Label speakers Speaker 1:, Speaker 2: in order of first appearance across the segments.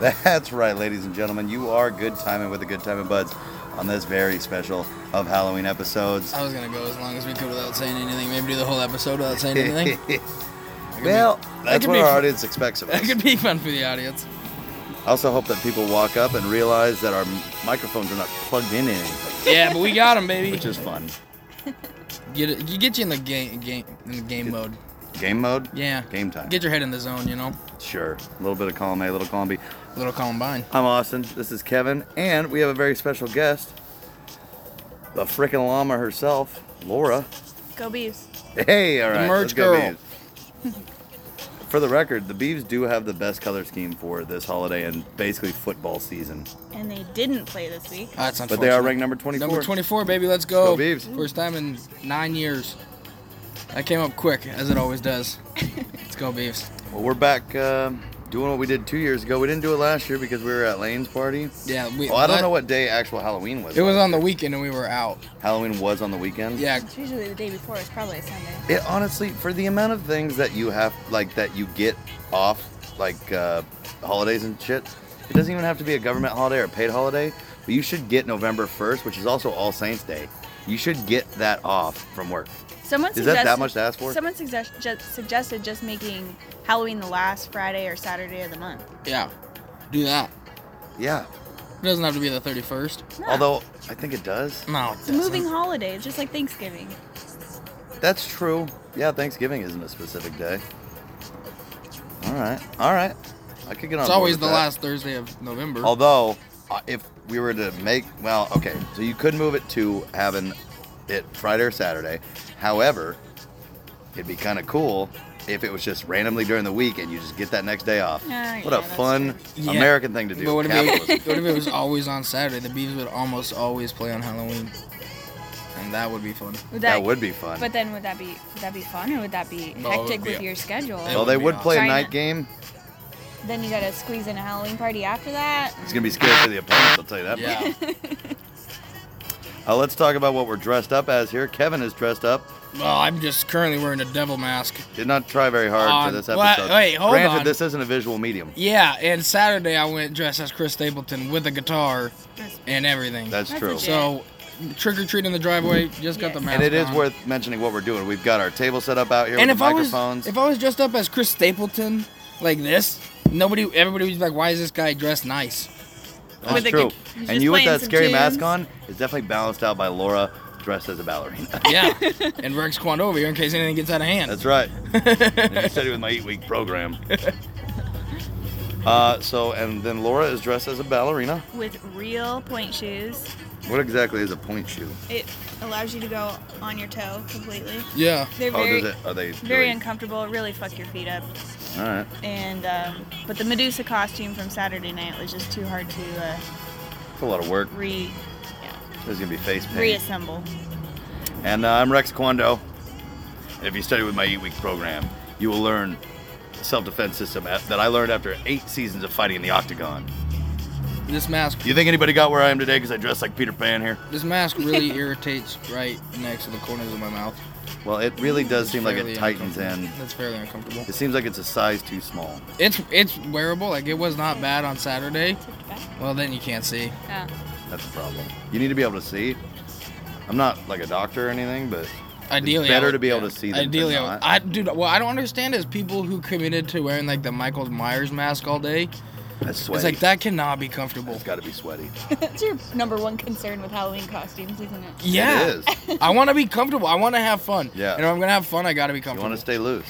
Speaker 1: That's right, ladies and gentlemen. You are good timing with the good timing buds on this very special of Halloween episodes.
Speaker 2: I was gonna go as long as we could without saying anything. Maybe do the whole episode without saying anything.
Speaker 1: well,
Speaker 2: That could be-
Speaker 1: that's
Speaker 2: could
Speaker 1: what
Speaker 2: be
Speaker 1: our
Speaker 2: fun.
Speaker 1: audience expects of
Speaker 2: that
Speaker 1: us.
Speaker 2: could be fun for the audience.
Speaker 1: I also hope that people walk up and realize that our m- microphones are not plugged in anything,
Speaker 2: Yeah, but we got him, baby.
Speaker 1: which is fun.
Speaker 2: Get it, you get you in the game, game in the game mode.
Speaker 1: Game mode?
Speaker 2: Yeah.
Speaker 1: Game time.
Speaker 2: Get your head in the zone, you know.
Speaker 1: Sure. A little bit of column A, a little column B.
Speaker 2: Little Columbine.
Speaker 1: I'm Austin. This is Kevin, and we have a very special guest, the frickin' llama herself, Laura.
Speaker 3: Go Beavs.
Speaker 1: Hey, all right.
Speaker 2: merch
Speaker 1: let's go
Speaker 2: girl.
Speaker 1: Beavs. For the record, the Beavs do have the best color scheme for this holiday and basically football season.
Speaker 3: And they didn't play this week.
Speaker 2: Oh, that's
Speaker 1: But they are
Speaker 2: unfortunate.
Speaker 1: ranked number 24.
Speaker 2: Number 24, baby. Let's go.
Speaker 1: Let's go, Biebs.
Speaker 2: First time in nine years. That came up quick, as it always does. Let's go, Beavs.
Speaker 1: Well, we're back uh, doing what we did two years ago. We didn't do it last year because we were at Lane's party.
Speaker 2: Yeah, we.
Speaker 1: Well, Oh, I don't
Speaker 2: that-
Speaker 1: know what day actual Halloween was.
Speaker 2: It was
Speaker 1: last
Speaker 2: on the
Speaker 1: year.
Speaker 2: weekend and we were out.
Speaker 1: Halloween was on the weekend.
Speaker 2: Yeah,
Speaker 3: It's usually the day before. It's probably a Sunday.
Speaker 1: It honestly, for the amount of things that you have, like that you get off, like uh, holidays and shit, it doesn't even have to be a government holiday or a paid holiday. But you should get November first, which is also All Saints Day. You should get that off from work.
Speaker 3: Someone
Speaker 1: Is that that
Speaker 3: suggested,
Speaker 1: much to ask for?
Speaker 3: Someone suggest, ju- suggested just making Halloween the last Friday or Saturday of the month.
Speaker 2: yeah. Do that.
Speaker 1: Yeah.
Speaker 2: It doesn't have to be the 31st.
Speaker 3: No,
Speaker 1: Although I think it does.
Speaker 2: No, it
Speaker 3: it's a moving
Speaker 2: doesn't.
Speaker 3: holiday. It's just like Thanksgiving. Uh,
Speaker 1: That's true. Yeah, Thanksgiving isn't a specific day. All right. All right. I could get on.
Speaker 2: It's
Speaker 1: board
Speaker 2: always
Speaker 1: with
Speaker 2: the
Speaker 1: that.
Speaker 2: last Thursday of November.
Speaker 1: Although, uh, if we were to make, well, okay, so you could move it to having it Friday or Saturday. However, it'd be kind of cool if it was just randomly during the week and you just get that next day off.
Speaker 3: Ah,
Speaker 1: what
Speaker 3: yeah,
Speaker 1: a
Speaker 3: that's
Speaker 1: fun
Speaker 2: true. Yeah.
Speaker 1: American thing to do.
Speaker 2: but what if,
Speaker 1: capitalism.
Speaker 2: it, what if it was always on Saturday? The Beavs would almost always play on Halloween. And that would be fun.
Speaker 3: Would
Speaker 1: that would be fun.
Speaker 3: But then would that be would that be fun or would that be
Speaker 2: No, it
Speaker 3: hectic
Speaker 2: would be-
Speaker 3: with your schedule?
Speaker 2: it
Speaker 1: well, they
Speaker 2: would be
Speaker 1: would
Speaker 2: awesome.
Speaker 1: play a
Speaker 3: China.
Speaker 1: night game.
Speaker 3: Then you gotta squeeze in a Halloween party after that.
Speaker 1: It's gonna be scary for the opponents. I'll tell you that. much.
Speaker 2: Yeah.
Speaker 1: Uh, let's talk about what we're dressed up as here. Kevin is dressed up.
Speaker 2: well, I'm just currently wearing a devil mask.
Speaker 1: Did not try very hard for
Speaker 2: Um,
Speaker 1: this
Speaker 2: well,
Speaker 1: episode.
Speaker 2: wait, hold
Speaker 1: Granted,
Speaker 2: on.
Speaker 1: this isn't a visual medium.
Speaker 2: Yeah, and Saturday I went dressed as Chris Stapleton with a guitar
Speaker 3: That's-
Speaker 2: and everything.
Speaker 1: That's,
Speaker 3: That's
Speaker 1: true.
Speaker 3: legit.
Speaker 2: so, trick or treat in the driveway, just got the
Speaker 3: Yes.
Speaker 2: mask.
Speaker 1: And it is
Speaker 2: on.
Speaker 1: worth mentioning what we're doing. We've got our table set up out here
Speaker 2: and
Speaker 1: with
Speaker 2: if
Speaker 1: the
Speaker 2: I was
Speaker 1: microphones.
Speaker 2: if I was dressed up as Chris Stapleton like this, nobody everybody would be like, why is this guy dressed nice?
Speaker 1: That's
Speaker 3: With the
Speaker 1: true.
Speaker 3: gu- he's
Speaker 1: and
Speaker 3: just
Speaker 1: you with
Speaker 3: playing
Speaker 1: that
Speaker 3: some
Speaker 1: scary mask
Speaker 3: tunes.
Speaker 1: on is definitely balanced out by Laura dressed as a ballerina.
Speaker 2: Yeah, and Rex Quando over here in case anything gets out of hand.
Speaker 1: That's right. and you study with my eight week program. Uh, so and then Laura is dressed as a ballerina.
Speaker 3: With real point shoes,
Speaker 1: What exactly is a point shoe?
Speaker 3: it allows you to go on your toe completely.
Speaker 2: Yeah,
Speaker 3: They're
Speaker 1: Oh,
Speaker 3: very
Speaker 1: does it? Are they
Speaker 3: very
Speaker 1: really-
Speaker 3: uncomfortable. Really fuck your feet up.
Speaker 1: All right.
Speaker 3: And um, but the Medusa costume from Saturday night was just too hard to uh,
Speaker 1: It's a lot of work.
Speaker 3: re
Speaker 1: There's gonna be face paint.
Speaker 3: reassemble.
Speaker 1: And uh, I'm Rex Kwando. And if you study with my eight week program, you will learn self defense system a- that I learned after eight seasons of fighting in the octagon.
Speaker 2: this mask
Speaker 1: Do you think anybody got where I am today because I dressed like Peter Pan here?
Speaker 2: this mask really irritates right next to the corners of my mouth.
Speaker 1: Well, it really does seem like
Speaker 2: Fairly
Speaker 1: it tightens in.
Speaker 2: uncomfortable. That's fairly uncomfortable.
Speaker 1: It seems like it's a size too small.
Speaker 2: It's it's wearable. Like it was not bad on Saturday.
Speaker 3: Tipped back.
Speaker 2: Well, then you can't see.
Speaker 3: Oh.
Speaker 1: That's the problem. You need to be able to see. I'm not like a doctor or anything, but
Speaker 2: Ideally, I
Speaker 1: better
Speaker 2: would-
Speaker 1: to be able to see them than
Speaker 2: Ideally, I would-
Speaker 1: not.
Speaker 2: I dude. What I don't understand is people who committed to wearing like the Michael Myers mask all day.
Speaker 1: that's sweaty.
Speaker 2: It's like that cannot be comfortable.
Speaker 1: It's got to be sweaty.
Speaker 3: That's your number one concern with Halloween costumes, isn't it?
Speaker 2: Yeah,
Speaker 1: It is.
Speaker 2: I want to be comfortable. I want to have fun.
Speaker 1: Yeah.
Speaker 2: And if I'm gonna have fun, I gotta be
Speaker 1: You
Speaker 2: comfortable.
Speaker 1: want to stay loose.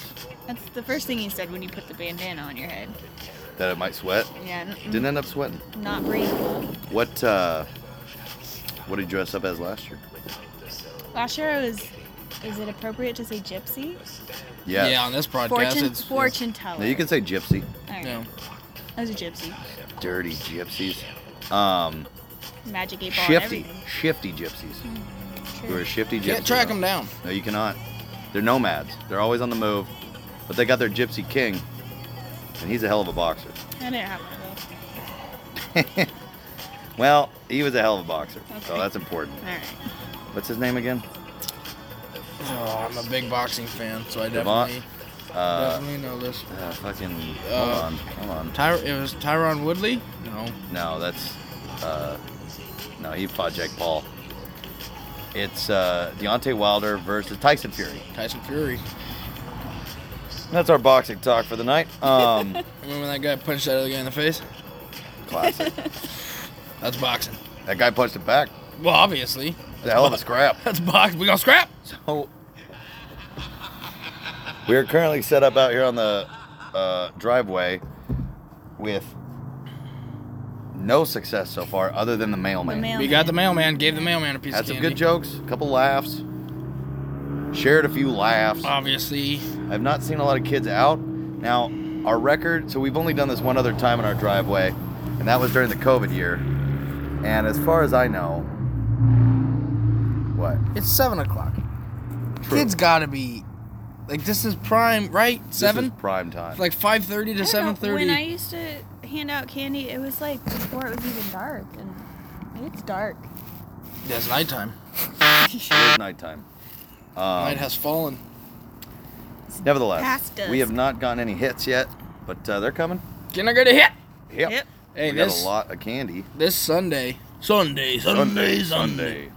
Speaker 3: That's the first thing you said when you put the bandana on your head.
Speaker 1: That it might sweat.
Speaker 3: Yeah. N-
Speaker 1: Didn't end up sweating.
Speaker 3: Not breathable.
Speaker 1: What uh, what did you dress up as last year?
Speaker 3: Last year I was. Is it appropriate to say gypsy?
Speaker 1: Yes.
Speaker 2: Yeah, on this podcast,
Speaker 3: Fortune
Speaker 2: it's
Speaker 3: fortune teller.
Speaker 1: Now you can say gypsy.
Speaker 3: All right.
Speaker 2: It's, yeah.
Speaker 3: I was a gypsy.
Speaker 1: Dirty gypsies. Um,
Speaker 3: Magic eight ball and
Speaker 1: shifty,
Speaker 3: everything.
Speaker 1: shifty gypsies.
Speaker 3: Sure.
Speaker 1: You were a shifty gypsy.
Speaker 2: Can't track
Speaker 1: huh?
Speaker 2: them down.
Speaker 1: No, you cannot. They're nomads. They're always on the move, but they got their Gypsy King, and he's a hell of a boxer.
Speaker 3: I didn't have one of those.
Speaker 1: Well, he was a hell of a boxer, so
Speaker 3: Okay.
Speaker 1: that's important.
Speaker 3: All right.
Speaker 1: What's his name again?
Speaker 2: Oh, I'm a big boxing fan, so I
Speaker 1: Devont?
Speaker 2: definitely
Speaker 1: Uh,
Speaker 2: definitely know this.
Speaker 1: uh, fucking. Hold
Speaker 2: Uh,
Speaker 1: on, hold on.
Speaker 2: Ty- it was Tyron Woodley. No,
Speaker 1: No, that's. Uh, no, he fought Jake Paul. It's uh, Deontay Wilder versus Tyson Fury.
Speaker 2: Tyson Fury.
Speaker 1: That's our boxing talk for the night. Um,
Speaker 2: Remember when that guy punched that other guy in the face?
Speaker 1: classic.
Speaker 2: That's boxing.
Speaker 1: That guy punched it back.
Speaker 2: Well, obviously,
Speaker 1: The hell of a scrap.
Speaker 2: that's box. We gonna scrap?
Speaker 1: So we are currently set up out here on the uh, driveway with no success so far, other than the mailman.
Speaker 3: The mail-
Speaker 2: We got the mailman. Gave the mailman a piece
Speaker 1: Had
Speaker 2: of
Speaker 1: some
Speaker 2: candy.
Speaker 1: good jokes, a couple laughs, shared a few laughs.
Speaker 2: Obviously,
Speaker 1: I've not seen a lot of kids out. Now, our record, so we've only done this one other time in our driveway, and that was during the COVID year. And as far as I know, what?
Speaker 2: it's seven o'clock.
Speaker 1: True.
Speaker 2: Kids gotta be like this is prime, right?
Speaker 1: This
Speaker 2: Seven.
Speaker 1: is prime time.
Speaker 2: like five thirty to
Speaker 3: I don't know,
Speaker 2: seven
Speaker 3: When I
Speaker 2: thirty.
Speaker 3: used to hand out candy, it was like before it was even dark, and it's dark.
Speaker 2: That's nighttime.
Speaker 1: it is nighttime.
Speaker 2: Night
Speaker 1: Um,
Speaker 2: has fallen.
Speaker 1: nevertheless,
Speaker 3: Past
Speaker 1: we have
Speaker 3: dusk.
Speaker 1: not gotten any hits yet, but uh, they're coming.
Speaker 2: Can I get a hit?
Speaker 1: Yep.
Speaker 3: Yep.
Speaker 2: Hey,
Speaker 1: we
Speaker 2: this
Speaker 1: got a lot of candy.
Speaker 2: this Sunday, Sunday, Sunday, Sunday,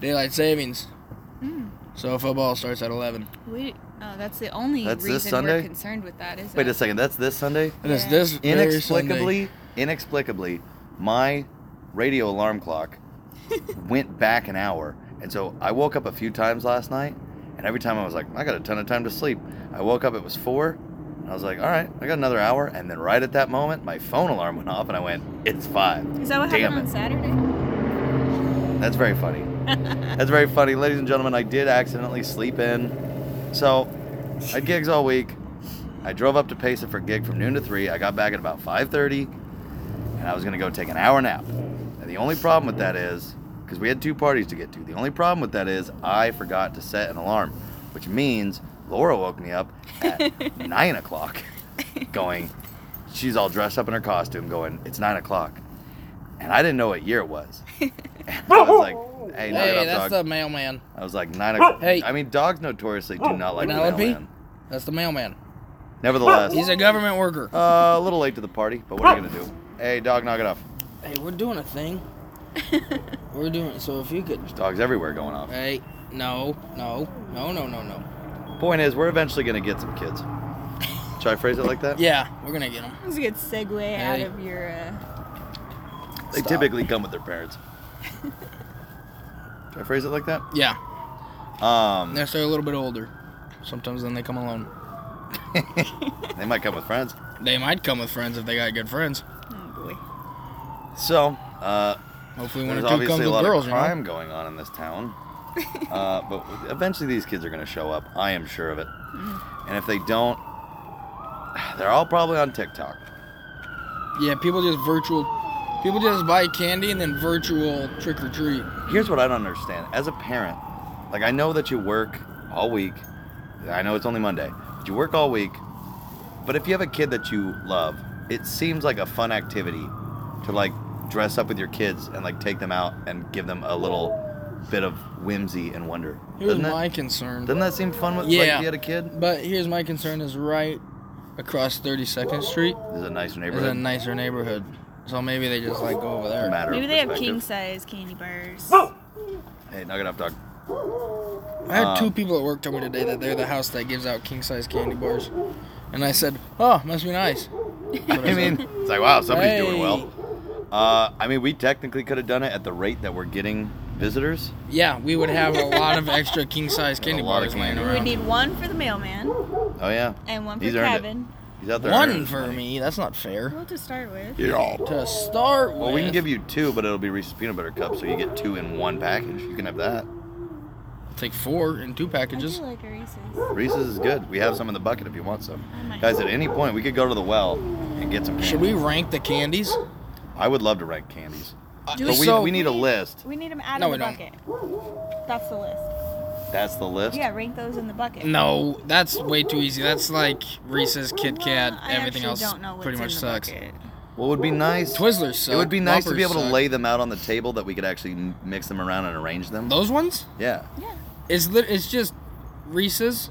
Speaker 2: daylight savings.
Speaker 3: Mm.
Speaker 2: So football starts at eleven.
Speaker 3: We, oh, that's the only
Speaker 1: That's this
Speaker 3: reason
Speaker 1: Sunday?
Speaker 3: we're concerned with that, is
Speaker 1: Wait
Speaker 3: it?
Speaker 1: a second. That's this Sunday.
Speaker 2: And it's
Speaker 3: Yeah.
Speaker 2: this very Sunday.
Speaker 1: Inexplicably, inexplicably, my radio alarm clock went back an hour, and so I woke up a few times last night, and every time I was like, I got a ton of time to sleep. I woke up. It was four. and I was like, all right, I got another hour, and then right at that moment, my phone alarm went off, and I went, it's five.
Speaker 3: Is that what
Speaker 1: Damn
Speaker 3: happened
Speaker 1: it.
Speaker 3: on Saturday?
Speaker 1: That's very funny. That's very funny. Ladies and gentlemen, I did accidentally sleep in. So I had gigs all week. I drove up to Payson for a gig from noon to three. I got back at about 5.30 and I was gonna go take an hour nap. And the only problem with that is, because we had two parties to get to, the only problem with that is I forgot to set an alarm, which means Laura woke me up at nine o'clock going, she's all dressed up in her costume going, it's nine o'clock. And I didn't know what year it was. And I was like, hey, knock it
Speaker 2: Hey,
Speaker 1: off,
Speaker 2: that's
Speaker 1: dog.
Speaker 2: the mailman.
Speaker 1: I was like nine o'clock.
Speaker 2: Hey.
Speaker 1: I mean, dogs notoriously do not like the
Speaker 2: Penelope?
Speaker 1: mailman.
Speaker 2: That's the mailman.
Speaker 1: Nevertheless,
Speaker 2: He's a government worker.
Speaker 1: uh, a little late to the party, but what are you gonna do? Hey, dog, knock it off.
Speaker 2: Hey, we're doing a thing. we're doing so if you could.
Speaker 1: Dogs everywhere going off.
Speaker 2: Hey, no, no, no, no, no, no.
Speaker 1: Point is, we're eventually gonna get some kids. Should I phrase it like that?
Speaker 2: Yeah, we're gonna get him.
Speaker 3: That was a good segue out
Speaker 2: Hey.
Speaker 3: of your. Uh,
Speaker 1: They
Speaker 2: Stop.
Speaker 1: typically come with their parents. Should I phrase it like that?
Speaker 2: Yeah,
Speaker 1: Um,
Speaker 2: unless they're a little bit older. Sometimes then they come alone.
Speaker 1: they might come with friends.
Speaker 2: They might come with friends if they got good friends.
Speaker 3: oh
Speaker 1: So, uh,
Speaker 2: Hopefully, one
Speaker 1: there's
Speaker 2: or two comes
Speaker 1: obviously a
Speaker 2: with
Speaker 1: lot
Speaker 2: girls.
Speaker 1: of
Speaker 2: You know?
Speaker 1: crime going on in this town. uh, but eventually, these kids are gonna show up. I am sure of it. And if they don't, they're all probably on TikTok.
Speaker 2: Yeah, people just virtual. People just buy candy and then virtual trick or treat.
Speaker 1: Here's what I don't understand. As a parent, like I know that you work all week. I know it's only Monday, but you work all week. But if you have a kid that you love, it seems like a fun activity to like dress up with your kids and like take them out and give them a little bit of whimsy and wonder.
Speaker 2: Here's
Speaker 1: doesn't that,
Speaker 2: my concern.
Speaker 1: doesn't that seem fun with like
Speaker 2: Yeah.
Speaker 1: if you had a kid?
Speaker 2: But here's my concern is right across 32nd Street
Speaker 1: This is a nice
Speaker 2: is
Speaker 1: neighborhood.
Speaker 2: a nicer neighborhood. So maybe they just like go over there.
Speaker 1: matter
Speaker 3: boy.
Speaker 1: of
Speaker 3: Maybe they have
Speaker 1: perspective.
Speaker 3: king size candy bars.
Speaker 1: Hey, knock it off, dog.
Speaker 2: I had two
Speaker 1: Um,
Speaker 2: people at work tell me today that they're the house that gives out king size candy bars. And I said, oh, must be nice. That's what
Speaker 1: I mean, it's like wow, somebody's doing
Speaker 2: Hey.
Speaker 1: well. Uh, I mean, we technically could have done it at the rate that we're getting visitors.
Speaker 2: yeah, we would have a lot of extra king size candy
Speaker 1: lot of
Speaker 2: bars laying
Speaker 1: candy.
Speaker 3: We would
Speaker 2: around.
Speaker 3: need one for the mailman
Speaker 1: Oh yeah,
Speaker 3: and one for
Speaker 1: He's earned it.
Speaker 3: Kevin.
Speaker 1: he's out there.
Speaker 2: One
Speaker 1: earning.
Speaker 2: for me. That's not fair.
Speaker 3: Well, to start with.
Speaker 1: Yeah.
Speaker 2: To start with,
Speaker 1: Well, we can give you two, but it'll be Reese's peanut butter cup, so you get two in one package. You can have that.
Speaker 2: take four in two
Speaker 3: I do
Speaker 2: packages.
Speaker 3: like a Reese's.
Speaker 1: Reese's is good. We have some in the bucket if you want some.
Speaker 3: I might.
Speaker 1: Guys, at any point, we could go to the well and get some. Candy.
Speaker 2: Should we rank the candies?
Speaker 1: I would love to rank candies,
Speaker 3: Do
Speaker 1: but we,
Speaker 2: So-
Speaker 1: we need a list.
Speaker 3: We need them out
Speaker 2: No,
Speaker 3: of
Speaker 2: we
Speaker 3: the
Speaker 2: don't.
Speaker 3: bucket. That's the list.
Speaker 1: That's the list.
Speaker 3: Yeah, rank those in the bucket.
Speaker 2: No, that's way too easy. That's like Reese's, Kit Kat,
Speaker 3: Well, I
Speaker 2: everything
Speaker 3: actually
Speaker 2: else
Speaker 3: don't know what's
Speaker 2: pretty
Speaker 3: in
Speaker 2: much
Speaker 3: the
Speaker 2: sucks.
Speaker 3: bucket.
Speaker 1: What would be nice?
Speaker 2: Twizzlers suck.
Speaker 1: It would be nice to be able
Speaker 2: Whoppers
Speaker 1: to
Speaker 2: suck.
Speaker 1: lay them out on the table that we could actually m- mix them around and arrange them.
Speaker 2: those ones.
Speaker 1: Yeah.
Speaker 3: Yeah.
Speaker 2: It's lit. It's just Reese's,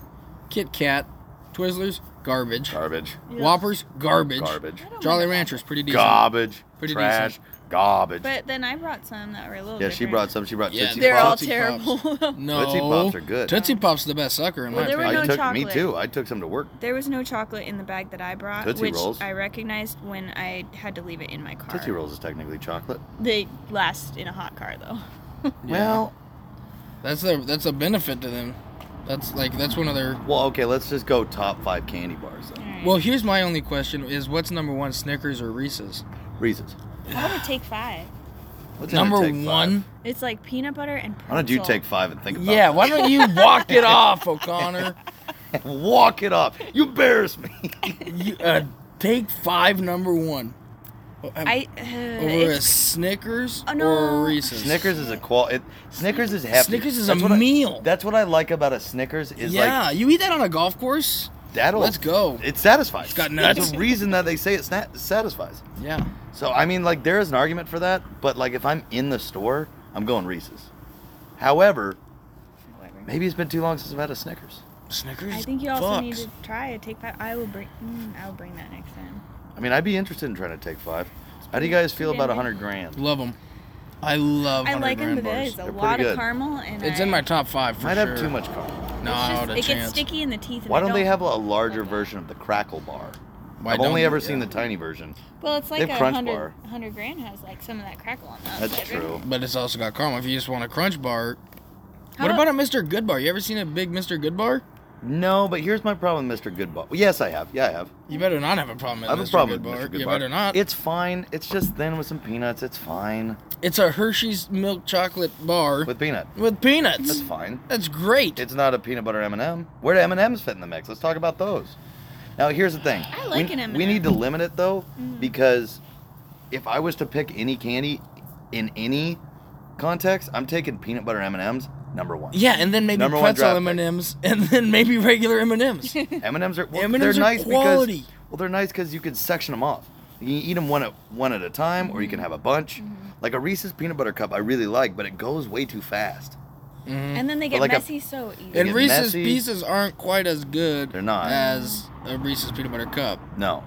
Speaker 2: Kit Kat, Twizzlers, garbage.
Speaker 1: Garbage.
Speaker 3: Yeah.
Speaker 2: Whoppers, garbage.
Speaker 1: Garbage.
Speaker 3: I don't
Speaker 2: Jolly
Speaker 3: mind that.
Speaker 2: Ranchers, pretty decent.
Speaker 1: Garbage.
Speaker 2: Pretty
Speaker 1: trash.
Speaker 2: decent.
Speaker 1: Garbage.
Speaker 3: But then I brought some that were a little.
Speaker 1: yeah, she
Speaker 3: different.
Speaker 1: brought some. She brought
Speaker 2: Yeah,
Speaker 1: Tootsie
Speaker 3: They're all
Speaker 1: Pops.
Speaker 2: Tootsie
Speaker 3: terrible.
Speaker 2: No,
Speaker 1: Tootsie Pops are good.
Speaker 2: Tootsie Pops the best sucker in
Speaker 3: Well,
Speaker 2: my
Speaker 3: there were
Speaker 2: opinion.
Speaker 1: I
Speaker 3: no
Speaker 1: took me
Speaker 3: chocolate.
Speaker 1: too. I took some to work.
Speaker 3: There was no chocolate in the bag that I brought,
Speaker 1: Tootsie
Speaker 3: which
Speaker 1: Rolls.
Speaker 3: I recognized when I had to leave it in my car.
Speaker 1: Tootsie rolls is technically chocolate.
Speaker 3: They last in a hot car though.
Speaker 2: Yeah.
Speaker 1: Well,
Speaker 2: that's their that's a benefit to them. That's like that's one of their.
Speaker 1: well, okay. Let's just go top five candy bars. Then.
Speaker 2: Well, here's my only question: Is what's number one, Snickers or Reese's?
Speaker 1: Reese's.
Speaker 3: I would take five.
Speaker 1: What's in the
Speaker 2: Number
Speaker 1: take five?
Speaker 2: one.
Speaker 3: It's like peanut butter and pretzel.
Speaker 1: Why don't you take five and think about
Speaker 2: Yeah,
Speaker 1: it?
Speaker 2: why don't you walk it off, O'Connor?
Speaker 1: Walk it off. You embarrass me.
Speaker 2: You, uh, take five, number one. Oh,
Speaker 3: I. Uh,
Speaker 2: over a
Speaker 3: it's-
Speaker 2: Snickers
Speaker 3: Oh, no.
Speaker 2: or a Reese's.
Speaker 1: Snickers is a qual. It, Snickers is hefty.
Speaker 2: Snickers is
Speaker 1: That's
Speaker 2: a
Speaker 1: what I-
Speaker 2: meal.
Speaker 1: that's what I like about a Snickers is
Speaker 2: yeah,
Speaker 1: like
Speaker 2: you eat that on a golf course.
Speaker 1: that'll.
Speaker 2: Let's go.
Speaker 1: It satisfies.
Speaker 2: It's got
Speaker 1: That's
Speaker 2: nuts.
Speaker 1: the reason that they say it sna- satisfies.
Speaker 2: Yeah.
Speaker 1: So I mean, like there is an argument for that, but like if I'm in the store, I'm going Reese's. However, maybe it's been too long since I've had a Snickers.
Speaker 2: Snickers.
Speaker 3: I think you also
Speaker 2: fucks.
Speaker 3: need to try a take five. I will bring. Mm, I will bring that next time.
Speaker 1: I mean, I'd be interested in trying to take five. How do you guys feel about a hundred grand?
Speaker 2: Love them. I love.
Speaker 3: I
Speaker 2: 100
Speaker 3: like them,
Speaker 2: grand
Speaker 3: but there
Speaker 2: bars.
Speaker 3: is a
Speaker 1: They're pretty
Speaker 3: lot
Speaker 1: good.
Speaker 3: of caramel, and
Speaker 2: It's
Speaker 3: I-
Speaker 2: in my top five for
Speaker 1: Might
Speaker 2: sure.
Speaker 1: have too much caramel.
Speaker 2: No,
Speaker 3: it's
Speaker 2: not
Speaker 3: just-
Speaker 2: a
Speaker 3: it gets
Speaker 2: chance.
Speaker 3: sticky in the teeth. and
Speaker 1: Why
Speaker 3: I
Speaker 1: don't they have a larger
Speaker 3: like it.
Speaker 1: version of the Crackle Bar?
Speaker 2: Why
Speaker 1: I've only
Speaker 2: don't-
Speaker 1: ever seen
Speaker 2: yeah.
Speaker 1: the tiny version.
Speaker 3: Well, it's
Speaker 1: They
Speaker 3: like
Speaker 1: have
Speaker 3: a
Speaker 1: Crunch
Speaker 3: hundred.
Speaker 1: Bar.
Speaker 3: Hundred grand has like some of that crackle on that.
Speaker 1: That's
Speaker 3: flavor.
Speaker 1: true.
Speaker 2: But it's also got caramel. If you just want a crunch bar.
Speaker 3: How
Speaker 2: what
Speaker 3: about-
Speaker 2: about a Mr. Good bar? You ever seen a big Mr. Good bar?
Speaker 1: No, but here's my problem, with Mr. Goodbar. Yes, I have. Yeah, I have.
Speaker 2: You better not have a problem with
Speaker 1: I have
Speaker 2: Mr.
Speaker 1: a problem
Speaker 2: Good
Speaker 1: with
Speaker 2: bar.
Speaker 1: Mr. Goodbar.
Speaker 2: You better not.
Speaker 1: It's fine. It's just thin with some peanuts. It's fine
Speaker 2: it's a Hershey's milk chocolate bar with,
Speaker 1: with peanut.
Speaker 2: peanuts.
Speaker 1: That's fine.
Speaker 2: That's great.
Speaker 1: It's not a peanut butter M&M. Where do M&Ms fit in the mix? Let's talk about those. Now, here's the thing.
Speaker 3: I like
Speaker 1: we,
Speaker 3: an M&M.
Speaker 1: We need to limit it though, because if I was to pick any candy in any context, I'm taking peanut butter M&Ms number one.
Speaker 2: yeah, and then maybe
Speaker 1: Number one
Speaker 2: pretzel M
Speaker 1: draft
Speaker 2: and
Speaker 1: pick.
Speaker 2: M's, and then maybe regular Mm-hmm. M and M's.
Speaker 1: M&Ms are well,
Speaker 2: M&Ms
Speaker 1: they're
Speaker 2: are
Speaker 1: nice
Speaker 2: quality.
Speaker 1: because well, they're nice because you can section them off. You can eat them one at one at a time, or you
Speaker 2: Mm-hmm.
Speaker 1: can have a bunch. Like a Reese's peanut butter cup, I really like, but it goes way too fast.
Speaker 3: And then they get
Speaker 1: like a-
Speaker 3: messy so easy.
Speaker 1: They
Speaker 2: And
Speaker 1: get
Speaker 2: Reese's
Speaker 1: messy.
Speaker 2: pieces aren't quite as good.
Speaker 1: They're not.
Speaker 2: as a Reese's peanut butter cup.
Speaker 1: No.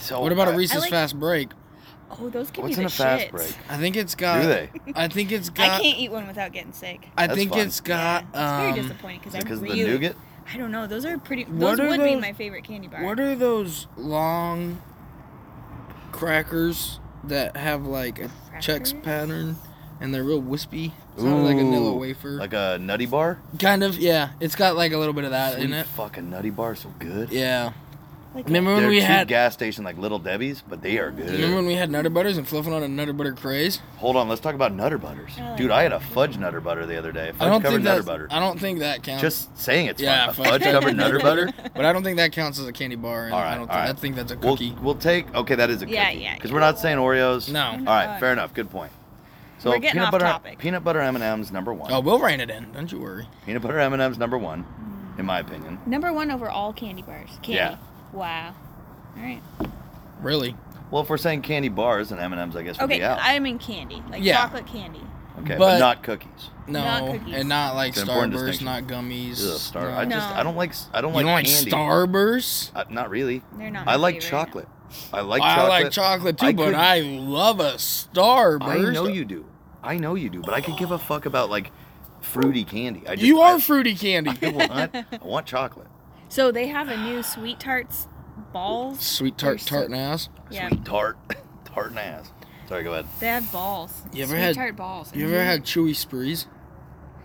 Speaker 1: So
Speaker 2: Hmm. What about a
Speaker 1: Oh, I-
Speaker 2: Reese's
Speaker 3: like-
Speaker 2: fast break?
Speaker 3: oh, those can
Speaker 1: What's
Speaker 3: be
Speaker 1: in
Speaker 3: the
Speaker 1: a fast
Speaker 3: shits.
Speaker 1: break?
Speaker 2: I think it's got.
Speaker 1: Do they?
Speaker 2: I think it's
Speaker 3: I
Speaker 2: got.
Speaker 3: can't eat one without getting sick.
Speaker 2: I
Speaker 1: That's
Speaker 2: think
Speaker 1: fun.
Speaker 2: it's got.
Speaker 3: yeah, it's very
Speaker 2: um,
Speaker 3: disappointing because I
Speaker 1: Because of
Speaker 3: really,
Speaker 1: the nougat?
Speaker 3: I don't know. Those are pretty.
Speaker 2: What
Speaker 3: Those
Speaker 2: are
Speaker 3: would be
Speaker 2: those-
Speaker 3: my favorite candy bar.
Speaker 2: what are those long crackers that have like a checks
Speaker 3: Crackers?
Speaker 2: pattern and they're real wispy? It's not like a vanilla
Speaker 1: Ooh,
Speaker 2: wafer.
Speaker 1: Like a nutty bar?
Speaker 2: kind of, yeah. It's got like a little bit of that in
Speaker 1: Sweet
Speaker 2: it.
Speaker 1: Fucking nutty bar, so good.
Speaker 2: Yeah.
Speaker 3: Like
Speaker 2: Remember when
Speaker 1: They're
Speaker 2: we
Speaker 1: cheap
Speaker 2: had?
Speaker 1: gas station like Little Debbie's, but they are good.
Speaker 2: Remember when we had Nutter Butters and fluffing on a Nutter Butter craze?
Speaker 1: Hold on, let's talk about Nutter Butters.
Speaker 3: I like
Speaker 1: Dude, I had a fudge Nutter Butter the other day.
Speaker 2: I
Speaker 1: Fudge
Speaker 2: don't
Speaker 1: covered
Speaker 2: think
Speaker 1: Nutter
Speaker 2: that.
Speaker 1: Butter.
Speaker 2: I don't think that counts.
Speaker 1: Just saying it's
Speaker 2: Um, Yeah,
Speaker 1: fine. A fudge
Speaker 2: fudge
Speaker 1: covered
Speaker 2: covered
Speaker 1: Nutter
Speaker 2: Nutter
Speaker 1: Butter.
Speaker 2: But I don't think that counts as a candy bar. And
Speaker 1: All right,
Speaker 2: I don't
Speaker 1: all
Speaker 2: think, I
Speaker 1: right.
Speaker 2: think that's a
Speaker 1: We'll,
Speaker 2: cookie.
Speaker 1: we'll take. Okay, that is a cookie.
Speaker 3: Yeah, yeah,
Speaker 1: Because we're not saying Oreos.
Speaker 2: No.
Speaker 1: All right, fair enough. Good point. So
Speaker 3: We're getting
Speaker 1: peanut
Speaker 3: off
Speaker 1: butter,
Speaker 3: topic.
Speaker 1: peanut butter M and M's number one.
Speaker 2: oh, we'll rein it in. Don't you worry.
Speaker 1: Peanut butter M and M's number one, in my opinion.
Speaker 3: Number one over all candy bars. Candy.
Speaker 1: Yeah.
Speaker 3: Wow. All right.
Speaker 2: Really?
Speaker 1: Well, if we're saying candy bars and M and M's, I guess would
Speaker 3: Okay,
Speaker 1: be out.
Speaker 3: I mean candy, like
Speaker 2: Yeah.
Speaker 3: chocolate candy.
Speaker 1: okay, but,
Speaker 2: but-
Speaker 1: not cookies.
Speaker 2: No,
Speaker 3: Not cookies.
Speaker 2: and not like
Speaker 1: It's an important
Speaker 2: Starburst,
Speaker 1: distinction.
Speaker 2: not gummies.
Speaker 1: Ugh, star.
Speaker 2: no.
Speaker 1: I just
Speaker 3: No.
Speaker 1: I don't like s- I don't
Speaker 2: you don't
Speaker 1: like
Speaker 2: like
Speaker 1: candy.
Speaker 2: Starburst?
Speaker 1: Uh, not really.
Speaker 3: They're not
Speaker 1: I
Speaker 3: my
Speaker 1: like
Speaker 3: favorite.
Speaker 1: chocolate. I like
Speaker 2: I
Speaker 1: chocolate.
Speaker 2: like chocolate too,
Speaker 1: I
Speaker 2: but
Speaker 1: could-
Speaker 2: I love a
Speaker 1: I
Speaker 2: Starburst.
Speaker 1: know you do. I know you do, but I could give a fuck about like fruity candy. I just,
Speaker 2: You
Speaker 1: I,
Speaker 2: are fruity candy.
Speaker 1: I want, I want chocolate.
Speaker 3: So they have a new sweet tarts balls.
Speaker 2: Sweet tart
Speaker 3: They're
Speaker 2: tart ass.
Speaker 3: Yeah,
Speaker 1: Sweet tart, tart and ass. Sorry, go ahead.
Speaker 3: they have balls.
Speaker 2: You ever
Speaker 3: sweet
Speaker 2: had-
Speaker 3: tart balls?
Speaker 2: You ever had chewy sprees?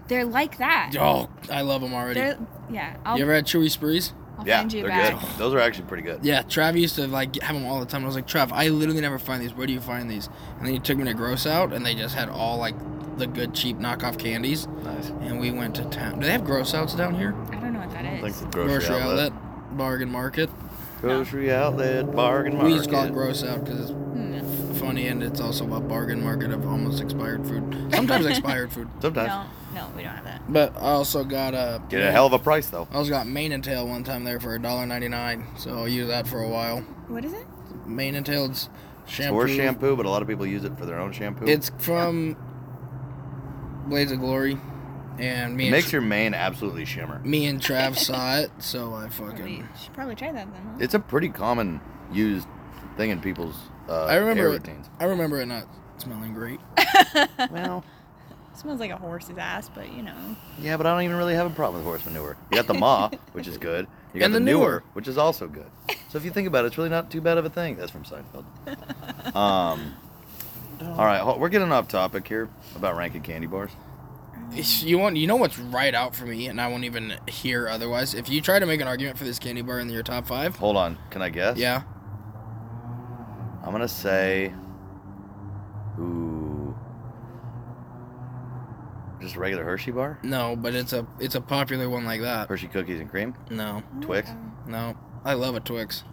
Speaker 3: They're like that.
Speaker 2: Oh, I love them already.
Speaker 3: They're yeah. I'll,
Speaker 2: you ever had chewy sprees?
Speaker 3: I'll
Speaker 1: yeah,
Speaker 3: find you
Speaker 1: they're
Speaker 3: back.
Speaker 1: good. Those are actually pretty good.
Speaker 2: Yeah, Trav used to like have them all the time. I was like, Trav, I literally never find these. Where do you find these? And then he took me to Gross Out, and they just had all like the good cheap knockoff candies.
Speaker 1: Nice.
Speaker 2: And we went to town. Do they have Gross Outs down here?
Speaker 3: I don't know what that is.
Speaker 1: Thanks.
Speaker 2: Grocery, outlet. bargain market.
Speaker 1: Grocery outlet. Bargain market.
Speaker 2: We just call it Gross Out because
Speaker 3: Hmm.
Speaker 2: it's funny, and it's also a bargain market of almost expired food. Sometimes expired food.
Speaker 1: Sometimes.
Speaker 3: No, No, we don't have that.
Speaker 2: But I also got a
Speaker 1: Get a hell of a price though.
Speaker 2: I also got mane and tail one time there for a dollar ninety nine. So I'll use that for a while.
Speaker 3: What is it?
Speaker 2: Mane and tail it's
Speaker 1: It's
Speaker 2: shampoo.
Speaker 1: horse shampoo, but a lot of people use it for their own shampoo.
Speaker 2: It's from Blades of Glory, and me
Speaker 1: it
Speaker 2: and
Speaker 1: makes
Speaker 2: Tr-
Speaker 1: your mane absolutely shimmer.
Speaker 2: me and Trav saw it, so I
Speaker 3: We
Speaker 2: fucking.
Speaker 3: should probably try that then. Huh?
Speaker 1: It's a pretty common used thing in people's uh,
Speaker 2: I remember.
Speaker 1: hair
Speaker 2: It,
Speaker 1: routines.
Speaker 2: I remember it not smelling great.
Speaker 1: Well,
Speaker 3: smells like a horse's ass, but you know.
Speaker 1: yeah, but I don't even really have a problem with horse manure. You got the maw, which is good. You got
Speaker 2: And
Speaker 1: the
Speaker 2: the newer.
Speaker 1: newer, which is also good. So if you think about it, it's really not too bad of a thing. That's from Seinfeld. Um, all right, ho- we're getting off topic here about ranking candy bars.
Speaker 2: It's- You want you know what's right out for me, and I won't even hear otherwise. If you try to make an argument for this candy bar in your top five,
Speaker 1: Hold on, can I guess?
Speaker 2: yeah,
Speaker 1: I'm gonna say, ooh, just a regular Hershey bar,
Speaker 2: no, but it's a it's a popular one like that.
Speaker 1: Hershey cookies and cream.
Speaker 2: No,
Speaker 1: Twix?
Speaker 2: no, I love a Twix.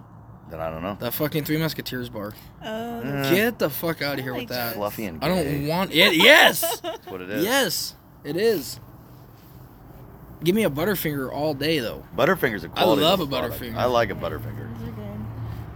Speaker 1: Then I don't know.
Speaker 2: That fucking Three Musketeers bar.
Speaker 3: Oh,
Speaker 1: Mm.
Speaker 3: that's-
Speaker 2: Get the fuck out of here with that.
Speaker 1: Fluffy and
Speaker 2: I don't
Speaker 1: gay.
Speaker 2: want it. Yes.
Speaker 1: That's what it is.
Speaker 2: Yes, it is. Give me a Butterfinger all day though.
Speaker 1: Butterfinger's a quality.
Speaker 2: love
Speaker 1: of
Speaker 2: a
Speaker 1: product.
Speaker 2: Butterfinger.
Speaker 1: I like a Butterfinger.
Speaker 3: those are good.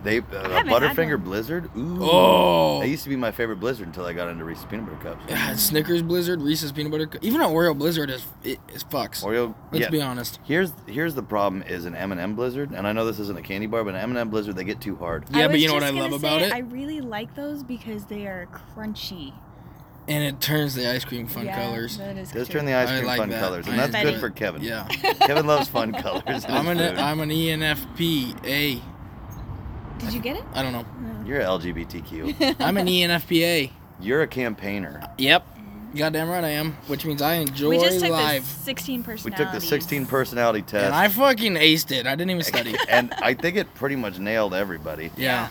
Speaker 1: They uh,
Speaker 3: haven't had
Speaker 1: Butterfinger
Speaker 3: one.
Speaker 1: Blizzard. Ooh.
Speaker 2: Oh.
Speaker 1: That used to be my favorite Blizzard until I got into Reese's peanut butter cups.
Speaker 2: Ah, Snickers Blizzard, Reese's peanut butter, Co- even an Oreo Blizzard is it, is fucks.
Speaker 1: Oreo.
Speaker 2: Let's
Speaker 1: yeah.
Speaker 2: be honest.
Speaker 1: Here's here's the problem: is an M&M Blizzard, and I know this isn't a candy bar, but an M&M Blizzard they get too hard.
Speaker 2: Yeah, but
Speaker 3: was
Speaker 2: you know what
Speaker 3: just
Speaker 2: I love
Speaker 3: gonna
Speaker 2: about
Speaker 3: say,
Speaker 2: it?
Speaker 3: I really like those because they are crunchy.
Speaker 2: And it turns the ice cream fun
Speaker 3: Yeah,
Speaker 2: colors.
Speaker 3: That is
Speaker 1: It does
Speaker 3: true.
Speaker 1: turn the ice
Speaker 2: I
Speaker 1: cream
Speaker 2: like
Speaker 1: fun
Speaker 2: that.
Speaker 1: colors, and
Speaker 2: I
Speaker 1: that's good
Speaker 3: enjoy
Speaker 1: for
Speaker 2: it.
Speaker 1: Kevin.
Speaker 2: Yeah.
Speaker 1: Kevin loves fun colors. in his
Speaker 2: I'm an
Speaker 1: food.
Speaker 2: I'm an E ENFPA.
Speaker 3: Did you get it?
Speaker 2: I don't know.
Speaker 3: No.
Speaker 1: You're LGBTQ.
Speaker 2: I'm an E ENFPA.
Speaker 1: You're a campaigner.
Speaker 2: Yep. Goddamn right I am. Which means I enjoy
Speaker 3: Mm. We just took
Speaker 2: life.
Speaker 3: the 16
Speaker 1: We
Speaker 3: personalities.
Speaker 1: took the 16 personality test,
Speaker 2: And I fucking aced it. I didn't even study.
Speaker 1: and I think it pretty much nailed everybody.
Speaker 2: yeah.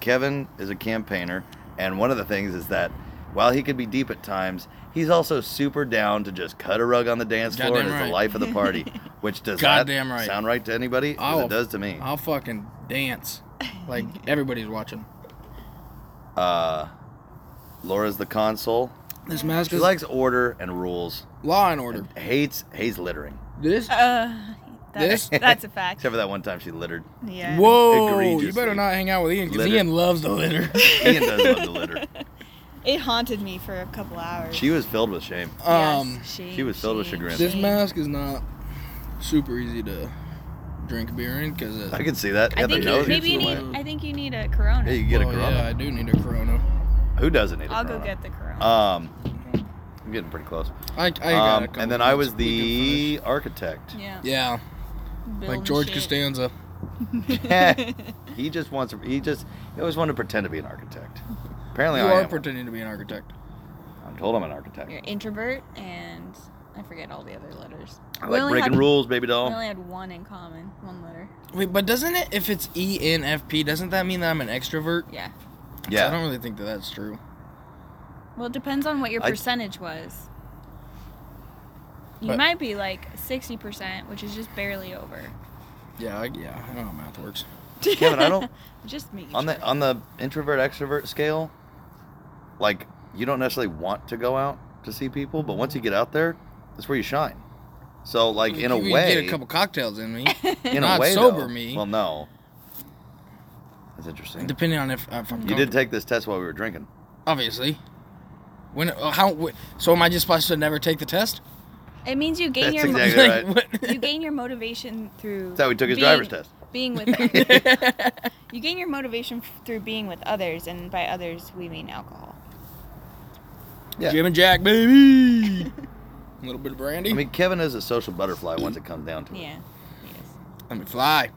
Speaker 1: Kevin is a campaigner, and one of the things is that while he could be deep at times, he's also super down to just cut a rug on the dance floor
Speaker 2: Goddamn
Speaker 1: and is the
Speaker 2: right.
Speaker 1: life of the party. Which does
Speaker 2: Goddamn
Speaker 1: that
Speaker 2: right.
Speaker 1: sound right to anybody? 'Cause
Speaker 2: I'll-
Speaker 1: it does to me.
Speaker 2: I'll fucking dance. Like everybody's watching.
Speaker 1: Uh, Laura's the console.
Speaker 2: This mask
Speaker 1: She
Speaker 2: is
Speaker 1: likes order and rules.
Speaker 2: law and order.
Speaker 1: Hates hates littering.
Speaker 2: This
Speaker 3: Uh,
Speaker 2: This?
Speaker 3: that's, that's a fact.
Speaker 1: Except for that one time she littered.
Speaker 3: Yeah.
Speaker 2: Whoa! You better
Speaker 1: egregiously.
Speaker 2: not hang out with Ian because
Speaker 1: Litter.
Speaker 2: Ian loves the litter.
Speaker 1: Ian does love to litter.
Speaker 3: It haunted me for a couple hours.
Speaker 1: She was filled with shame.
Speaker 2: Um,
Speaker 3: Yes, she,
Speaker 1: she was filled with
Speaker 3: she-
Speaker 1: chagrin.
Speaker 2: this
Speaker 3: she-
Speaker 2: mask is not super easy to drink beer in because
Speaker 1: I can see that. Yeah,
Speaker 3: I
Speaker 1: the
Speaker 3: think
Speaker 1: nose
Speaker 3: you,
Speaker 1: gets
Speaker 3: maybe you
Speaker 1: in the
Speaker 3: need.
Speaker 1: way.
Speaker 3: I think you need a Corona.
Speaker 1: Yeah, you get a
Speaker 2: Yeah, I
Speaker 1: Corona.
Speaker 2: do need a Corona.
Speaker 1: Who doesn't need a
Speaker 3: I'll
Speaker 1: Corona?
Speaker 3: go get the Corona.
Speaker 1: Um, I'm getting pretty close.
Speaker 2: I, I got
Speaker 1: Um,
Speaker 2: a couple
Speaker 1: and then I was
Speaker 2: things we
Speaker 1: the architect.
Speaker 3: yeah.
Speaker 2: can finish. yeah, like
Speaker 3: Building
Speaker 2: George
Speaker 3: shit.
Speaker 2: Costanza.
Speaker 1: he just wants. To, he just. He always wanted to pretend to be an architect. Apparently,
Speaker 2: you
Speaker 1: I
Speaker 2: are
Speaker 1: am.
Speaker 2: pretending to be an architect.
Speaker 1: I'm told I'm an architect.
Speaker 3: You're introvert and I forget all the other letters.
Speaker 1: I
Speaker 3: We
Speaker 1: like
Speaker 3: only
Speaker 1: breaking
Speaker 3: had-
Speaker 1: rules, baby
Speaker 3: We
Speaker 1: doll.
Speaker 3: only had one in common, one letter.
Speaker 2: Wait, but doesn't it? If it's E ENFP, doesn't that mean that I'm an extrovert?
Speaker 3: Yeah.
Speaker 2: I
Speaker 1: Yeah.
Speaker 2: don't really think that that's true.
Speaker 3: Well, it depends on what your
Speaker 1: I-
Speaker 3: percentage was. You
Speaker 2: But-
Speaker 3: might be like 60%, which is just barely over.
Speaker 2: Yeah, I, yeah, I don't know how math works.
Speaker 1: Kevin, I don't.
Speaker 3: just me.
Speaker 1: On the on the introvert extrovert scale, like you don't necessarily want to go out to see people, but once you get out there, that's where you shine. So, like in a
Speaker 2: You
Speaker 1: way,
Speaker 2: get a couple cocktails in me.
Speaker 1: in
Speaker 2: Not
Speaker 1: a way,
Speaker 2: sober
Speaker 1: though-
Speaker 2: me.
Speaker 1: Well, no. That's interesting.
Speaker 2: Depending on if, if I'm
Speaker 1: You
Speaker 2: comfortable.
Speaker 1: did take this test while we were drinking.
Speaker 2: Obviously. When uh, how wh- so am I just supposed to never take the test?
Speaker 3: It means you gain
Speaker 1: That's
Speaker 3: your mo-
Speaker 1: exactly right.
Speaker 2: what?
Speaker 3: you gain your motivation through
Speaker 1: That's how he took his
Speaker 3: being-
Speaker 1: driver's test.
Speaker 3: Being with you gain your motivation f- through being with others, and by others we mean alcohol.
Speaker 1: Yeah.
Speaker 2: Jim and Jack, baby. a little bit of brandy.
Speaker 1: I mean, Kevin is a social butterfly once it comes down to it.
Speaker 3: Yeah. Yes.
Speaker 2: Let me fly.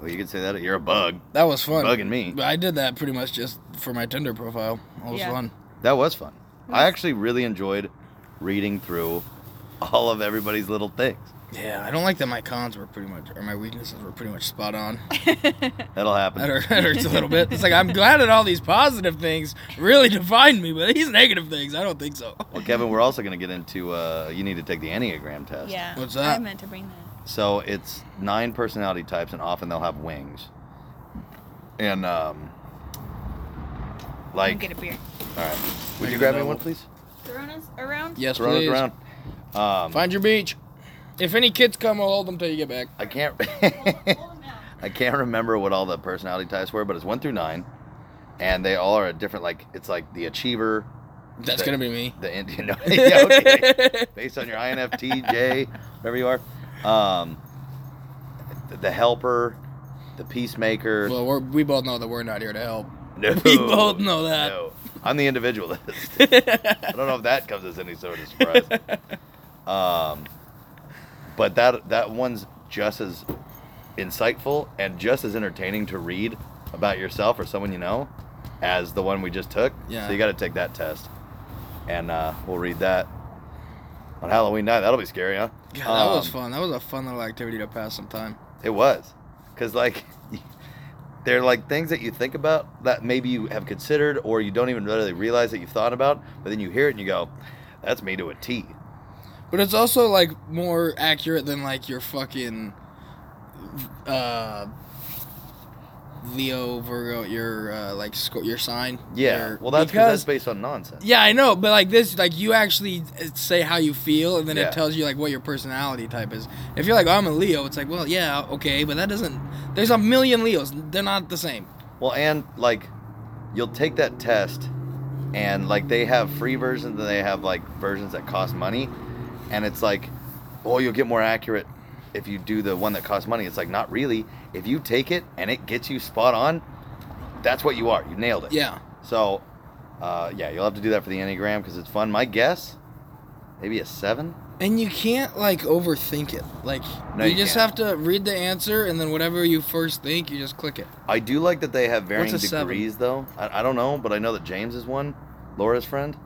Speaker 1: Well, you could say that you're a bug.
Speaker 2: That was fun.
Speaker 1: Bugging me.
Speaker 2: But I did that pretty much just for my Tinder profile. That was
Speaker 3: Yeah.
Speaker 2: fun.
Speaker 1: That was fun. I
Speaker 3: Yes.
Speaker 1: actually really enjoyed reading through all of everybody's little things.
Speaker 2: Yeah, I don't like that my cons were pretty much or my weaknesses were pretty much spot on.
Speaker 1: That'll happen.
Speaker 2: That, hurt, that hurts a little bit. It's like I'm glad that all these positive things really defined me, but these negative things, I don't think so.
Speaker 1: Well, Kevin, we're also going to get into uh, you need to take the Enneagram test.
Speaker 3: Yeah.
Speaker 2: What's
Speaker 3: I
Speaker 2: that?
Speaker 3: meant to bring that.
Speaker 1: So it's nine personality types, and often they'll have wings. And, um,
Speaker 3: Like,
Speaker 1: like,
Speaker 3: get a beer.
Speaker 1: all right. Would
Speaker 2: Maybe
Speaker 1: you grab me
Speaker 2: they'll-
Speaker 1: one, please?
Speaker 3: Corona's around?
Speaker 2: Yes,
Speaker 1: Corona's
Speaker 2: please.
Speaker 1: around. Um,
Speaker 2: Find your beach. If any kids come, I'll hold them till you get back.
Speaker 1: I can't.
Speaker 3: Hold 'em down.
Speaker 1: I can't remember what all the personality types were, but it's one through nine, and they all are a different. Like it's like the achiever.
Speaker 2: That's
Speaker 1: the-
Speaker 2: gonna be me.
Speaker 1: The Indian. yeah, okay. Based on your INFTJ, whatever you are, um, the, the helper, the peacemaker.
Speaker 2: well, we're, we both know that we're not here to help.
Speaker 1: no,
Speaker 2: we both know that.
Speaker 1: No, I'm the individualist. I don't know if that comes as any sort of surprise. Um, but that that one's just as insightful and just as entertaining to read about yourself or someone you know as the one we just took.
Speaker 2: Yeah.
Speaker 1: So you got to take that test, and uh, we'll read that on Halloween night. That'll be scary, huh?
Speaker 2: God, that was
Speaker 1: Um,
Speaker 2: fun. That was a fun little activity to pass some time.
Speaker 1: It was, because like. They're like things that you think about that maybe you have considered or you don't even really realize that you've thought about, but then you hear it and you go, "That's me to a T."
Speaker 2: But it's also like more accurate than like your fucking uh Leo Virgo your uh like sco- your sign.
Speaker 1: Yeah.
Speaker 2: Your-
Speaker 1: well, that's 'cause that's based on nonsense.
Speaker 2: Yeah, I know, but like this like you actually uh, say how you feel and then
Speaker 1: Yeah.
Speaker 2: it tells you like what your personality type is. If you're like "Oh, I'm a Leo, it's like, well, yeah, okay, but that doesn't there's a million Leos. They're not the same.
Speaker 1: Well, and like, you'll take that test, and like they have free versions and they have like versions that cost money, and it's like, oh, you'll get more accurate if you do the one that costs money. It's like not really. If you take it and it gets you spot on, that's what you are. You nailed it.
Speaker 2: Yeah.
Speaker 1: So, uh, yeah, you'll have to do that for the enneagram because it's fun. My guess, maybe a seven.
Speaker 2: And you can't like overthink it. Like
Speaker 1: No,
Speaker 2: you,
Speaker 1: you
Speaker 2: just
Speaker 1: can't.
Speaker 2: have to read the answer and then whatever you first think, you just click it.
Speaker 1: I do like that they have varying
Speaker 2: What's a seven?
Speaker 1: degrees, though. I, I don't know, but I know that James is one, Laura's friend,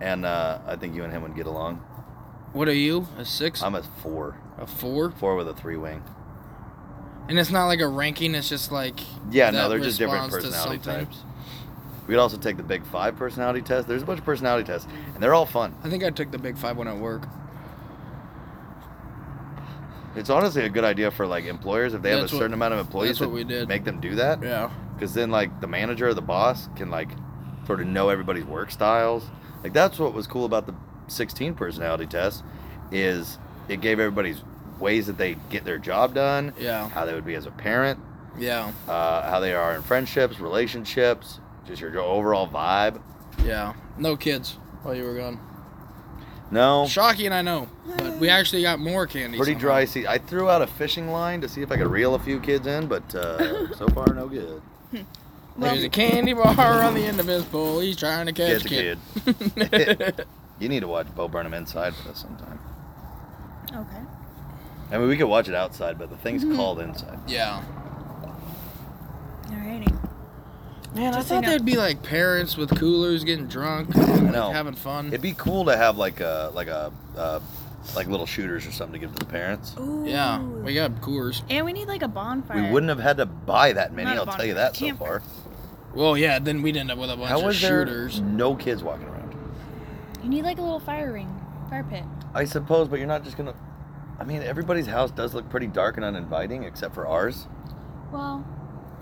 Speaker 1: and uh, I think you and him would get along.
Speaker 2: What are you? A 6?
Speaker 1: I'm a four,
Speaker 2: A four?
Speaker 1: four with a three wing.
Speaker 2: And it's not like a ranking, it's just like
Speaker 1: Yeah,
Speaker 2: that
Speaker 1: no, they're just different
Speaker 2: responds to
Speaker 1: personality
Speaker 2: something.
Speaker 1: types. We'd also take the Big Five personality test. There's a bunch of personality tests, and they're all fun.
Speaker 2: I think I took the big five when I work.
Speaker 1: It's honestly a good idea for like employers if they have a
Speaker 2: That's what-
Speaker 1: certain amount of employees
Speaker 2: that's what
Speaker 1: to
Speaker 2: we did.
Speaker 1: make them do that,
Speaker 2: Yeah.
Speaker 1: because then like the manager or the boss can like sort of know everybody's work styles. Like that's what was cool about the 16 personality test, is it gave everybody's ways that they get their job done,
Speaker 2: Yeah.
Speaker 1: how they would be as a parent,
Speaker 2: Yeah.
Speaker 1: uh, how they are in friendships, relationships, just your overall vibe.
Speaker 2: Yeah. No kids while you were gone.
Speaker 1: No,
Speaker 2: Shocking, I know. But we actually got more candy.
Speaker 1: pretty
Speaker 2: somehow.
Speaker 1: dry sea. I threw out a fishing line to see if I could reel a few kids in, but uh, so far no good.
Speaker 2: There's a candy bar on the end of his pole. He's trying to catch
Speaker 1: Catch a
Speaker 2: kid.
Speaker 1: kid. You need to watch Bo Burnham inside with us sometime.
Speaker 3: Okay.
Speaker 1: I mean, we could watch it outside, but the thing's called inside.
Speaker 2: yeah.
Speaker 3: Alrighty.
Speaker 2: Man,
Speaker 3: Just
Speaker 2: I
Speaker 3: so you
Speaker 2: thought
Speaker 3: know.
Speaker 2: there'd be like parents with coolers getting drunk, and, like,
Speaker 1: know.
Speaker 2: having fun.
Speaker 1: It'd be cool to have like a like a uh, like little shooters or something to give to the parents.
Speaker 3: Ooh.
Speaker 2: yeah, we got coolers.
Speaker 3: And we need like a bonfire.
Speaker 1: We wouldn't have had to buy that many.
Speaker 3: Not a
Speaker 1: I'll
Speaker 3: bonfire,
Speaker 1: tell you that so
Speaker 3: camper.
Speaker 1: far.
Speaker 2: Well, yeah, then we'd end up with a bunch
Speaker 1: How
Speaker 2: of
Speaker 1: was there
Speaker 2: shooters.
Speaker 1: no kids walking around?
Speaker 3: You need like a little fire ring, fire pit.
Speaker 1: I suppose, but you're not just gonna. I mean, everybody's house does look pretty dark and uninviting, except for ours.
Speaker 3: Well,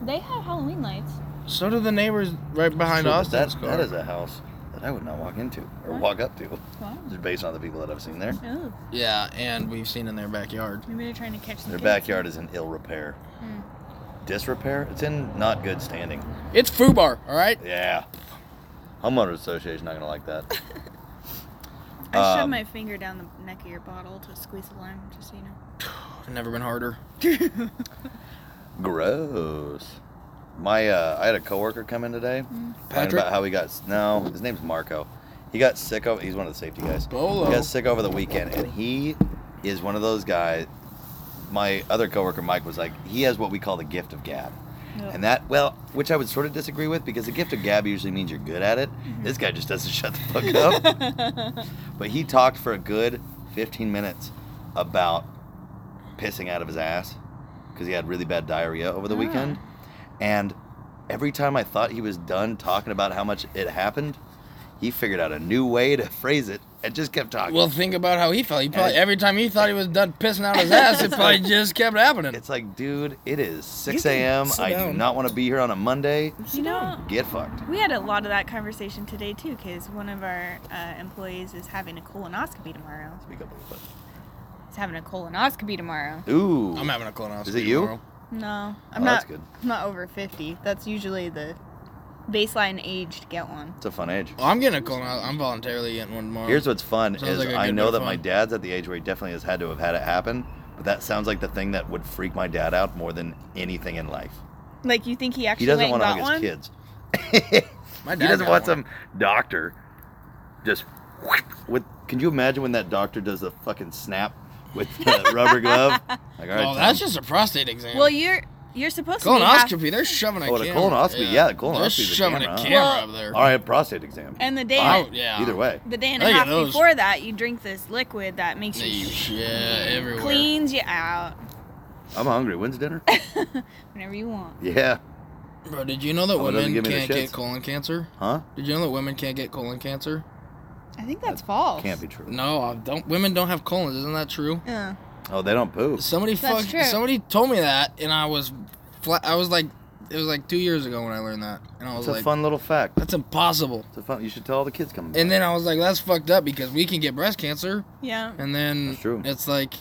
Speaker 3: they have Halloween lights.
Speaker 2: So do the neighbors right behind
Speaker 1: True, but
Speaker 2: us.
Speaker 1: that- that is a house that I would not walk into or
Speaker 3: What?
Speaker 1: walk up to,
Speaker 3: Wow.
Speaker 1: just based on the people that I've seen there.
Speaker 3: Oh,
Speaker 2: Yeah, and we've seen in their backyard.
Speaker 3: maybe they're trying to catch
Speaker 1: Their backyard is in ill repair,
Speaker 3: Hmm.
Speaker 1: disrepair. It's in not good standing.
Speaker 2: It's Fubar, all right?
Speaker 1: Yeah, homeowner association not gonna like that.
Speaker 3: I shoved
Speaker 1: Um,
Speaker 3: my finger down the neck of your bottle to squeeze the lime, just so you know.
Speaker 2: Never been harder.
Speaker 1: Gross. My uh, I had a coworker come in today. talking
Speaker 2: Patrick?
Speaker 1: about how he got no, his name's Marco. He got sick over. He's one of the safety guys.
Speaker 2: Bolo.
Speaker 1: He got sick over the weekend, and he is one of those guys. My other coworker Mike was like, he has what we call the gift of gab, and that well, which I would sort of disagree with because the gift of gab usually means you're good at it. This guy just doesn't shut the fuck up. But he talked for a good 15 minutes about pissing out of his ass because he had really bad diarrhea over
Speaker 2: Ah.
Speaker 1: the weekend. And every time I thought he was done talking about how much it happened, He figured out a new way to phrase it and just kept talking.
Speaker 2: Well, think about how he felt. He probably
Speaker 1: And-
Speaker 2: every time he thought he was done pissing out his ass, it probably just kept happening.
Speaker 1: it's like, dude, it is 6
Speaker 2: can
Speaker 1: a.m.
Speaker 2: sit
Speaker 1: I do
Speaker 2: down.
Speaker 1: not want to be here on a Monday.
Speaker 3: You know,
Speaker 1: Get fucked.
Speaker 3: we had a lot of that conversation today too, because one of our uh, employees is having a colonoscopy tomorrow.
Speaker 1: Speak up a little
Speaker 3: He's having a colonoscopy tomorrow.
Speaker 1: bit. Ooh.
Speaker 2: I'm having a colonoscopy.
Speaker 1: Is it you?
Speaker 2: tomorrow.
Speaker 3: No, I'm
Speaker 1: Oh,
Speaker 3: not.
Speaker 1: that's good.
Speaker 3: I'm not over fifty. That's usually the baseline age to get one.
Speaker 1: It's a fun age.
Speaker 2: Well, Oh, I'm getting a colonoscopy. I'm voluntarily getting one tomorrow.
Speaker 1: Here's what's fun
Speaker 2: Sounds
Speaker 1: is
Speaker 2: like a
Speaker 1: I
Speaker 2: good
Speaker 1: know that
Speaker 2: bit of
Speaker 1: my
Speaker 2: fun.
Speaker 1: dad's at the age where he definitely has had to have had it happen, but that sounds like the thing that would freak my dad out more than anything in life.
Speaker 3: Like you think he
Speaker 1: He
Speaker 3: actually
Speaker 1: doesn't
Speaker 3: went
Speaker 1: want to
Speaker 3: and
Speaker 1: hug his
Speaker 3: got one?
Speaker 1: kids. he
Speaker 2: my dad
Speaker 1: doesn't
Speaker 2: got
Speaker 1: want
Speaker 2: one.
Speaker 1: some doctor just with. Can you imagine when that doctor does the fucking snap with the rubber glove? Like, all right,
Speaker 2: Oh, that's
Speaker 1: Tom.
Speaker 2: just a prostate exam.
Speaker 3: Well, you're you're supposed to be half-
Speaker 2: colonoscopy. They're shoving a
Speaker 1: Oh, the
Speaker 2: camera.
Speaker 1: colonoscopy, yeah, the
Speaker 2: They're
Speaker 1: colonoscopy's a
Speaker 2: shoving
Speaker 1: camera,
Speaker 2: a
Speaker 1: huh?
Speaker 2: camera
Speaker 3: Well-
Speaker 2: up there.
Speaker 1: all right, prostate exam.
Speaker 3: and the day
Speaker 2: Fine.
Speaker 1: Fine.
Speaker 2: yeah.
Speaker 1: Either way.
Speaker 3: the day and a
Speaker 2: I get
Speaker 3: half
Speaker 2: those.
Speaker 3: before that, you drink this liquid that makes
Speaker 2: Yeah,
Speaker 3: you
Speaker 2: you- yeah, everywhere.
Speaker 3: cleans you out
Speaker 1: I'm hungry. When's dinner?
Speaker 3: whenever you want.
Speaker 1: yeah.
Speaker 2: Bro, did you know that
Speaker 1: Oh, it doesn't
Speaker 2: women
Speaker 1: give me the
Speaker 2: can't get
Speaker 1: shits.
Speaker 2: colon cancer?
Speaker 1: Huh?
Speaker 2: Did you know that women can't get colon cancer?
Speaker 3: I think that's false.
Speaker 1: Can't be true.
Speaker 2: No, I don't. Women don't have colons. Isn't that true?
Speaker 3: Uh,
Speaker 1: Oh, they don't poop.
Speaker 2: Somebody
Speaker 3: That's
Speaker 2: fuck,
Speaker 3: true.
Speaker 2: Somebody told me that, and I was, fla- I was like, it was like two years ago when I learned that, and I was
Speaker 1: It's a
Speaker 2: like,
Speaker 1: fun little fact.
Speaker 2: that's impossible.
Speaker 1: It's a fun. You should tell all the kids coming.
Speaker 2: And then I was like, that's fucked up because we can get breast cancer,
Speaker 3: yeah.
Speaker 2: and then
Speaker 1: That's true.
Speaker 2: it's like,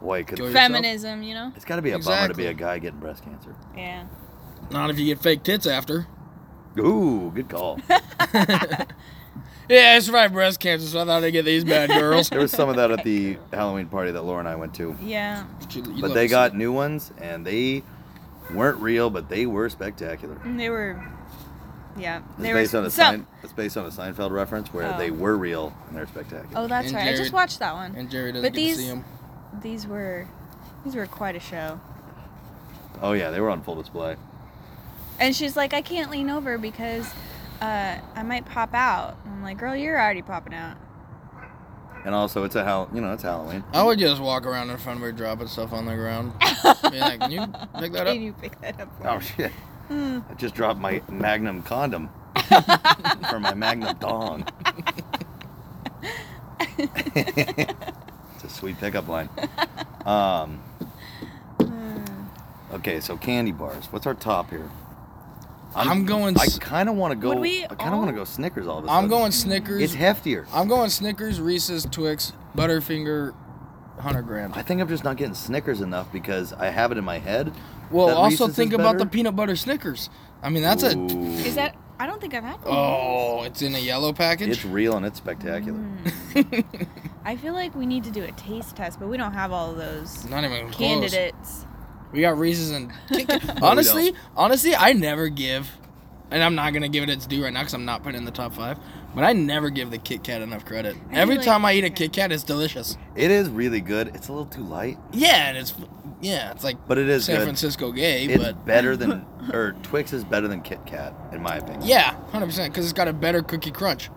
Speaker 1: Boy, it could
Speaker 2: Go-
Speaker 3: Feminism, you know?
Speaker 1: It's got to be a bummer to
Speaker 2: Exactly.
Speaker 1: be a guy getting breast cancer.
Speaker 3: Yeah.
Speaker 2: not if you get fake tits after.
Speaker 1: Ooh, good call.
Speaker 2: Yeah, I survived breast cancer, so I thought I'd get these bad girls.
Speaker 1: there was some of that at the Halloween party that Laura and I went to.
Speaker 3: Yeah.
Speaker 2: You- you
Speaker 1: But
Speaker 2: love
Speaker 1: they
Speaker 2: to
Speaker 1: got new ones, and they weren't real, but they were spectacular.
Speaker 3: And They were. Yeah.
Speaker 1: It's
Speaker 3: They were.
Speaker 1: based on a
Speaker 3: some-
Speaker 1: Sein- it's based on a Seinfeld reference where
Speaker 3: Oh.
Speaker 1: they were real and they're spectacular.
Speaker 3: Oh, that's
Speaker 2: And
Speaker 3: right. I
Speaker 2: Jared-
Speaker 3: just watched that
Speaker 2: see-
Speaker 3: one.
Speaker 2: And Jerry doesn't
Speaker 3: But
Speaker 2: get
Speaker 3: these-
Speaker 2: to see them.
Speaker 3: These were. These were quite a show.
Speaker 1: Oh yeah, they were on full display.
Speaker 3: And she's like, I can't lean over because uh, I might pop out. I'm like, girl, you're already popping out.
Speaker 1: And also, it's a hal- you know, it's Halloween.
Speaker 2: I would just walk around in front of her, dropping stuff on the ground. Be like, can you pick that up?
Speaker 3: Can you pick that up? for
Speaker 1: Oh
Speaker 3: me?
Speaker 1: shit!
Speaker 3: hmm.
Speaker 1: I just dropped my Magnum condom for my Magnum dong. it's a sweet pickup line. Um, okay, so candy bars. What's our top here?
Speaker 2: I'm going
Speaker 1: I
Speaker 2: s-
Speaker 1: kind of want to go.
Speaker 3: Would we
Speaker 1: I kind of want
Speaker 3: all-
Speaker 1: to go Snickers all of a sudden.
Speaker 2: I'm going Snickers.
Speaker 1: It's heftier.
Speaker 2: I'm going Snickers, Reese's, Twix, Butterfinger, Hunter Grand.
Speaker 1: I think I'm just not getting Snickers enough because I have it in my head.
Speaker 2: Well,
Speaker 1: that
Speaker 2: also
Speaker 1: Reese's is
Speaker 2: think about the
Speaker 1: better.
Speaker 2: peanut butter Snickers. I mean, that's a
Speaker 1: Ooh.
Speaker 3: Is that? I don't think I've had. one of those.
Speaker 2: oh, it's in a yellow package.
Speaker 1: It's real and it's spectacular.
Speaker 3: Mm. Hmm. I feel like we need to do a taste test, but we don't have all of those
Speaker 2: Not even close.
Speaker 3: candidates.
Speaker 2: We got Reese's and Kit Kat. honestly, honestly, I never give, and I'm not gonna give it its due right now because I'm not putting it in the top five. But I never give the Kit Kat enough credit.
Speaker 3: I
Speaker 2: Every
Speaker 3: feel like-
Speaker 2: time I eat a
Speaker 3: okay.
Speaker 2: Kit Kat, it's delicious.
Speaker 1: It is really good. It's a little too light,
Speaker 2: Yeah, and it's yeah, it's like
Speaker 1: but it is
Speaker 2: San
Speaker 1: good.
Speaker 2: Francisco gay,
Speaker 1: It's
Speaker 2: but
Speaker 1: better than, or Twix is better than Kit Kat, in my opinion.
Speaker 2: yeah, hundred percent because it's got a better cookie crunch.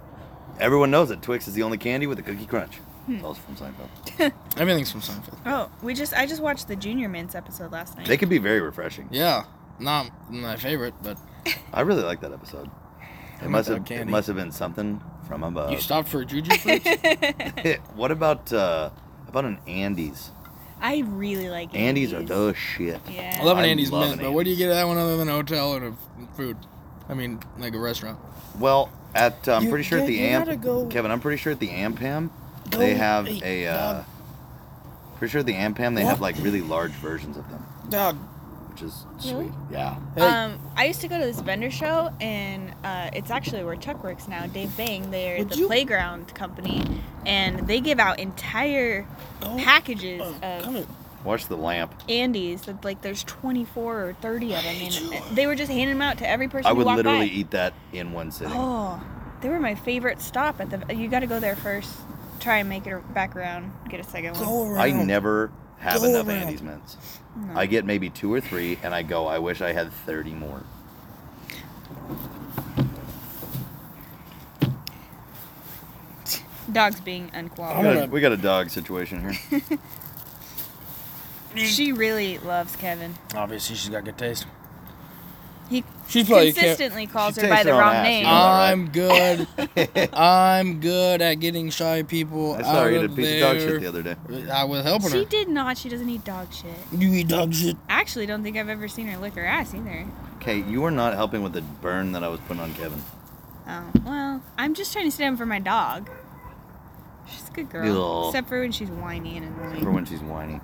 Speaker 1: Everyone knows that Twix is the only candy with a cookie crunch.
Speaker 2: Hmm.
Speaker 1: It's also from Seinfeld.
Speaker 2: Everything's from Seinfeld.
Speaker 3: Oh, we just I just watched the Junior Mints episode last night.
Speaker 1: They can be very refreshing.
Speaker 2: Yeah, not my favorite, but
Speaker 1: I really like that episode. It
Speaker 2: I'm
Speaker 1: must
Speaker 2: about
Speaker 1: have it
Speaker 2: candy.
Speaker 1: must have been something from above.
Speaker 2: you stopped for Juju fruits.
Speaker 1: what about uh about an Andes?
Speaker 3: I really like
Speaker 1: Andes
Speaker 3: Andy's.
Speaker 1: are the shit.
Speaker 3: Yeah.
Speaker 2: I love an
Speaker 1: I
Speaker 2: Andy's
Speaker 1: love
Speaker 2: mint,
Speaker 1: an
Speaker 2: but what do you get at that one other than a hotel and a f- food? I mean, like a restaurant.
Speaker 1: Well, at I'm
Speaker 2: You
Speaker 1: pretty sure at
Speaker 2: get-
Speaker 1: the
Speaker 2: you gotta
Speaker 1: Amp
Speaker 2: go-
Speaker 1: Kevin, I'm pretty sure at the Ampam
Speaker 2: Go
Speaker 1: they have
Speaker 2: eat,
Speaker 1: a
Speaker 2: dog.
Speaker 1: uh, pretty sure at the Ampam they
Speaker 2: What?
Speaker 1: have like really large versions of them,
Speaker 2: Dog.
Speaker 1: which is
Speaker 3: Really?
Speaker 1: sweet. Yeah.
Speaker 2: Hey.
Speaker 3: Um, I used to go to this vendor show, and uh, it's actually where Chuck works now. Dave Bang, they're
Speaker 2: Would
Speaker 3: the
Speaker 2: you-
Speaker 3: playground company, and they give out entire
Speaker 2: Oh,
Speaker 3: packages
Speaker 2: oh, come
Speaker 3: of
Speaker 2: here.
Speaker 1: Watch the lamp.
Speaker 3: Andes. That like there's 24 or 30 of them, and they were just handing them out to every person
Speaker 1: I
Speaker 3: who
Speaker 1: would
Speaker 3: walked
Speaker 1: literally
Speaker 3: by.
Speaker 1: eat that in one sitting.
Speaker 3: Oh, they were my favorite stop at the. You got to go there first. Try and make it back around. Get a second one.
Speaker 2: Go around.
Speaker 1: I never have
Speaker 2: Go
Speaker 1: enough
Speaker 2: around.
Speaker 1: Andes mints. I get maybe two or three, and I go. I wish I had thirty more.
Speaker 3: Dogs being
Speaker 1: We got,
Speaker 2: I'm
Speaker 3: unqualified.
Speaker 1: a,
Speaker 2: gonna-
Speaker 1: we got a dog situation here.
Speaker 3: She really loves Kevin.
Speaker 2: Obviously, she's got good taste.
Speaker 3: He
Speaker 2: She's probably
Speaker 3: consistently calls
Speaker 1: She
Speaker 3: her
Speaker 1: takes
Speaker 3: by the
Speaker 1: her own
Speaker 3: wrong
Speaker 1: ass,
Speaker 3: name.
Speaker 1: you know. right?
Speaker 2: I'm good. I'm good at getting shy people
Speaker 1: I
Speaker 2: out
Speaker 1: saw her eat a
Speaker 2: of
Speaker 1: piece
Speaker 2: their...
Speaker 1: of dog shit the other day.
Speaker 2: I was helping
Speaker 3: she
Speaker 2: her.
Speaker 3: did not. She doesn't eat dog shit.
Speaker 2: You eat dog shit.
Speaker 3: I actually don't think I've ever seen her lick her ass either.
Speaker 1: Kate, you were not helping with the burn that I was putting on Kevin.
Speaker 3: Oh, well, I'm just trying to stand up for my dog. She's a good girl.
Speaker 1: Ew.
Speaker 3: Except for when she's whiny and annoying.
Speaker 1: For when she's whiny.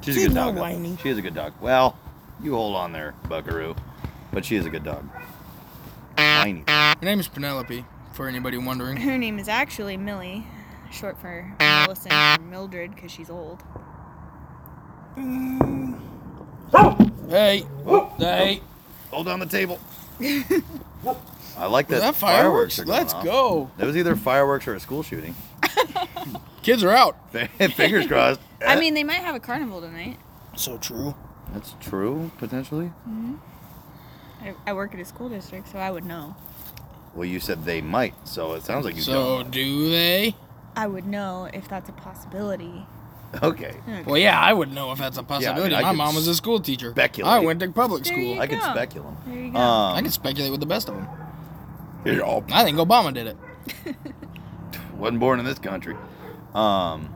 Speaker 1: She's,
Speaker 2: She's
Speaker 1: a good
Speaker 2: not
Speaker 1: dog. though.
Speaker 2: whiny.
Speaker 1: She is a good dog. Well, you hold on there, Buckaroo. But she is a good dog. Whiny.
Speaker 2: Her name is Penelope, for anybody wondering.
Speaker 3: Her name is actually Millie, short for Millicent or Mildred because she's old.
Speaker 2: Hey, hey,
Speaker 1: Hold on the table. I like that.
Speaker 2: is that fireworks?
Speaker 1: are going
Speaker 2: Let's
Speaker 1: off.
Speaker 2: go.
Speaker 1: It was either fireworks or a school shooting.
Speaker 2: Kids are out.
Speaker 1: Fingers crossed.
Speaker 2: Uh,
Speaker 3: I mean, they might have a carnival tonight.
Speaker 2: So true.
Speaker 1: That's true, potentially.
Speaker 3: I, I work at a school district, so I would know.
Speaker 1: Well, you said they might, so it sounds like you
Speaker 2: So do they?
Speaker 3: I would know if that's a possibility.
Speaker 1: don't. Okay.
Speaker 2: Well, yeah, I would know if that's a
Speaker 1: mean,
Speaker 2: possibility.
Speaker 1: I
Speaker 2: My
Speaker 1: could
Speaker 2: mom was a school teacher.
Speaker 1: speculate.
Speaker 2: I went to public
Speaker 3: There
Speaker 2: school.
Speaker 3: you
Speaker 1: I can
Speaker 3: go.
Speaker 1: speculum.
Speaker 3: There you go.
Speaker 1: Um,
Speaker 2: I can speculate with the best of them.
Speaker 1: It all
Speaker 2: I think Obama did it.
Speaker 1: wasn't born in this country. Um,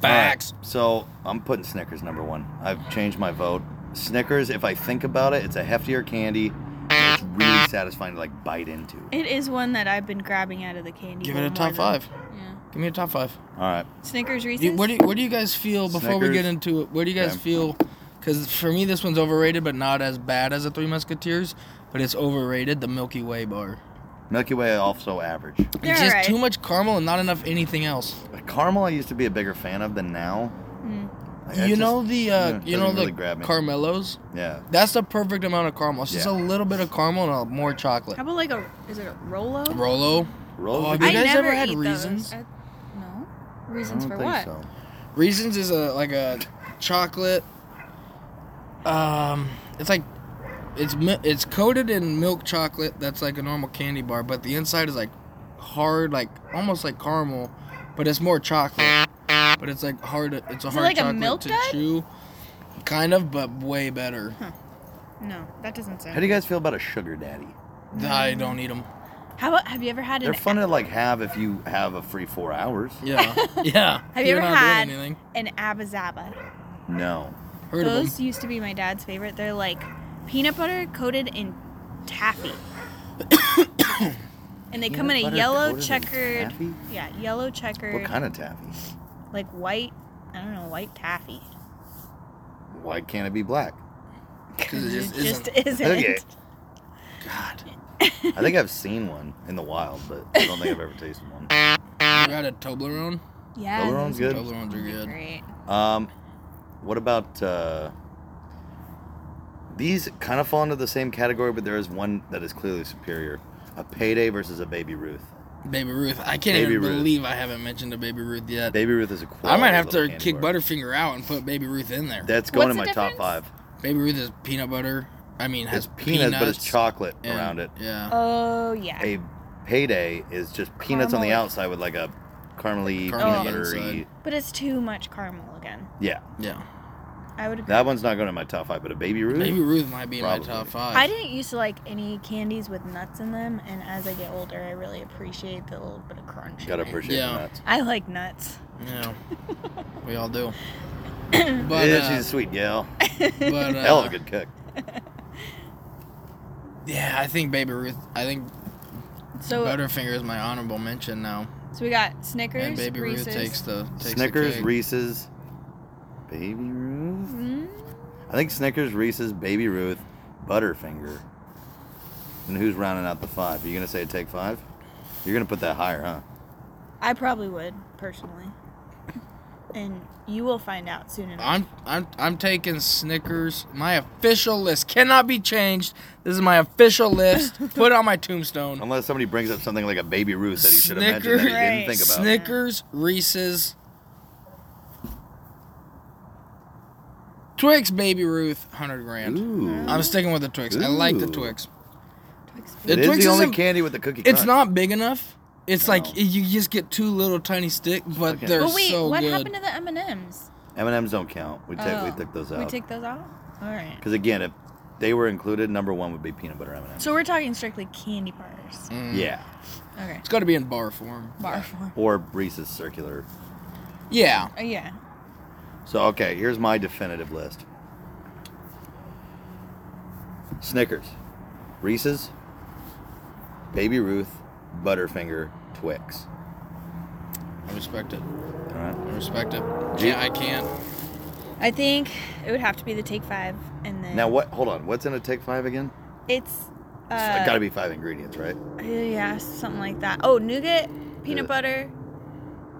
Speaker 2: Facts.
Speaker 1: Alright, so I'm putting Snickers number one. I've changed my vote. Snickers, if I think about it, it's a heftier candy. and It's really satisfying to like bite into.
Speaker 3: it is one that I've been grabbing out of the candy.
Speaker 2: Give it a
Speaker 3: bowl
Speaker 2: top
Speaker 3: more than-
Speaker 2: five.
Speaker 3: Yeah.
Speaker 2: Give me a top five.
Speaker 1: All right.
Speaker 3: Snickers Reese's.
Speaker 2: You, what, do you, what do you guys feel before we
Speaker 1: Snickers.
Speaker 2: get into it? What do you guys
Speaker 1: Okay.
Speaker 2: feel? Because for me, this one's overrated, but not as bad as the Three Musketeers. But it's overrated. The Milky Way bar.
Speaker 1: Milky Way also average.
Speaker 3: They're
Speaker 2: it's just
Speaker 3: alright.
Speaker 2: too much caramel and not enough anything else.
Speaker 1: Caramel, I used to be a bigger fan of than now.
Speaker 3: Hmm.
Speaker 1: Like, I
Speaker 2: you
Speaker 1: just-
Speaker 2: know the
Speaker 1: yeah,
Speaker 2: uh,
Speaker 1: it
Speaker 2: you know
Speaker 1: doesn't
Speaker 2: the
Speaker 1: really grab me.
Speaker 2: Carmelos.
Speaker 1: Yeah.
Speaker 2: That's the perfect amount of caramel. It's just
Speaker 1: Yeah.
Speaker 2: a little bit of caramel and a, more chocolate.
Speaker 3: How about like a? Is it a Rolo?
Speaker 2: Rolo.
Speaker 1: Roll.
Speaker 2: Oh,
Speaker 1: I
Speaker 2: Have you
Speaker 3: I
Speaker 2: guys
Speaker 3: never
Speaker 2: ever had
Speaker 3: eat
Speaker 2: Reasons?
Speaker 3: Those. I- no.
Speaker 1: don't
Speaker 3: Reasons for
Speaker 1: think
Speaker 3: what?
Speaker 1: so.
Speaker 2: Reasons is a like a chocolate. Um, it's like it's mi- it's coated in milk chocolate. That's like a normal candy bar, but the inside is like hard, like almost like caramel, but it's more chocolate. But it's like hard. It's a
Speaker 3: Is it
Speaker 2: hard
Speaker 3: like a
Speaker 2: chocolate
Speaker 3: milk
Speaker 2: to
Speaker 3: dud?
Speaker 2: chew. Kind of, but way better.
Speaker 3: No, that doesn't sound.
Speaker 1: How do you guys feel about a sugar daddy?
Speaker 2: I don't eat them.
Speaker 3: How about, have you ever had
Speaker 1: They're
Speaker 3: an?
Speaker 1: fun to like have if you have a free four hours.
Speaker 2: Yeah, yeah.
Speaker 3: Have you
Speaker 2: You're
Speaker 3: ever
Speaker 2: not doing
Speaker 3: had
Speaker 2: anything?
Speaker 3: an Abba Zaba?
Speaker 1: No.
Speaker 2: Heard of 'em.
Speaker 3: Those used to be my dad's favorite. They're like peanut butter coated in taffy. and they come
Speaker 1: Peanut
Speaker 3: in a
Speaker 1: butter
Speaker 3: yellow
Speaker 1: coated in
Speaker 3: checkered.
Speaker 1: taffy?
Speaker 3: Yeah, yellow checkered.
Speaker 1: What kind of taffy?
Speaker 3: Like white, I don't know, white taffy.
Speaker 1: Why can't it be black?
Speaker 2: 'Cause it just
Speaker 3: just
Speaker 2: isn't.
Speaker 3: isn't.
Speaker 1: Okay.
Speaker 2: God,
Speaker 1: I think I've seen one in the wild, but I don't think I've ever tasted one.
Speaker 2: you had a Toblerone.
Speaker 3: Yeah.
Speaker 1: Toblerone's
Speaker 3: those
Speaker 1: good.
Speaker 2: Toblerones are
Speaker 3: are
Speaker 2: good.
Speaker 3: Great.
Speaker 1: Um, what about uh, these? Kind of fall into the same category, but there is one that is clearly superior: a payday versus a Baby Ruth.
Speaker 2: Baby Ruth. I can't
Speaker 1: Baby
Speaker 2: even
Speaker 1: Ruth.
Speaker 2: believe I haven't mentioned a Baby Ruth yet.
Speaker 1: Baby Ruth is a
Speaker 2: I
Speaker 1: quality
Speaker 2: might have to
Speaker 1: little candy
Speaker 2: kick
Speaker 1: bar.
Speaker 2: Butterfinger out and put Baby Ruth in there.
Speaker 1: That's going in
Speaker 3: What's
Speaker 1: my
Speaker 3: the
Speaker 1: top
Speaker 3: difference?
Speaker 1: five.
Speaker 2: Baby Ruth is peanut butter. I mean, has
Speaker 1: It's peanuts, but it's chocolate
Speaker 2: and-
Speaker 1: around it.
Speaker 2: Yeah.
Speaker 3: Oh yeah.
Speaker 1: A payday is just peanuts on the
Speaker 3: Caramel.
Speaker 1: outside with like a caramely,
Speaker 2: Caramel
Speaker 1: peanut
Speaker 2: on the
Speaker 1: buttery.
Speaker 2: inside.
Speaker 3: But it's too much caramel again.
Speaker 1: Yeah,
Speaker 2: yeah.
Speaker 3: I would agree.
Speaker 1: that one's not going in my top five, but a Baby Ruth.
Speaker 2: Baby Ruth might be in my
Speaker 1: Probably.
Speaker 2: top five.
Speaker 3: I didn't used to like any candies with nuts in them, and as I get older, I really appreciate the little bit of crunch. in
Speaker 1: Gotta
Speaker 3: it.
Speaker 1: appreciate
Speaker 2: Yeah.
Speaker 1: that.
Speaker 3: I like nuts.
Speaker 2: Yeah. we all do.
Speaker 1: Yeah,
Speaker 2: But,
Speaker 1: she's a
Speaker 2: uh,
Speaker 1: sweet gal.
Speaker 2: but uh,
Speaker 1: Hell of a good cook.
Speaker 2: yeah, I think Baby Ruth. I think
Speaker 3: So,
Speaker 2: Butterfinger is my honorable mention now,
Speaker 3: so we got Snickers,
Speaker 2: and Baby
Speaker 3: Reese's.
Speaker 2: Ruth takes the takes the
Speaker 1: Snickers,
Speaker 2: cake.
Speaker 1: Reese's, Baby Ruth.
Speaker 3: Mm,
Speaker 1: I think Snickers, Reese's, Baby Ruth, Butterfinger. And who's rounding out the five? Are you gonna say take five? You're gonna put that higher, huh?
Speaker 3: I probably would personally, and you will find out soon enough.
Speaker 2: I'm I'm I'm taking Snickers. My official list cannot be changed. This is my official list. Put it on my tombstone.
Speaker 1: Unless somebody brings up something like a Baby Ruth that he should have
Speaker 2: Snicker-
Speaker 1: mentioned that he didn't
Speaker 3: Right.
Speaker 1: think about.
Speaker 2: Snickers, Reese's, Twix, Baby Ruth, hundred grand.
Speaker 1: Ooh.
Speaker 2: I'm sticking with the Twix. I like the
Speaker 1: Ooh.
Speaker 2: Twix.
Speaker 3: Twix
Speaker 2: The
Speaker 1: it is
Speaker 2: Twix
Speaker 1: the only
Speaker 2: isn't-
Speaker 1: candy with the cookie.
Speaker 2: It's
Speaker 1: crunch.
Speaker 2: not big enough. It's
Speaker 1: No.
Speaker 2: like you just get two little tiny stick, but
Speaker 1: Okay.
Speaker 2: they're
Speaker 3: But wait,
Speaker 2: so
Speaker 3: what
Speaker 2: good.
Speaker 3: happened to the M and M's?
Speaker 1: M and M's don't count. We take we took those
Speaker 3: Oh. We
Speaker 1: out.
Speaker 3: take those out. All right.
Speaker 1: Because again, if they were included, number one would be peanut butter M&Ms.
Speaker 3: So we're talking strictly candy bars.
Speaker 2: Mm.
Speaker 1: yeah,
Speaker 3: Okay.
Speaker 2: It's got to be in bar form.
Speaker 3: Bar form.
Speaker 1: or Reese's circular.
Speaker 2: Yeah.
Speaker 3: Uh, yeah.
Speaker 1: So okay, here's my definitive list: Snickers, Reese's, Baby Ruth, Butterfinger, Twix.
Speaker 2: I respect it.
Speaker 1: All right.
Speaker 2: I respect it.
Speaker 1: Gee.
Speaker 2: Yeah, I can't.
Speaker 3: I think it would have to be the Take Five, and then
Speaker 1: Now what? Hold on. What's in a take five again?
Speaker 3: it's.
Speaker 1: It's
Speaker 3: Uh,
Speaker 1: got to be five ingredients, right?
Speaker 3: Uh, Yeah, something like that. Oh, nougat, peanut
Speaker 1: Yeah.
Speaker 3: butter,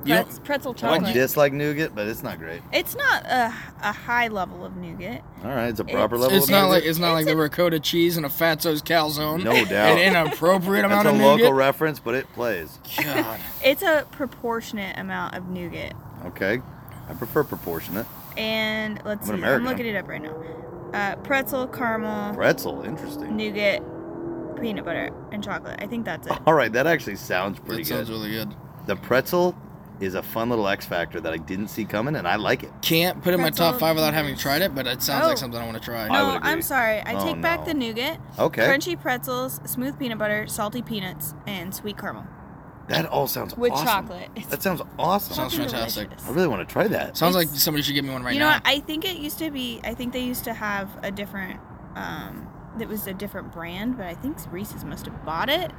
Speaker 2: You don't-
Speaker 3: pretz- pretzel
Speaker 1: I
Speaker 3: chocolate.
Speaker 1: dislike nougat, but it's not great.
Speaker 3: It's not a, a high level of nougat.
Speaker 1: All right, it's a
Speaker 3: It's-
Speaker 1: proper level.
Speaker 2: It's
Speaker 1: of
Speaker 2: not
Speaker 1: nougat.
Speaker 2: like it's not
Speaker 3: It's
Speaker 2: like
Speaker 3: a-
Speaker 2: the ricotta cheese and a Fatso's calzone.
Speaker 1: No doubt.
Speaker 2: An inappropriate amount
Speaker 1: That's a
Speaker 2: of
Speaker 1: local
Speaker 2: nougat.
Speaker 1: reference, but it plays.
Speaker 2: God.
Speaker 3: It's a proportionate amount of nougat.
Speaker 1: Okay, I prefer proportionate.
Speaker 3: And let's
Speaker 1: I'm an
Speaker 3: see,
Speaker 1: American.
Speaker 3: I'm looking it up right now. Uh, pretzel, caramel,
Speaker 1: Pretzel, interesting.
Speaker 3: nougat, peanut butter, and chocolate. I think that's it.
Speaker 1: All right, that actually sounds pretty
Speaker 2: That sounds
Speaker 1: good.
Speaker 2: really good.
Speaker 1: The pretzel is a fun little X factor that I didn't see coming, and I like it.
Speaker 2: Can't put it in my
Speaker 3: Pretzel
Speaker 2: top five without having
Speaker 3: fingers.
Speaker 2: tried it, but it sounds
Speaker 3: Oh.
Speaker 2: like something I want to try.
Speaker 1: I would
Speaker 3: No,
Speaker 1: agree.
Speaker 3: I'm sorry. I
Speaker 1: Oh,
Speaker 3: take back
Speaker 1: no.
Speaker 3: the nougat,
Speaker 1: Okay,
Speaker 3: crunchy pretzels, smooth peanut butter, salty peanuts, and sweet caramel
Speaker 1: that all sounds
Speaker 3: with
Speaker 1: awesome.
Speaker 3: chocolate. It's
Speaker 1: That sounds awesome.
Speaker 2: Sounds
Speaker 3: fucking
Speaker 2: fantastic.
Speaker 3: delicious.
Speaker 1: I really want to try that.
Speaker 2: Sounds like
Speaker 3: It's-
Speaker 2: somebody should give me one right
Speaker 3: you know
Speaker 2: now.
Speaker 3: what? I think it used to be. I think they used to have a different. Um, it was a different brand, but I think Reese's must have bought it,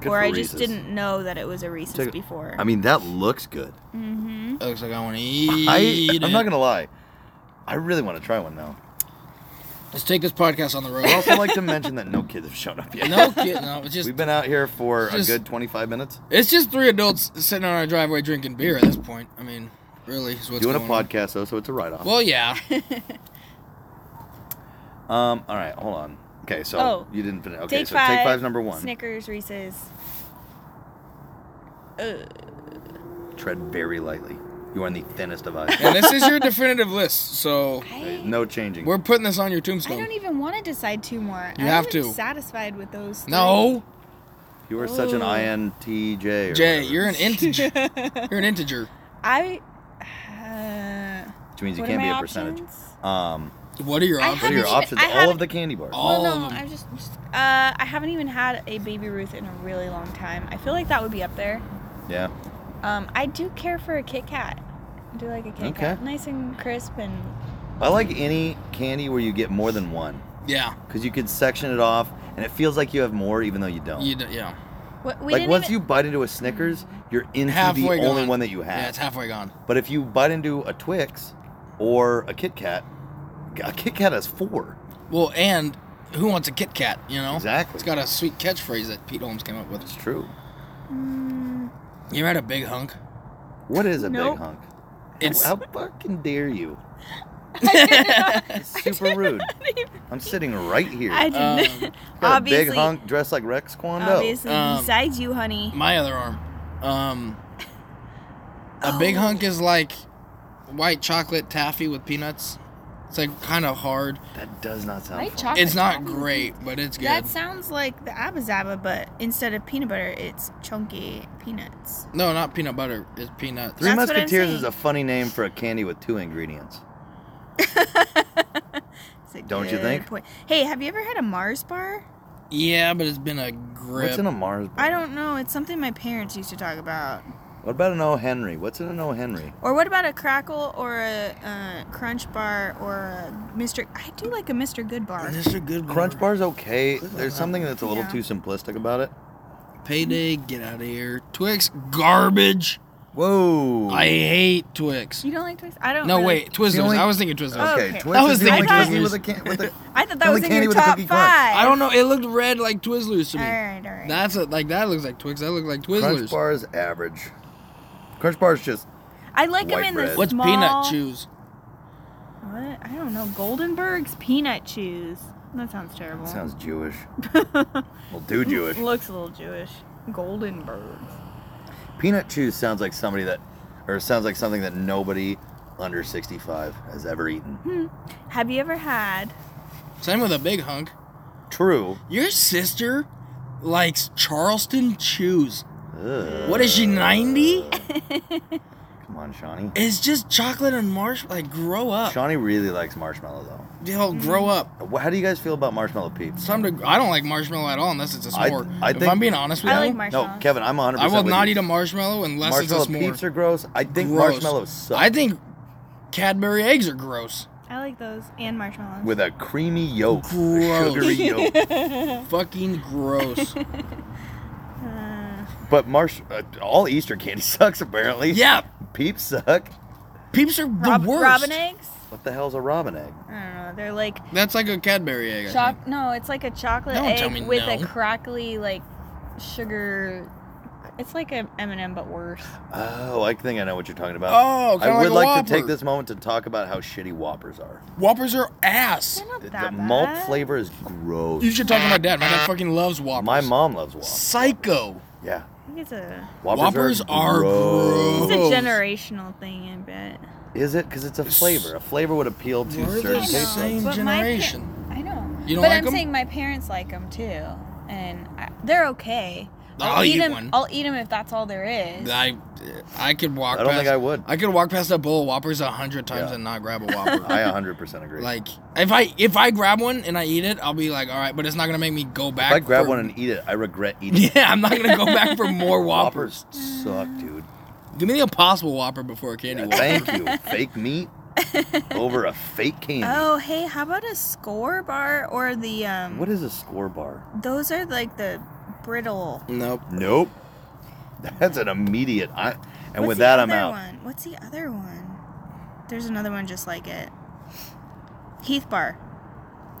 Speaker 1: Good
Speaker 3: or
Speaker 1: for
Speaker 3: I just
Speaker 1: Reese's.
Speaker 3: didn't know that it was a Reese's
Speaker 1: Take-
Speaker 3: before.
Speaker 1: I mean, that looks good.
Speaker 3: mm-hmm.
Speaker 2: It looks like I want to eat.
Speaker 1: I, I'm not
Speaker 2: it.
Speaker 1: gonna lie. I really want to try one now.
Speaker 2: Let's take this podcast on the road.
Speaker 1: I'd also like to mention that no kids have shown up yet.
Speaker 2: no kid, no. It's just
Speaker 1: We've been out here for
Speaker 2: Just-
Speaker 1: a good 25 minutes
Speaker 2: it's just three adults sitting on our driveway drinking beer at this point. I mean, really, is what's
Speaker 1: doing a
Speaker 2: going on.
Speaker 1: podcast, though, so it's a write off.
Speaker 2: Well, yeah.
Speaker 1: Um, all right, hold on. Okay, so
Speaker 3: Oh.
Speaker 1: you didn't finish. Okay,
Speaker 3: Take
Speaker 1: so
Speaker 3: five.
Speaker 1: take five's number one.
Speaker 3: Snickers, Reese's. Uh,
Speaker 1: Tread very lightly. You are on the thinnest of ice.
Speaker 2: And this is your definitive list, so
Speaker 3: I,
Speaker 1: no changing.
Speaker 2: we're putting this on your
Speaker 3: I
Speaker 2: tombstone.
Speaker 3: don't even want to decide two more.
Speaker 2: You
Speaker 3: I'm
Speaker 2: have
Speaker 3: even
Speaker 2: to.
Speaker 3: Satisfied with those. three.
Speaker 2: No,
Speaker 1: you are such an
Speaker 3: Ooh.
Speaker 1: INTJ. Or
Speaker 2: Jay,
Speaker 1: whatever,
Speaker 2: you're an integer. you're an integer.
Speaker 3: I. Uh,
Speaker 1: Which means you
Speaker 3: what are
Speaker 1: can't be
Speaker 3: my
Speaker 1: a percentage.
Speaker 3: options?
Speaker 1: Um,
Speaker 2: What are your
Speaker 1: what are
Speaker 3: I
Speaker 2: options?
Speaker 1: your
Speaker 3: haven't even-
Speaker 1: options?
Speaker 3: I
Speaker 1: All of
Speaker 3: haven't-
Speaker 1: the candy bars.
Speaker 2: All-
Speaker 3: well,
Speaker 2: of
Speaker 3: no,
Speaker 2: them.
Speaker 3: I'm just. just uh, I haven't even had a baby Ruth in a really long time. I feel like that would be up there.
Speaker 1: Yeah.
Speaker 3: Um, I do care for a Kit Kat. I do like a Kit
Speaker 1: Okay.
Speaker 3: Kat, nice and crisp and.
Speaker 1: I like any candy where you get more than one
Speaker 2: Yeah,
Speaker 1: because you could section it off and it feels like you have more even though you don't.
Speaker 2: you d- yeah.
Speaker 3: What, we
Speaker 1: like
Speaker 3: didn't
Speaker 1: once
Speaker 3: even,
Speaker 1: you bite into a Snickers, you're into
Speaker 2: Halfway
Speaker 1: the only
Speaker 2: gone.
Speaker 1: one that you
Speaker 2: Yeah,
Speaker 1: have.
Speaker 2: it's halfway gone.
Speaker 1: But if you bite into a Twix or a Kit Kat, a Kit Kat has four.
Speaker 2: Well, and who wants a Kit Kat? You
Speaker 3: Oh.
Speaker 2: know,
Speaker 1: Exactly.
Speaker 2: it's got a sweet catchphrase that Pete Holmes came up with.
Speaker 1: It's true.
Speaker 3: Mm,
Speaker 2: You ever had a big hunk?
Speaker 1: What is a
Speaker 3: Nope.
Speaker 1: big hunk?
Speaker 2: It's
Speaker 1: How fucking dare you? It's super rude. I'm sitting right here.
Speaker 3: I didn't.
Speaker 2: Um,
Speaker 1: Got a
Speaker 3: obviously,
Speaker 1: big hunk dressed like Rex Kwando.
Speaker 3: obviously,
Speaker 2: Um,
Speaker 3: besides you, honey.
Speaker 2: my other arm. Um, a big
Speaker 3: Oh.
Speaker 2: hunk is like white chocolate taffy with peanuts. It's like kind of hard.
Speaker 1: That does not sound
Speaker 3: White
Speaker 1: fun.
Speaker 3: chocolate
Speaker 2: it's not
Speaker 3: taffy with
Speaker 2: great, but it's good.
Speaker 3: That sounds like the Abba Zaba, but instead of peanut butter, it's chunky peanuts.
Speaker 2: no, not peanut butter. It's peanuts.
Speaker 1: Three
Speaker 3: That's what I'm
Speaker 1: Musketeers
Speaker 3: saying.
Speaker 1: is a funny name for a candy with two ingredients.
Speaker 3: It's a
Speaker 1: Don't you
Speaker 3: good
Speaker 1: think?
Speaker 3: Point. Hey, have you ever had a Mars bar?
Speaker 2: Yeah, but it's been a grip.
Speaker 1: What's in a Mars bar?
Speaker 3: I don't know. It's something my parents used to talk about.
Speaker 1: What about an O. Henry? What's in an O. Henry?
Speaker 3: Or what about a crackle or a uh, crunch bar or a Mr. I do like a Mr. Good bar.
Speaker 2: This is a good
Speaker 1: Crunch
Speaker 2: one.
Speaker 1: bar's okay. There's something that's a little
Speaker 3: uh, Yeah.
Speaker 1: too simplistic about it.
Speaker 2: Payday, get out of here. Twix, garbage.
Speaker 1: Whoa.
Speaker 2: I hate Twix.
Speaker 3: You don't like Twix? I don't.
Speaker 2: No,
Speaker 3: really-
Speaker 2: wait, Twizzlers.
Speaker 1: only-
Speaker 2: I was thinking Twizzlers.
Speaker 3: Oh.
Speaker 1: Okay,
Speaker 3: Okay.
Speaker 1: Twix
Speaker 2: I
Speaker 1: is
Speaker 2: was
Speaker 1: the only
Speaker 3: thinking
Speaker 1: candy
Speaker 2: Twizzlers.
Speaker 1: with a can- with a-
Speaker 3: I thought
Speaker 1: The
Speaker 3: that
Speaker 1: only
Speaker 3: was in
Speaker 1: candy
Speaker 3: your
Speaker 1: with a
Speaker 3: top
Speaker 1: cookie
Speaker 3: five.
Speaker 1: crunch.
Speaker 2: I don't know. It looked red like Twizzlers to
Speaker 3: All
Speaker 2: me.
Speaker 3: right, all right.
Speaker 2: That's a, like that looks like Twix. That looks like
Speaker 1: Crunch
Speaker 2: Twizzlers.
Speaker 1: bar is average. Crunch bar is just
Speaker 3: I like them
Speaker 1: White
Speaker 3: in
Speaker 1: bread.
Speaker 3: the
Speaker 2: What's
Speaker 3: small.
Speaker 2: peanut chews?
Speaker 3: What? I don't know. Goldenberg's peanut chews. That sounds terrible.
Speaker 1: sounds Jewish. well, do Jewish.
Speaker 3: Looks a little Jewish. Goldenberg's.
Speaker 1: Peanut chew sounds like somebody that, or sounds like something that nobody under 65 has ever eaten.
Speaker 3: Have you ever had?
Speaker 2: Same with a big hunk.
Speaker 1: True.
Speaker 2: Your sister likes Charleston chews.
Speaker 1: Ugh.
Speaker 2: What is she, 90?
Speaker 1: Come Come on, Shawnee.
Speaker 2: It's just chocolate and marsh. Like grow up.
Speaker 1: Shawnee really likes marshmallow though.
Speaker 2: Yo,
Speaker 3: Mm-hmm.
Speaker 2: grow up.
Speaker 1: Wh- How do you guys feel about marshmallow peeps?
Speaker 2: Some to, I don't like marshmallow at all unless it's a
Speaker 1: I-
Speaker 2: s'more.
Speaker 1: I
Speaker 2: if
Speaker 1: think-
Speaker 2: I'm being honest with
Speaker 3: I
Speaker 2: you,
Speaker 3: like marshmallows.
Speaker 1: No, Kevin, I'm 100.
Speaker 2: I will not eat a marshmallow unless
Speaker 1: Marshmallow
Speaker 2: it's a s'more.
Speaker 1: peeps are gross. I think
Speaker 2: Gross.
Speaker 1: marshmallows suck.
Speaker 2: I think Cadbury eggs are gross.
Speaker 3: I like those and marshmallows.
Speaker 1: with a creamy yolk, a
Speaker 2: Gross.
Speaker 1: sugary yolk.
Speaker 2: Fucking gross.
Speaker 3: Uh,
Speaker 1: But marsh, uh, all Easter candy sucks apparently.
Speaker 2: yeah,
Speaker 1: Peeps suck.
Speaker 2: peeps are the
Speaker 3: rob-
Speaker 2: worst.
Speaker 3: robin eggs?
Speaker 1: What the hell's a robin egg?
Speaker 3: I don't know. They're like
Speaker 2: That's like a Cadbury egg. I think.
Speaker 3: choc. No, it's like a chocolate
Speaker 2: Don't tell me
Speaker 3: egg with a
Speaker 2: no.
Speaker 3: crackly like sugar. It's like an M&M but worse.
Speaker 1: Oh, I think I know what you're talking about.
Speaker 2: Oh,
Speaker 1: I
Speaker 2: kinda
Speaker 1: would
Speaker 2: like
Speaker 1: like,
Speaker 2: a
Speaker 1: to take
Speaker 2: Whopper.
Speaker 1: this moment to talk about how shitty Whoppers are.
Speaker 2: Whoppers are ass.
Speaker 3: They're not
Speaker 1: The
Speaker 3: that bad.
Speaker 1: malt flavor is gross.
Speaker 2: You should talk to my dad. My dad fucking loves Whoppers.
Speaker 1: My mom loves Whoppers.
Speaker 2: Psycho.
Speaker 1: Yeah,
Speaker 3: I think it's a
Speaker 1: Whoppers,
Speaker 2: Whoppers are
Speaker 3: it's a
Speaker 1: Oh.
Speaker 2: gross.
Speaker 3: generational thing. I bet.
Speaker 1: Is it? Because it's a flavor. A flavor would appeal to
Speaker 2: We're the
Speaker 1: certain
Speaker 3: I know,
Speaker 1: taste buds.
Speaker 2: same
Speaker 3: but my pa-
Speaker 2: generation.
Speaker 3: I know.
Speaker 2: You don't
Speaker 3: but
Speaker 2: like
Speaker 3: I'm
Speaker 2: 'em?
Speaker 3: saying my parents like them too, and I, they're okay.
Speaker 2: I'll eat
Speaker 3: them.
Speaker 2: one.
Speaker 3: I'll eat them if that's all there is.
Speaker 2: I, I could walk.
Speaker 1: I don't
Speaker 2: past,
Speaker 1: think I would.
Speaker 2: I could walk past a bowl of Whoppers a hundred times
Speaker 1: Yeah.
Speaker 2: and not grab a Whopper.
Speaker 1: I 100% agree.
Speaker 2: Like if I if I grab one and I eat it, I'll be like, all right, but it's not gonna make me go back.
Speaker 1: if I grab
Speaker 2: for-
Speaker 1: one and eat it, I regret eating it.
Speaker 2: yeah, I'm not gonna go back for more Whoppers.
Speaker 1: Whoppers suck, dude.
Speaker 2: Give me the Impossible Whopper before a candy Whopper.
Speaker 1: Thank you. Fake meat over a fake candy.
Speaker 3: Oh, hey, how about a score bar or the um?
Speaker 1: What is a score bar?
Speaker 3: those are like the brittle.
Speaker 2: Nope.
Speaker 1: Nope. That's an immediate. I, and
Speaker 3: What's
Speaker 1: with
Speaker 3: the
Speaker 1: that, I'm
Speaker 3: other
Speaker 1: out.
Speaker 3: One? What's the other one? There's another one just like it. Heath bar.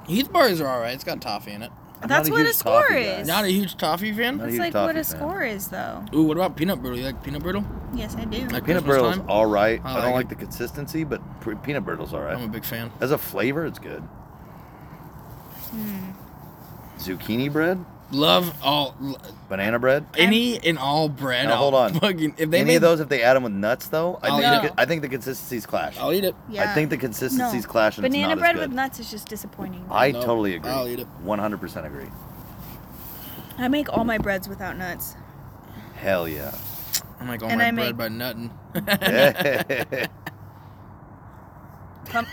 Speaker 2: Heath bars are all right. It's got toffee in it.
Speaker 1: I'm
Speaker 3: That's
Speaker 1: not
Speaker 3: what a
Speaker 1: huge
Speaker 3: score
Speaker 1: toffee guy.
Speaker 3: is.
Speaker 2: Not a huge toffee fan.
Speaker 1: Not a
Speaker 3: That's
Speaker 1: huge
Speaker 3: like what
Speaker 1: toffee
Speaker 3: a
Speaker 1: fan.
Speaker 3: score is, though.
Speaker 2: Ooh, what about peanut brittle? You like peanut brittle?
Speaker 3: Yes, I do.
Speaker 2: Like-
Speaker 1: Peanut
Speaker 2: Christmas
Speaker 1: brittle is
Speaker 2: time? Oh,
Speaker 1: all right.
Speaker 2: I
Speaker 1: I,
Speaker 2: like
Speaker 1: don't
Speaker 2: it.
Speaker 1: like the consistency, but pr- peanut brittle's all
Speaker 2: I'm a
Speaker 1: right.
Speaker 2: big fan.
Speaker 1: As a flavor, it's good.
Speaker 3: Hmm,
Speaker 1: Zucchini bread,
Speaker 2: Love all l-
Speaker 1: banana bread.
Speaker 2: any and all bread.
Speaker 1: Now,
Speaker 2: I'll
Speaker 1: hold on.
Speaker 2: Fucking, if they
Speaker 1: Any
Speaker 2: made
Speaker 1: of those, if they add them with nuts, though, I
Speaker 2: I'll
Speaker 1: think
Speaker 2: eat
Speaker 1: the,
Speaker 3: it.
Speaker 1: I think the consistencies clash.
Speaker 2: I'll eat it.
Speaker 3: yeah.
Speaker 1: I think the consistencies clash and
Speaker 3: Banana
Speaker 1: it's not
Speaker 3: bread
Speaker 1: as good.
Speaker 3: with nuts is just disappointing.
Speaker 1: I
Speaker 2: No,
Speaker 1: totally agree.
Speaker 2: I'll eat it.
Speaker 1: 100% agree.
Speaker 3: I make all my breads without nuts.
Speaker 1: Hell yeah.
Speaker 2: I'm like all
Speaker 3: And
Speaker 2: my
Speaker 3: I
Speaker 2: bread
Speaker 3: make-
Speaker 2: by nutting.
Speaker 3: Pump-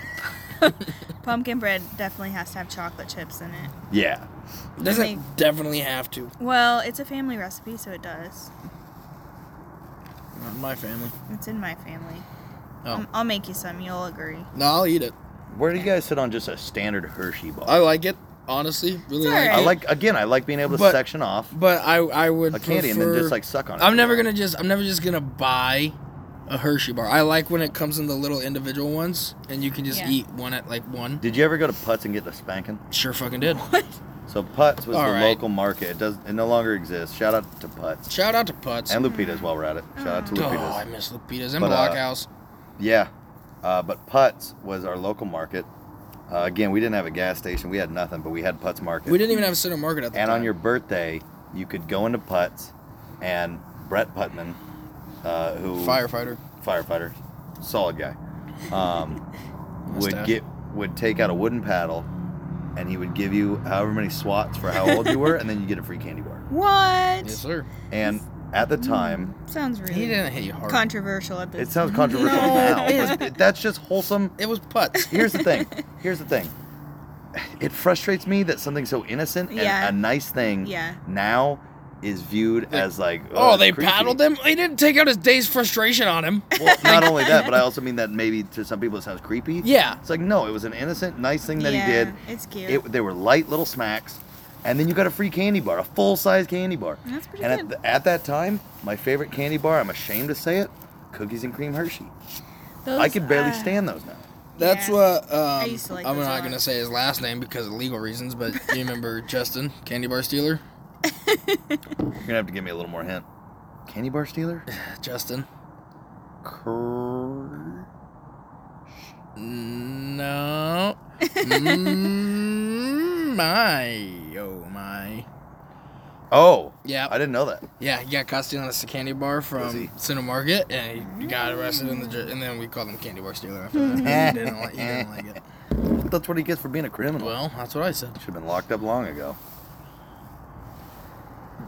Speaker 3: Pumpkin bread definitely has to have chocolate chips in it.
Speaker 1: yeah.
Speaker 2: Doesn't
Speaker 3: make-
Speaker 2: definitely have to.
Speaker 3: Well, it's a family recipe, so it does.
Speaker 2: Not in my family.
Speaker 3: It's in my family.
Speaker 2: Oh.
Speaker 3: Um, I'll make you some. You'll agree.
Speaker 2: No, I'll eat it.
Speaker 1: Where do you guys sit on just a standard Hershey bar?
Speaker 2: I like it. Honestly, really
Speaker 3: It's
Speaker 2: like
Speaker 3: alright.
Speaker 1: I
Speaker 2: it.
Speaker 1: like again. I like being able to
Speaker 2: But-
Speaker 1: section off
Speaker 2: But I I would
Speaker 1: a candy and then
Speaker 2: prefer-
Speaker 1: just like suck on it.
Speaker 2: I'm never gonna just I'm never just gonna buy a Hershey bar. I like when it comes in the little individual ones and you can just
Speaker 3: Yeah.
Speaker 2: eat one at like one.
Speaker 1: Did you ever go to Putts and get the spanking?
Speaker 2: Sure fucking did.
Speaker 1: So Putts was
Speaker 2: All
Speaker 1: the
Speaker 2: right.
Speaker 1: local market. It does. It no longer exists. Shout out to Putts
Speaker 2: Shout out to Putz.
Speaker 1: and Lupita's while we're at it. Shout out to
Speaker 2: oh, I
Speaker 1: Lupita's.
Speaker 2: miss Lupitas and
Speaker 1: But, uh,
Speaker 2: Blockhouse.
Speaker 1: Yeah, uh, but Putts was our local market. Uh, again, we didn't have a gas station. We had nothing, but we had Putts Market.
Speaker 2: We didn't even have a center market at the
Speaker 1: And
Speaker 2: time.
Speaker 1: on your birthday, you could go into Putts, and Brett Putman, uh, who
Speaker 2: firefighter.
Speaker 1: firefighter, solid guy, um, would
Speaker 2: Mustache.
Speaker 1: get would take out a wooden paddle, and he would give you however many swats for how old you were, and then you get a free candy bar.
Speaker 3: What? Mm,
Speaker 2: Yes, sir.
Speaker 1: And at the time,
Speaker 3: Sounds
Speaker 2: He
Speaker 3: really
Speaker 2: didn't hit you hard.
Speaker 3: controversial at this.
Speaker 1: it sounds controversial
Speaker 2: No,
Speaker 1: now,
Speaker 2: it
Speaker 1: but it- that's just wholesome.
Speaker 2: it was Putz.
Speaker 1: Here's the thing. Here's the thing. It frustrates me that something so innocent and
Speaker 3: Yeah.
Speaker 1: a nice thing
Speaker 3: Yeah. now
Speaker 1: now is viewed as like
Speaker 2: Oh,
Speaker 1: it's
Speaker 2: they
Speaker 1: creepy."
Speaker 2: paddled him. They didn't take out his day's frustration on him.
Speaker 1: Well, not only that, but I also mean that maybe to some people it sounds creepy.
Speaker 2: Yeah.
Speaker 1: It's like no, it was an innocent, nice thing that
Speaker 3: yeah,
Speaker 1: he did.
Speaker 3: It's cute.
Speaker 1: It, they were light little smacks, and then you got a free candy bar, a full size candy bar.
Speaker 3: That's pretty
Speaker 1: and
Speaker 3: good.
Speaker 1: At, the, at that time, my favorite candy bar, I'm ashamed to say it, cookies and cream Hershey.
Speaker 3: Those,
Speaker 1: I could barely
Speaker 3: uh,
Speaker 1: stand those now.
Speaker 2: That's
Speaker 3: Yeah.
Speaker 2: what um, I
Speaker 3: used to like
Speaker 2: am
Speaker 3: those a
Speaker 2: not
Speaker 3: lot.
Speaker 2: gonna say his last name because of legal reasons, but you remember Justin, candy bar stealer?
Speaker 1: You're gonna have to give me a little more hint. Candy bar stealer?
Speaker 2: Justin.
Speaker 1: Cur-
Speaker 2: No. Mm, my. Oh, my.
Speaker 1: oh,
Speaker 2: Yeah.
Speaker 1: I didn't know that.
Speaker 2: yeah, he got caught stealing us a candy bar
Speaker 1: Was
Speaker 2: from
Speaker 1: he?
Speaker 2: Center Market, and he got arrested, in the, ju- and then we called him Candy Bar Stealer after that. he, didn't like, he didn't like it.
Speaker 1: That's what he gets for being a criminal.
Speaker 2: Well, that's what I said.
Speaker 1: Should have been locked up long ago.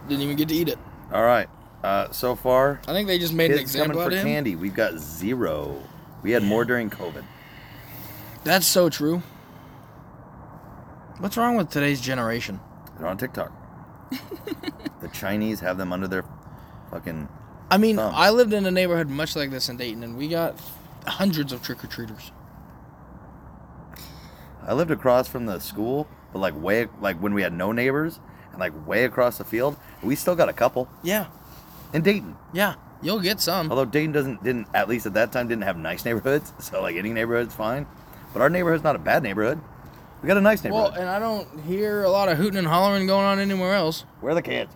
Speaker 2: Didn't even get to eat it.
Speaker 1: All right, Uh, so far,
Speaker 2: I think they just made an
Speaker 1: kids coming
Speaker 2: example
Speaker 1: for
Speaker 2: out of him.
Speaker 1: candy. We've got zero. We had more during COVID.
Speaker 2: That's so true. What's wrong with today's generation?
Speaker 1: They're on TikTok. the Chinese have them under their fucking.
Speaker 2: I mean,
Speaker 1: Thumb.
Speaker 2: I lived in a neighborhood much like this in Dayton, and we got hundreds of trick or treaters.
Speaker 1: I lived across from the school, but like way like when we had no neighbors and like way across the field, we still got a couple
Speaker 2: Yeah,
Speaker 1: in Dayton.
Speaker 2: yeah, you'll get some.
Speaker 1: Although Dayton doesn't didn't at least at that time didn't have nice neighborhoods, so like any neighborhood's fine. But our neighborhood's not a bad neighborhood. We got a nice
Speaker 2: Well,
Speaker 1: neighborhood.
Speaker 2: and I don't hear a lot of hooting and hollering going on anywhere else.
Speaker 1: Where are the kids?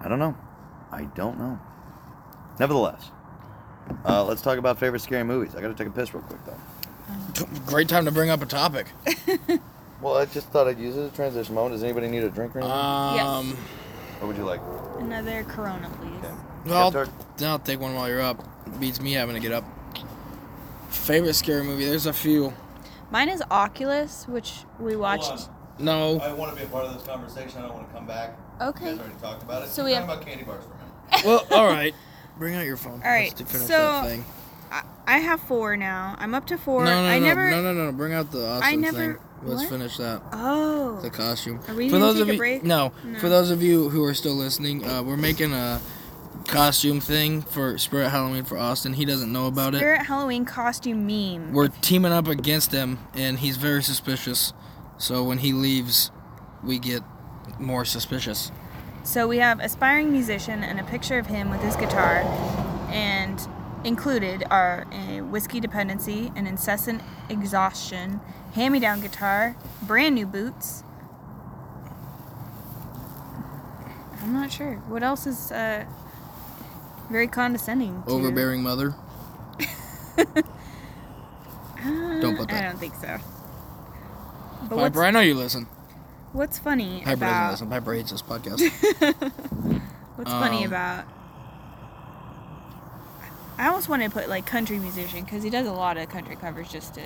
Speaker 1: I don't know. I don't know. Nevertheless, uh, let's talk about favorite scary movies. I got to take a piss real quick though.
Speaker 2: Great time to bring up a topic.
Speaker 1: Well, I just thought I'd use it as a transition moment. Does anybody need a drink or anything?
Speaker 2: Um,
Speaker 1: Uh, what would you like?
Speaker 3: Another Corona, please.
Speaker 1: Okay.
Speaker 2: well,
Speaker 1: Skeptic?
Speaker 2: then I'll take one while you're up. Beats me having to get up. Favorite scary movie? There's a few.
Speaker 3: Mine is Oculus, which we watched.
Speaker 2: No.
Speaker 1: I want to be a part of this conversation. I don't want to come back.
Speaker 3: Okay.
Speaker 1: You guys already talked about it.
Speaker 3: So we
Speaker 1: Talk
Speaker 3: have-
Speaker 1: about candy bars for a minute.
Speaker 2: Well, all right. Bring out your phone. All
Speaker 3: right,
Speaker 2: Let's finish
Speaker 3: so-
Speaker 2: that thing.
Speaker 3: I, I have four now. I'm up to four.
Speaker 2: No, no, no,
Speaker 3: I
Speaker 2: no,
Speaker 3: never.
Speaker 2: no, no, no, Bring out the Austin
Speaker 3: never-
Speaker 2: thing. Let's
Speaker 3: what?
Speaker 2: finish that.
Speaker 3: Oh.
Speaker 2: The costume.
Speaker 3: Are we
Speaker 2: for
Speaker 3: gonna
Speaker 2: those
Speaker 3: take
Speaker 2: of
Speaker 3: a
Speaker 2: you,
Speaker 3: break?
Speaker 2: No,
Speaker 3: No.
Speaker 2: For those of you who are still listening, uh, we're making a costume thing for Spirit Halloween for Austin. He doesn't know about it.
Speaker 3: Spirit Halloween costume meme.
Speaker 2: We're teaming up against him, and he's very suspicious. So when he leaves, we get more suspicious.
Speaker 3: So we have aspiring musician and a picture of him with his guitar, and included are a whiskey dependency, an incessant exhaustion, hand-me-down guitar, brand new boots. I'm not sure what else is uh, very condescending. To,
Speaker 2: Overbearing mother.
Speaker 3: Uh,
Speaker 2: Don't put that.
Speaker 3: I don't think so. But
Speaker 2: Piper,
Speaker 3: what's,
Speaker 2: I know you listen.
Speaker 3: what's funny
Speaker 2: Piper doesn't
Speaker 3: about
Speaker 2: listen. Piper hates this podcast.
Speaker 3: What's funny
Speaker 2: Um,
Speaker 3: about? I almost want to put like country musician because he does a lot of country covers just to,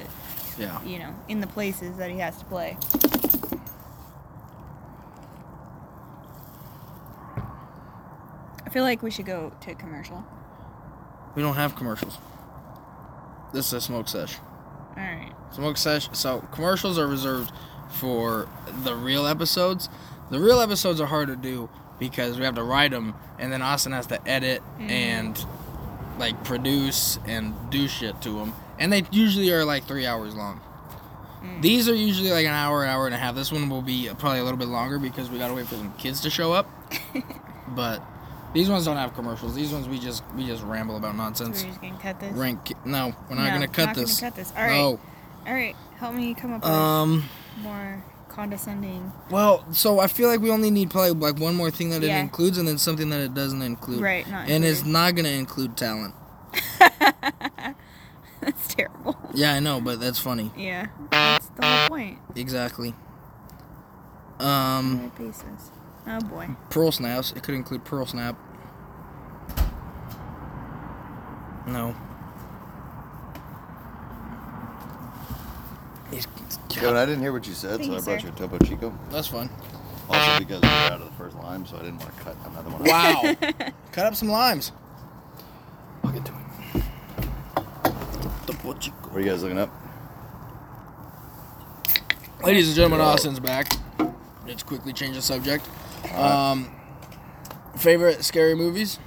Speaker 2: yeah.
Speaker 3: you know, in the places that he has to play. I feel like we should go to commercial.
Speaker 2: We don't have commercials. This is a smoke sesh.
Speaker 3: All right.
Speaker 2: Smoke sesh. So commercials are reserved for the real episodes. The real episodes are hard to do because we have to write them, and then Austin has to edit
Speaker 3: Mm-hmm.
Speaker 2: and like produce and do shit to them. And they usually are like three hours long.
Speaker 3: Mm.
Speaker 2: These are usually like an hour, hour and a half. This one will be probably a little bit longer because we gotta wait for some kids to show up. but these ones don't have commercials. These ones we just we just ramble about
Speaker 3: So we're
Speaker 2: nonsense.
Speaker 3: just gonna cut this.
Speaker 2: Rank. No, we're not
Speaker 3: No,
Speaker 2: gonna cut
Speaker 3: not
Speaker 2: this.
Speaker 3: Gonna cut this. All right. All right. Help me come up
Speaker 2: No. Um.
Speaker 3: with more condescending.
Speaker 2: Well, so I feel like we only need probably like one more thing that
Speaker 3: Yeah.
Speaker 2: it includes, and then something that it doesn't include.
Speaker 3: Right, not
Speaker 2: and it's
Speaker 3: included.
Speaker 2: not gonna include talent.
Speaker 3: That's terrible.
Speaker 2: Yeah, I know, but that's funny.
Speaker 3: Yeah. That's the whole point.
Speaker 2: Exactly. Um,
Speaker 3: What basis? Oh boy.
Speaker 2: pearl snaps. It could include pearl snap. No. It's-
Speaker 1: Kevin, I didn't hear what you said,
Speaker 3: Thank
Speaker 1: so
Speaker 3: you,
Speaker 1: I brought
Speaker 3: sir.
Speaker 1: you a Topo Chico.
Speaker 2: That's fun.
Speaker 1: Also because we were out of the first lime, so I didn't want to cut another one.
Speaker 2: Wow. Cut up some limes.
Speaker 1: I'll get to it. What are you guys looking up?
Speaker 2: Ladies and gentlemen, Austin's back. Let's quickly change the subject. Um, favorite scary movies?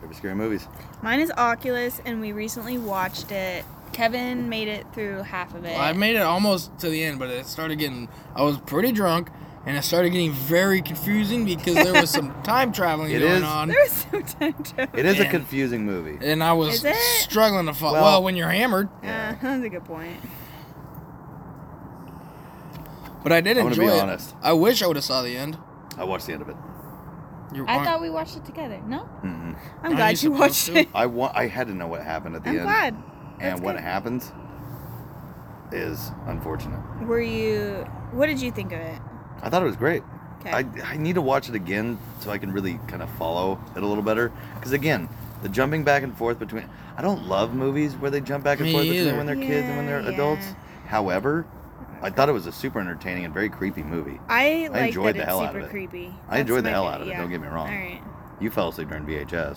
Speaker 1: Favorite scary movies.
Speaker 3: Mine is Oculus, and we recently watched it. Kevin made it through half of it.
Speaker 2: I made it almost to the end, but it started getting. I was pretty drunk, and it started getting very confusing because there was some time traveling
Speaker 1: It
Speaker 2: going
Speaker 1: is.
Speaker 2: on,
Speaker 3: there was some time to.
Speaker 1: It is a
Speaker 2: Man.
Speaker 1: confusing movie.
Speaker 2: and I was
Speaker 3: Is it?
Speaker 2: struggling to follow. Well,
Speaker 1: Well-
Speaker 2: when you're hammered,
Speaker 3: Yeah, that's a good point.
Speaker 2: but I did
Speaker 1: I'm gonna be
Speaker 2: enjoy it.
Speaker 1: honest.
Speaker 2: I wish I would have saw the end.
Speaker 1: I watched the end of it.
Speaker 2: You're
Speaker 3: I thought we watched it together. No,
Speaker 1: hmm
Speaker 3: I'm
Speaker 2: Aren't
Speaker 3: glad
Speaker 2: you
Speaker 3: you watched
Speaker 2: supposed
Speaker 3: it.
Speaker 1: I wa- I had to know what happened at the
Speaker 3: I'm
Speaker 1: end.
Speaker 3: glad.
Speaker 1: and
Speaker 3: That's
Speaker 1: what
Speaker 3: good.
Speaker 1: happens is unfortunate.
Speaker 3: Were you? What did you think of it?
Speaker 1: I thought it was great.
Speaker 3: Okay.
Speaker 1: I, I need to watch it again so I can really kind of follow it a little better. Because again, the jumping back and forth between I don't love movies where they jump back and
Speaker 2: Me
Speaker 1: forth
Speaker 2: either.
Speaker 1: between when they're kids and when
Speaker 3: Yeah,
Speaker 1: they're adults.
Speaker 3: yeah.
Speaker 1: However, I I thought it was a super entertaining and very creepy movie.
Speaker 3: I like
Speaker 1: enjoyed
Speaker 3: that
Speaker 1: the
Speaker 3: it's
Speaker 1: hell out
Speaker 3: super
Speaker 1: of it.
Speaker 3: creepy.
Speaker 1: I enjoyed
Speaker 3: That's
Speaker 1: the
Speaker 3: my
Speaker 1: hell
Speaker 3: fa-
Speaker 1: out of it,
Speaker 3: yeah.
Speaker 1: don't get me wrong.
Speaker 3: All right.
Speaker 1: You fell asleep during VHS.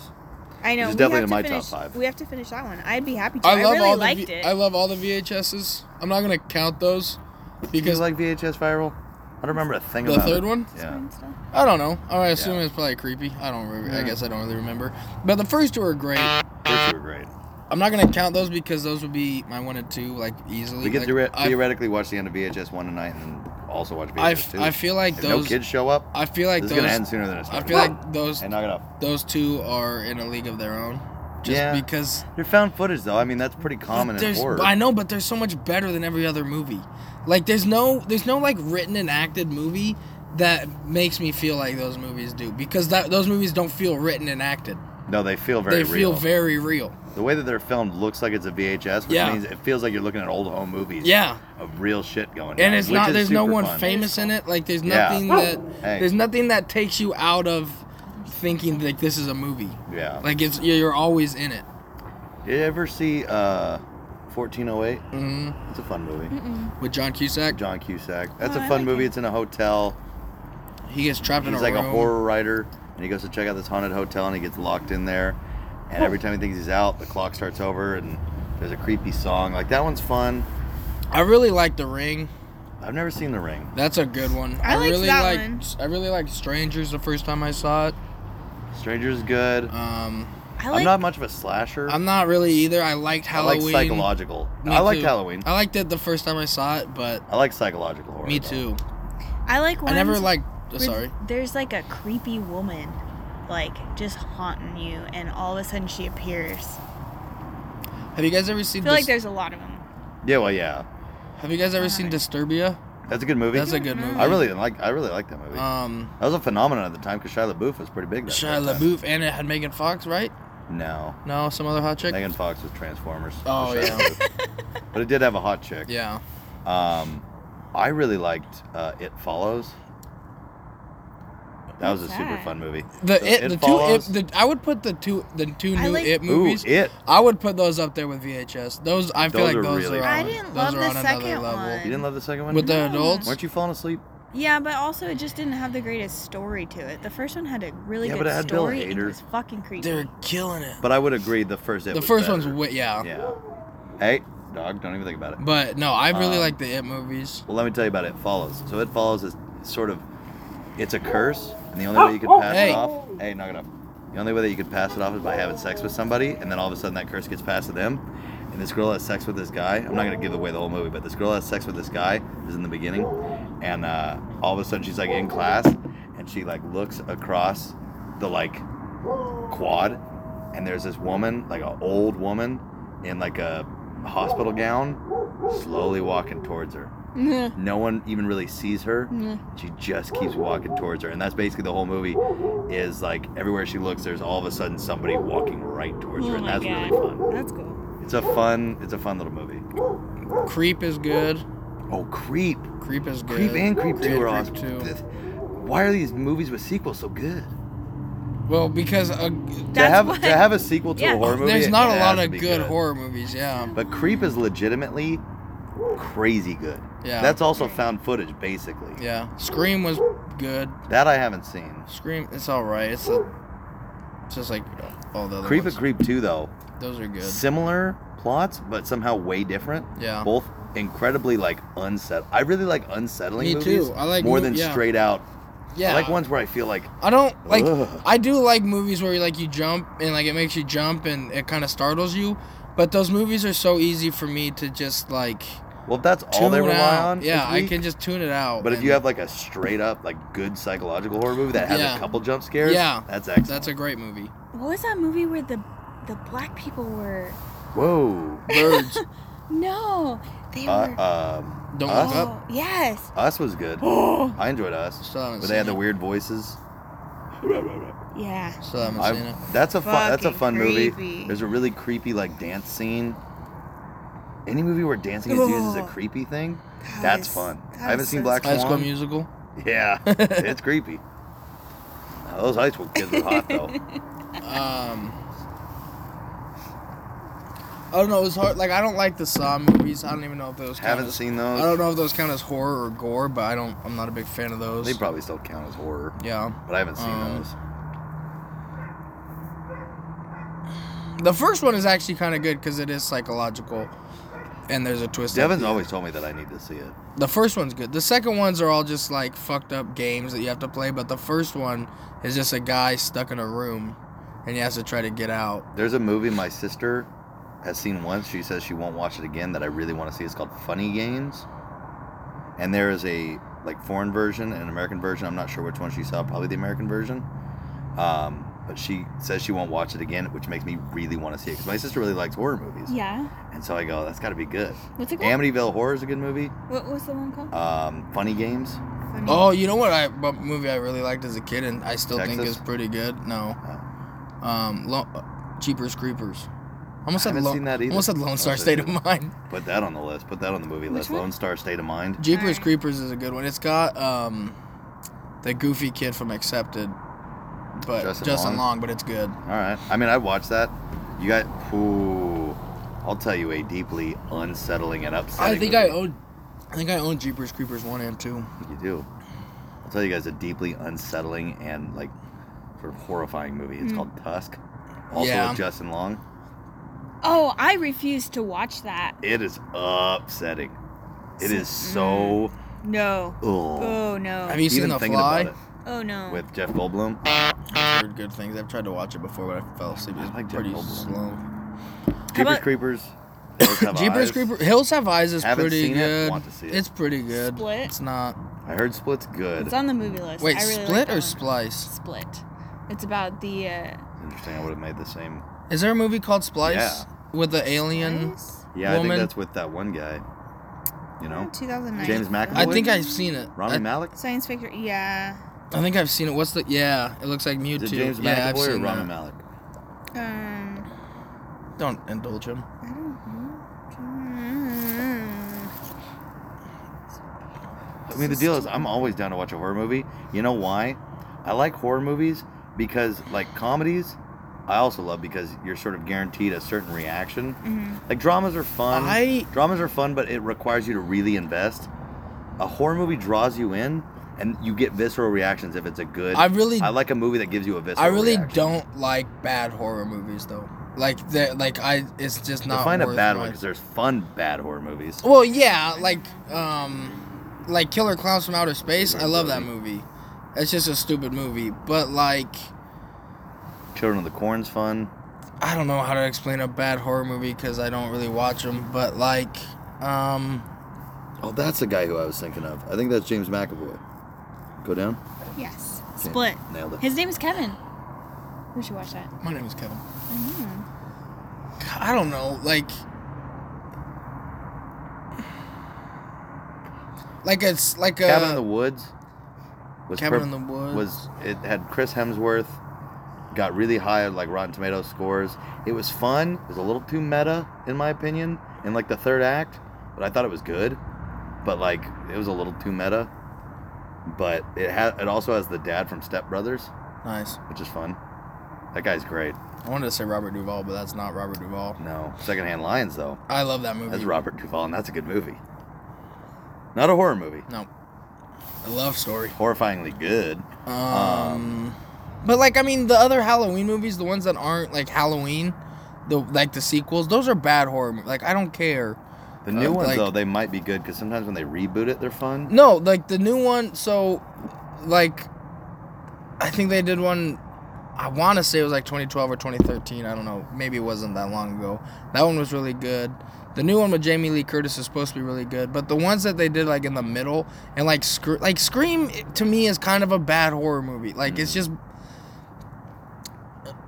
Speaker 3: I know.
Speaker 1: is
Speaker 3: we
Speaker 1: definitely
Speaker 3: have
Speaker 1: in
Speaker 3: to
Speaker 1: my top
Speaker 3: finish,
Speaker 1: five.
Speaker 3: We have to finish that one. I'd be happy to.
Speaker 2: I
Speaker 3: I,
Speaker 2: love
Speaker 3: really
Speaker 2: all the
Speaker 3: liked
Speaker 2: v-
Speaker 3: it.
Speaker 2: I love all the VHSs. I'm not gonna count those
Speaker 1: You
Speaker 2: because
Speaker 1: like VHS viral? I don't remember a thing
Speaker 2: The
Speaker 1: about
Speaker 2: third
Speaker 1: it.
Speaker 2: one?
Speaker 1: Yeah.
Speaker 3: Fun stuff.
Speaker 2: I don't know. I assume it's probably creepy. I don't. Remember. I
Speaker 1: Yeah.
Speaker 2: guess I don't really remember. But the first two are great.
Speaker 1: Those two were great.
Speaker 2: I'm not gonna count those because those would be my one and two like easily.
Speaker 1: We could
Speaker 2: Like,
Speaker 1: theore-
Speaker 2: I,
Speaker 1: theoretically watch the end of VHS one tonight and then also watch VHS
Speaker 2: I,
Speaker 1: two.
Speaker 2: I feel like
Speaker 1: if no
Speaker 2: those.
Speaker 1: kids show up,
Speaker 2: I feel like
Speaker 1: this is
Speaker 2: those.
Speaker 1: gonna end sooner than it
Speaker 2: I
Speaker 1: started.
Speaker 2: feel like those
Speaker 1: Hey, knock it off.
Speaker 2: those two are in a league of their own. Just
Speaker 1: Yeah.
Speaker 2: because
Speaker 1: They're found footage though. I mean, that's pretty common in
Speaker 2: there's,
Speaker 1: horror.
Speaker 2: I know, but they're so much better than every other movie. Like there's no there's no like written and acted movie that makes me feel like those movies do because that those movies don't feel written and acted.
Speaker 1: No, they feel very
Speaker 2: they
Speaker 1: real.
Speaker 2: feel very real.
Speaker 1: the way that they're filmed looks like it's a VHS, which
Speaker 2: Yeah.
Speaker 1: means it feels like you're looking at old home movies.
Speaker 2: Yeah.
Speaker 1: Of real shit going on.
Speaker 2: And it's
Speaker 1: which
Speaker 2: not
Speaker 1: is
Speaker 2: there's no
Speaker 1: super
Speaker 2: one
Speaker 1: fun.
Speaker 2: famous in it. Like there's
Speaker 1: Yeah.
Speaker 2: nothing that
Speaker 1: Hey.
Speaker 2: there's nothing that takes you out of thinking like this is a movie.
Speaker 1: Yeah.
Speaker 2: Like it's you're you're always in it.
Speaker 1: Did you ever see uh, 1408?
Speaker 2: hmm
Speaker 1: It's a fun movie.
Speaker 2: With John Cusack,
Speaker 1: John Cusack. That's
Speaker 3: Oh,
Speaker 1: a
Speaker 3: I
Speaker 1: fun
Speaker 3: like
Speaker 1: movie.
Speaker 3: it.
Speaker 1: It's in a hotel.
Speaker 2: he gets trapped in
Speaker 1: He's
Speaker 2: a
Speaker 1: like a
Speaker 2: room.
Speaker 1: horror writer, and he goes to check out this haunted hotel, and he gets locked in there. And every time he thinks he's out, the clock starts over, and there's a creepy song. Like that one's fun.
Speaker 2: I really like The Ring.
Speaker 1: I've never seen The Ring.
Speaker 2: That's a good one.
Speaker 3: I liked
Speaker 2: really
Speaker 3: that
Speaker 2: like
Speaker 3: one.
Speaker 2: I really liked Strangers the first time I saw it.
Speaker 1: Stranger's good.
Speaker 2: Um,
Speaker 3: I
Speaker 1: I'm
Speaker 3: like.
Speaker 1: not much of a slasher.
Speaker 2: I'm not really either. I liked
Speaker 1: I like
Speaker 2: Halloween.
Speaker 1: psychological.
Speaker 2: Me
Speaker 1: I liked
Speaker 2: too.
Speaker 1: Halloween.
Speaker 2: I liked it the first time I saw it, but
Speaker 1: I like psychological horror.
Speaker 2: me
Speaker 1: though.
Speaker 2: too.
Speaker 3: I like.
Speaker 2: I never
Speaker 3: ones
Speaker 2: liked. oh,
Speaker 3: where
Speaker 2: sorry.
Speaker 3: There's like a creepy woman, like just haunting you, and all of a sudden she appears.
Speaker 2: Have you guys ever seen?
Speaker 3: I feel like
Speaker 2: Dis-
Speaker 3: there's a lot of them.
Speaker 1: Yeah, well, yeah.
Speaker 2: have you guys ever seen Disturbia?
Speaker 1: That's a good movie.
Speaker 2: That's a
Speaker 3: Mm-hmm.
Speaker 2: good movie.
Speaker 1: I really like. I really like that movie.
Speaker 2: Um,
Speaker 1: that was a phenomenon at the time because Shia LaBeouf was pretty big. That
Speaker 2: Shia
Speaker 1: that
Speaker 2: LaBeouf, and it had Megan Fox, right?
Speaker 1: time. No,
Speaker 2: No, some other hot chick.
Speaker 1: Megan Fox was Transformers.
Speaker 2: Oh,
Speaker 1: Shia
Speaker 2: yeah.
Speaker 1: LaBeouf. but it did have a hot chick.
Speaker 2: Yeah.
Speaker 1: Um, I really liked uh, It Follows. That was a
Speaker 3: What's
Speaker 1: super
Speaker 3: that?
Speaker 1: fun movie.
Speaker 2: The
Speaker 1: So
Speaker 2: it, the
Speaker 1: Follows.
Speaker 2: two it, the, I would put the two the two
Speaker 3: I
Speaker 2: new
Speaker 3: like-
Speaker 2: it movies.
Speaker 1: Ooh, it.
Speaker 2: I would put those up there with VHS. Those I feel
Speaker 1: Those
Speaker 2: like
Speaker 1: are
Speaker 2: those
Speaker 1: really
Speaker 2: are.
Speaker 1: fun.
Speaker 2: On,
Speaker 1: I
Speaker 3: didn't
Speaker 2: those
Speaker 3: love
Speaker 2: are
Speaker 3: the
Speaker 2: on another
Speaker 3: second
Speaker 2: level.
Speaker 3: one.
Speaker 1: You didn't love the second one?
Speaker 2: With the
Speaker 3: No.
Speaker 2: adults.
Speaker 1: Weren't you falling asleep?
Speaker 3: Yeah, but also it just didn't have the greatest story to it. The first one had a really
Speaker 1: Yeah,
Speaker 3: good
Speaker 1: but it had Bill
Speaker 3: story. and it
Speaker 1: Hader.
Speaker 3: was fucking creepy.
Speaker 2: They're killing it.
Speaker 1: But I would agree the first it
Speaker 2: the
Speaker 1: was
Speaker 2: first
Speaker 1: better.
Speaker 2: one's way, yeah.
Speaker 1: Yeah. Hey, dog, don't even think about it.
Speaker 2: But no, I really
Speaker 1: Um,
Speaker 2: like the It movies.
Speaker 1: Well, let me tell you about It Follows. So It Follows is sort of, it's a curse, and the only way you could pass
Speaker 2: Hey.
Speaker 1: it off, hey, knock it off. The only way that you could pass it off is by having sex with somebody, and then all of a sudden that curse gets passed to them. And this girl has sex with this guy. I'm not gonna give away the whole movie, but this girl has sex with this guy. This is in the beginning, and uh, all of a sudden she's like in class, and she like looks across the like quad and there's this woman like an old woman in like a hospital gown slowly walking towards her no one even really sees her she just keeps walking towards her and that's basically the whole movie is like everywhere she looks there's all of a sudden somebody walking right towards her
Speaker 3: oh
Speaker 1: and
Speaker 3: my
Speaker 1: that's really
Speaker 3: god,
Speaker 1: fun
Speaker 3: that's cool.
Speaker 1: it's a fun it's a fun little movie
Speaker 2: Creep is good.
Speaker 1: oh creep
Speaker 2: Creep is good.
Speaker 1: creep and creep 2 are awesome
Speaker 2: Creep 2.
Speaker 1: Th- why are these movies with sequels so good
Speaker 2: Well, because uh,
Speaker 1: to
Speaker 3: That's
Speaker 1: have
Speaker 3: what-
Speaker 1: to have a sequel to
Speaker 3: Yeah.
Speaker 1: a horror movie
Speaker 2: there's
Speaker 1: it
Speaker 2: not a
Speaker 1: has
Speaker 2: lot
Speaker 1: to
Speaker 2: of
Speaker 1: be
Speaker 2: good, horror movies. Yeah.
Speaker 1: But Creep is legitimately crazy good.
Speaker 2: Yeah.
Speaker 1: That's also found footage, basically.
Speaker 2: Yeah. Scream was good.
Speaker 1: That I haven't seen.
Speaker 2: Scream, it's all right. It's, a, it's just like all the other
Speaker 1: Creep and
Speaker 2: ones.
Speaker 1: Creep 2, though,
Speaker 2: Those are good.
Speaker 1: similar plots, but somehow way different.
Speaker 2: Yeah.
Speaker 1: Both incredibly, like, unset. I really like unsettling
Speaker 2: Me
Speaker 1: movies
Speaker 2: too. I like
Speaker 1: more
Speaker 2: mov-
Speaker 1: than
Speaker 2: yeah.
Speaker 1: straight out.
Speaker 2: Yeah.
Speaker 1: I like ones where I feel like,
Speaker 2: I don't like.
Speaker 1: Ugh.
Speaker 2: I do like movies where like you jump and like it makes you jump and it kind of startles you. But those movies are so easy for me to just like
Speaker 1: well, if that's all
Speaker 2: tune
Speaker 1: they rely
Speaker 2: out.
Speaker 1: on.
Speaker 2: Yeah,
Speaker 1: is
Speaker 2: I
Speaker 1: weak.
Speaker 2: can just tune it out.
Speaker 1: But if
Speaker 2: and
Speaker 1: you have, like, a straight up, like, good psychological horror movie that has
Speaker 2: Yeah.
Speaker 1: a couple jump scares,
Speaker 2: Yeah.
Speaker 1: that's excellent.
Speaker 2: that's a great movie.
Speaker 3: What was that movie where the the black people were?
Speaker 1: Whoa.
Speaker 2: Birds
Speaker 3: No, they
Speaker 1: Uh,
Speaker 3: were.
Speaker 1: um,
Speaker 2: don't
Speaker 1: Us?
Speaker 2: look up.
Speaker 3: oh, yes.
Speaker 1: Us was good. I enjoyed Us.
Speaker 2: Still haven't
Speaker 1: But
Speaker 2: seen
Speaker 1: they had the
Speaker 2: it.
Speaker 1: weird voices.
Speaker 3: Yeah.
Speaker 2: Still haven't seen
Speaker 1: I've,
Speaker 2: it.
Speaker 1: that's a fun. That's a
Speaker 3: Fucking
Speaker 1: fun movie.
Speaker 3: creepy.
Speaker 1: There's a really creepy like dance scene. Any movie where dancing is used as a
Speaker 3: Ugh.
Speaker 1: creepy thing,
Speaker 3: Oh. That
Speaker 1: that's
Speaker 3: was-
Speaker 1: fun.
Speaker 3: that
Speaker 1: I haven't
Speaker 3: was
Speaker 1: seen
Speaker 3: so
Speaker 1: Black
Speaker 2: High School
Speaker 1: Swan.
Speaker 2: Musical.
Speaker 1: Yeah, it's creepy. Now, those high school kids were hot though.
Speaker 2: Um, I don't know. It was hard. Like I don't like the Saw movies. I don't even know if those. count
Speaker 1: Haven't
Speaker 2: as-
Speaker 1: seen those.
Speaker 2: I don't know if those count as horror or gore, but I don't. I'm not a big fan of those.
Speaker 1: They probably still count as horror,
Speaker 2: yeah.
Speaker 1: but I haven't seen
Speaker 2: Um,
Speaker 1: those.
Speaker 2: The first one is actually kind of good because it is psychological, and there's a twist. at
Speaker 1: Devin's
Speaker 2: the end.
Speaker 1: always told me that I need to see it.
Speaker 2: The first one's good. The second ones are all just like fucked up games that you have to play, but the first one is just a guy stuck in a room and he has to try to get out.
Speaker 1: There's a movie my sister has seen once. She says she won't watch it again. That I really want to see. It's called Funny Games, and there is a like foreign version and an American version. I'm not sure which one she saw. Probably the American version. Um, but she says she won't watch it again, which makes me really want to see it because my sister really likes horror movies.
Speaker 3: Yeah.
Speaker 1: And so I go, that's got to be good.
Speaker 3: What's it called?
Speaker 1: Amityville Horror is a good movie.
Speaker 3: what was the one called?
Speaker 1: Um, Funny Games.
Speaker 3: Funny.
Speaker 2: Oh, you know what I what movie I really liked as a kid and I still think
Speaker 1: Texas? Oh.
Speaker 2: is pretty good? No. Um lo- Jeepers Creepers. Almost
Speaker 1: I
Speaker 2: said
Speaker 1: haven't
Speaker 2: Lo-
Speaker 1: seen that either.
Speaker 2: Almost said Lone Star
Speaker 1: Almost
Speaker 2: State
Speaker 1: said
Speaker 2: of Mind.
Speaker 1: Put that on the list. Put that on the movie list.
Speaker 3: one?
Speaker 1: Lone Star State of Mind.
Speaker 2: Jeepers
Speaker 3: Alright.
Speaker 2: Creepers is a good one. It's got um the goofy kid from Accepted. But
Speaker 1: Justin
Speaker 2: Justin,
Speaker 1: Long?
Speaker 2: Long. but it's good.
Speaker 1: All right. I mean, I watched that. You got. Ooh. I'll tell you a deeply unsettling and upsetting.
Speaker 2: I think I
Speaker 1: movie.
Speaker 2: own I think I own Jeepers Creepers 1 and 2.
Speaker 1: You do. I'll tell you guys a deeply unsettling and like sort of horrifying movie. It's called Tusk. Also
Speaker 2: Hmm. Yeah.
Speaker 1: with Justin Long.
Speaker 3: Oh, I refuse to watch that.
Speaker 1: It is upsetting. It is so.
Speaker 3: No.
Speaker 1: Ugh.
Speaker 3: Oh no.
Speaker 2: mm. Have you seen
Speaker 1: Even
Speaker 2: The
Speaker 1: thinking
Speaker 2: Fly?
Speaker 1: about
Speaker 3: oh no.
Speaker 1: it with Jeff Goldblum.
Speaker 2: I've heard good things. I've tried to watch it before, but I fell asleep. It's
Speaker 1: I like Jeff
Speaker 2: pretty
Speaker 1: Goldblum.
Speaker 2: slow.
Speaker 1: Jeepers
Speaker 3: about-
Speaker 1: Creepers. Hills Have
Speaker 2: Jeepers
Speaker 1: Eyes.
Speaker 2: Creeper Hills Have Eyes is
Speaker 1: Haven't
Speaker 2: pretty
Speaker 1: seen it.
Speaker 2: good.
Speaker 1: Want to see it.
Speaker 2: It's pretty good.
Speaker 3: Split?
Speaker 2: It's not.
Speaker 1: I heard Split's good.
Speaker 3: it's on the movie list.
Speaker 2: Wait,
Speaker 3: I really like
Speaker 2: Split
Speaker 3: that
Speaker 2: or
Speaker 3: one.
Speaker 2: Splice?
Speaker 3: Split. It's about the. Uh,
Speaker 1: Interesting. I would have made the same.
Speaker 2: Is there a movie called Splice
Speaker 1: Yeah.
Speaker 2: with the alien?
Speaker 3: Splice?
Speaker 1: Yeah, I think
Speaker 2: Woman.
Speaker 1: that's with that one guy. You know,
Speaker 3: 2009.
Speaker 1: James
Speaker 2: I
Speaker 1: McAvoy?
Speaker 2: think I've seen it.
Speaker 1: Rami
Speaker 2: I,
Speaker 1: Malek.
Speaker 3: Science fiction. Yeah.
Speaker 2: I think I've seen it. What's the? Yeah, it looks like
Speaker 1: Is
Speaker 2: Mewtwo.
Speaker 1: it James
Speaker 2: yeah, I've
Speaker 1: McAvoy or
Speaker 2: seen
Speaker 1: Rami
Speaker 2: that.
Speaker 1: Malek?
Speaker 3: Um.
Speaker 2: Don't indulge him.
Speaker 3: I don't know.
Speaker 1: I mean, the deal is, I'm always down to watch a horror movie. You know why? I like horror movies because, like comedies, I also love because you're sort of guaranteed a certain reaction.
Speaker 3: Mm-hmm.
Speaker 1: Like dramas are fun.
Speaker 2: I-
Speaker 1: Dramas are fun, but it requires you to really invest. A horror movie draws you in, and you get visceral reactions if it's a good.
Speaker 2: I really-
Speaker 1: I like a movie that gives you a visceral.
Speaker 2: I really
Speaker 1: reaction.
Speaker 2: don't like bad horror movies though. Like that. Like I. It's just not.
Speaker 1: Find a
Speaker 2: worth
Speaker 1: bad
Speaker 2: my-
Speaker 1: one because there's fun bad horror movies.
Speaker 2: Well, yeah, like um, like Killer Clowns from Outer Space. I love that movie. It's just a stupid movie, but like
Speaker 1: Children of the Corn's fun.
Speaker 2: I don't know how to explain a bad horror movie because I don't really watch them. But like, um,
Speaker 1: Oh, that's the guy who I was thinking of. I think that's James McAvoy. Go down.
Speaker 3: Yes.
Speaker 1: Okay,
Speaker 3: Split.
Speaker 1: Nailed it.
Speaker 3: His name is Kevin. We should watch that.
Speaker 2: my name is Kevin. I don't know, like, like it's like a
Speaker 1: Cabin in the Woods. Was
Speaker 2: Cabin in the Woods.
Speaker 1: Was it had Chris Hemsworth? Got really high like Rotten Tomato scores. It was fun. It was a little too meta, in my opinion, in like the third act. But I thought it was good. But like it was a little too meta. But it had it also has the dad from Step Brothers,
Speaker 2: nice.
Speaker 1: which is fun. That guy's great.
Speaker 2: I wanted to say Robert Duvall, but that's not Robert Duvall.
Speaker 1: No, Secondhand Lions though.
Speaker 2: I love that movie.
Speaker 1: That's Robert Duvall, and that's a good movie. Not a horror movie.
Speaker 2: No, I love story.
Speaker 1: Horrifyingly good.
Speaker 2: Um, but like I mean, the other Halloween movies, the ones that aren't like Halloween, the like the sequels, those are bad horror. Movies. Like I don't care.
Speaker 1: The new
Speaker 2: uh,
Speaker 1: ones
Speaker 2: like-
Speaker 1: though, they might be good because sometimes when they reboot it, they're fun.
Speaker 2: No, like the new one. So, like, I think they did one. I want to say it was like 2012 or 2013. I don't know. Maybe it wasn't that long ago. That one was really good. The new one with Jamie Lee Curtis is supposed to be really good. But the ones that they did like in the middle and like Scream, like Scream to me is kind of a bad horror movie. Like it's just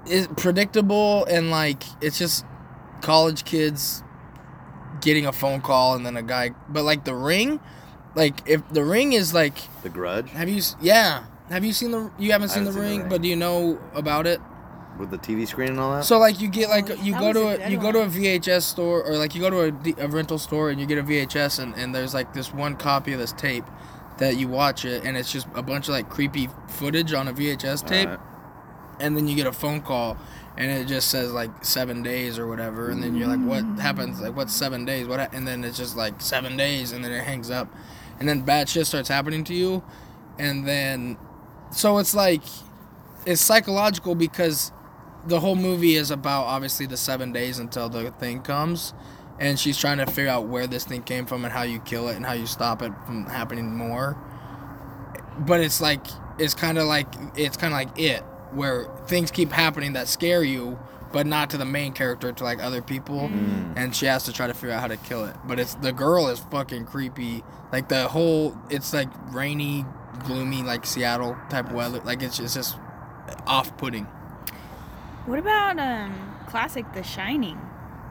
Speaker 2: it's predictable and like it's just college kids getting a phone call and then a guy. But like The Ring, like if The Ring is like
Speaker 1: The Grudge
Speaker 2: have you? s- Yeah. Have you seen the? You haven't
Speaker 1: haven't seen
Speaker 2: seen, the,
Speaker 1: The
Speaker 2: ring,
Speaker 1: Ring.
Speaker 2: but do you know about it?
Speaker 1: with the TV screen and all that.
Speaker 2: So like you get like you
Speaker 3: Oh, that
Speaker 2: go
Speaker 3: was
Speaker 2: to
Speaker 3: a
Speaker 2: a,
Speaker 3: good
Speaker 2: you go to a VHS store or like you go to a, D- a rental store and you get a VHS and, and there's like this one copy of this tape that you watch it and it's just a bunch of like creepy footage on a VHS tape
Speaker 1: Alright.
Speaker 2: and then you get a phone call and it just says like seven days or whatever, and then you're like, what happens? Like, what's seven days? What? ha-" And then it's just like seven days, and then it hangs up, and then bad shit starts happening to you, and then so it's like it's psychological because the whole movie is about obviously the seven days until the thing comes and she's trying to figure out where this thing came from and how you kill it and how you stop it from happening more but it's like it's kind of like it's kind of like it where things keep happening that scare you but not to the main character to like other people
Speaker 3: Mm.
Speaker 2: and she has to try to figure out how to kill it but it's the girl is fucking creepy like the whole it's like rainy gloomy like seattle type weather like it's, it's just off-putting
Speaker 3: What about um classic The Shining?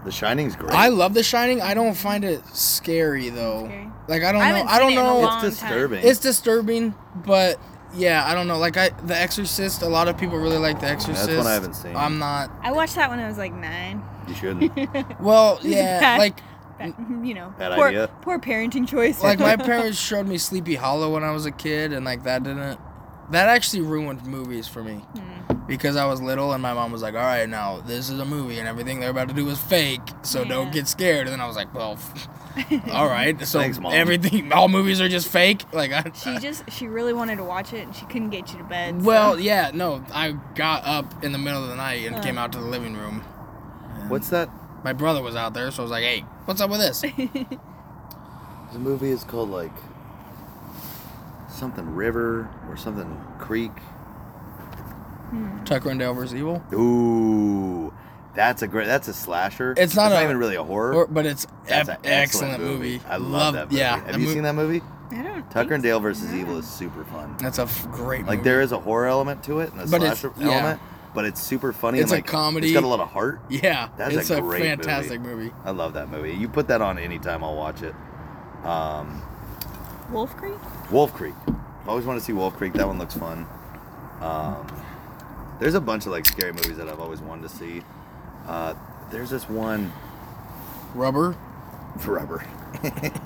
Speaker 1: The Shining's great.
Speaker 2: i love the shining i don't find it scary
Speaker 1: Oh.
Speaker 2: though
Speaker 3: Scary.
Speaker 2: like i don't
Speaker 3: I
Speaker 2: know
Speaker 3: haven't
Speaker 2: i don't
Speaker 3: seen it in a
Speaker 2: know
Speaker 3: long
Speaker 1: it's
Speaker 3: time.
Speaker 1: disturbing.
Speaker 2: It's disturbing, but yeah, I don't know. Like I, The Exorcist. A lot of people really like The Exorcist.
Speaker 1: one I haven't seen.
Speaker 2: I'm not.
Speaker 3: I watched that when I was like nine.
Speaker 1: you shouldn't.
Speaker 2: Well, yeah,
Speaker 3: Bad.
Speaker 2: like
Speaker 3: That- you know,
Speaker 1: Mm. Bad
Speaker 3: poor,
Speaker 1: idea.
Speaker 3: poor parenting choice.
Speaker 2: like my parents showed me Sleepy Hollow when I was a kid, and like that didn't. That actually ruined movies for me
Speaker 3: Hmm.
Speaker 2: because I was little and my mom was like, "All right, now this is a movie and everything they're about to do is fake, so
Speaker 3: Yeah.
Speaker 2: don't get scared." And then I was like, "Well, all right, so
Speaker 1: Thanks, Mom.
Speaker 2: everything, all movies are just fake." Like I,
Speaker 3: she just she really wanted to watch it and she couldn't get you to bed. so-
Speaker 2: Well, yeah, no, I got up in the middle of the night and came out to the living room.
Speaker 1: What's that?
Speaker 2: My brother was out there, so I was like, "Hey, what's up with this?"
Speaker 1: The movie is called like something River or something Creek.
Speaker 2: Tucker and Dale vs. Evil,
Speaker 1: Ooh, that's a great. That's a slasher.
Speaker 2: It's not a-
Speaker 1: even really a horror.
Speaker 2: or, but it's
Speaker 1: that's
Speaker 2: ep-
Speaker 1: an
Speaker 2: excellent, movie.
Speaker 1: I love that movie.
Speaker 2: Yeah,
Speaker 1: Have you seen that movie?
Speaker 3: I don't.
Speaker 1: Tucker and
Speaker 3: think
Speaker 1: Dale versus Evil is super fun.
Speaker 2: That's a f- great
Speaker 1: Like
Speaker 2: movie.
Speaker 1: there is a horror element to it and a
Speaker 2: But it's-
Speaker 1: slasher
Speaker 2: yeah.
Speaker 1: element, but it's super funny.
Speaker 2: It's a
Speaker 1: and, like,
Speaker 2: comedy.
Speaker 1: It's got a lot of heart.
Speaker 2: yeah,
Speaker 1: That's a
Speaker 2: it's a,
Speaker 1: great
Speaker 2: fantastic movie.
Speaker 1: I love that movie. You put that on anytime I'll watch it. Um,
Speaker 3: so. Wolf Creek.
Speaker 1: Wolf Creek. I always want to see Wolf Creek. That one looks fun. Um, there's a bunch of like scary movies that I've always wanted to see. Uh, there's this one
Speaker 2: Rubber.
Speaker 1: forever.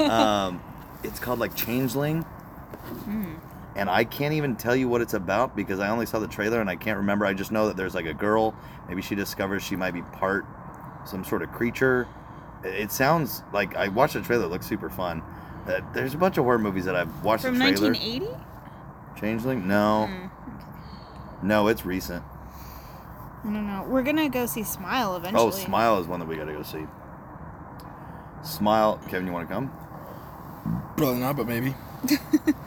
Speaker 1: um, it's called like Changeling.
Speaker 3: Hmm.
Speaker 1: And I can't even tell you what it's about because I only saw the trailer and I can't remember. I just know that there's like a girl. Maybe she discovers she might be part some sort of creature. It- It sounds like I watched the trailer. It looks super fun. Uh, there's a bunch of horror movies that I've watched
Speaker 3: From
Speaker 1: the trailer. Oh.
Speaker 3: 1980?
Speaker 1: Changeling? No.
Speaker 3: Mm, Hmm.
Speaker 1: No, it's recent.
Speaker 3: I don't know. We're gonna go see Smile eventually.
Speaker 1: Oh, Smile is one that we gotta go see. Smile, Kevin, you wanna come?
Speaker 2: Probably not, but maybe.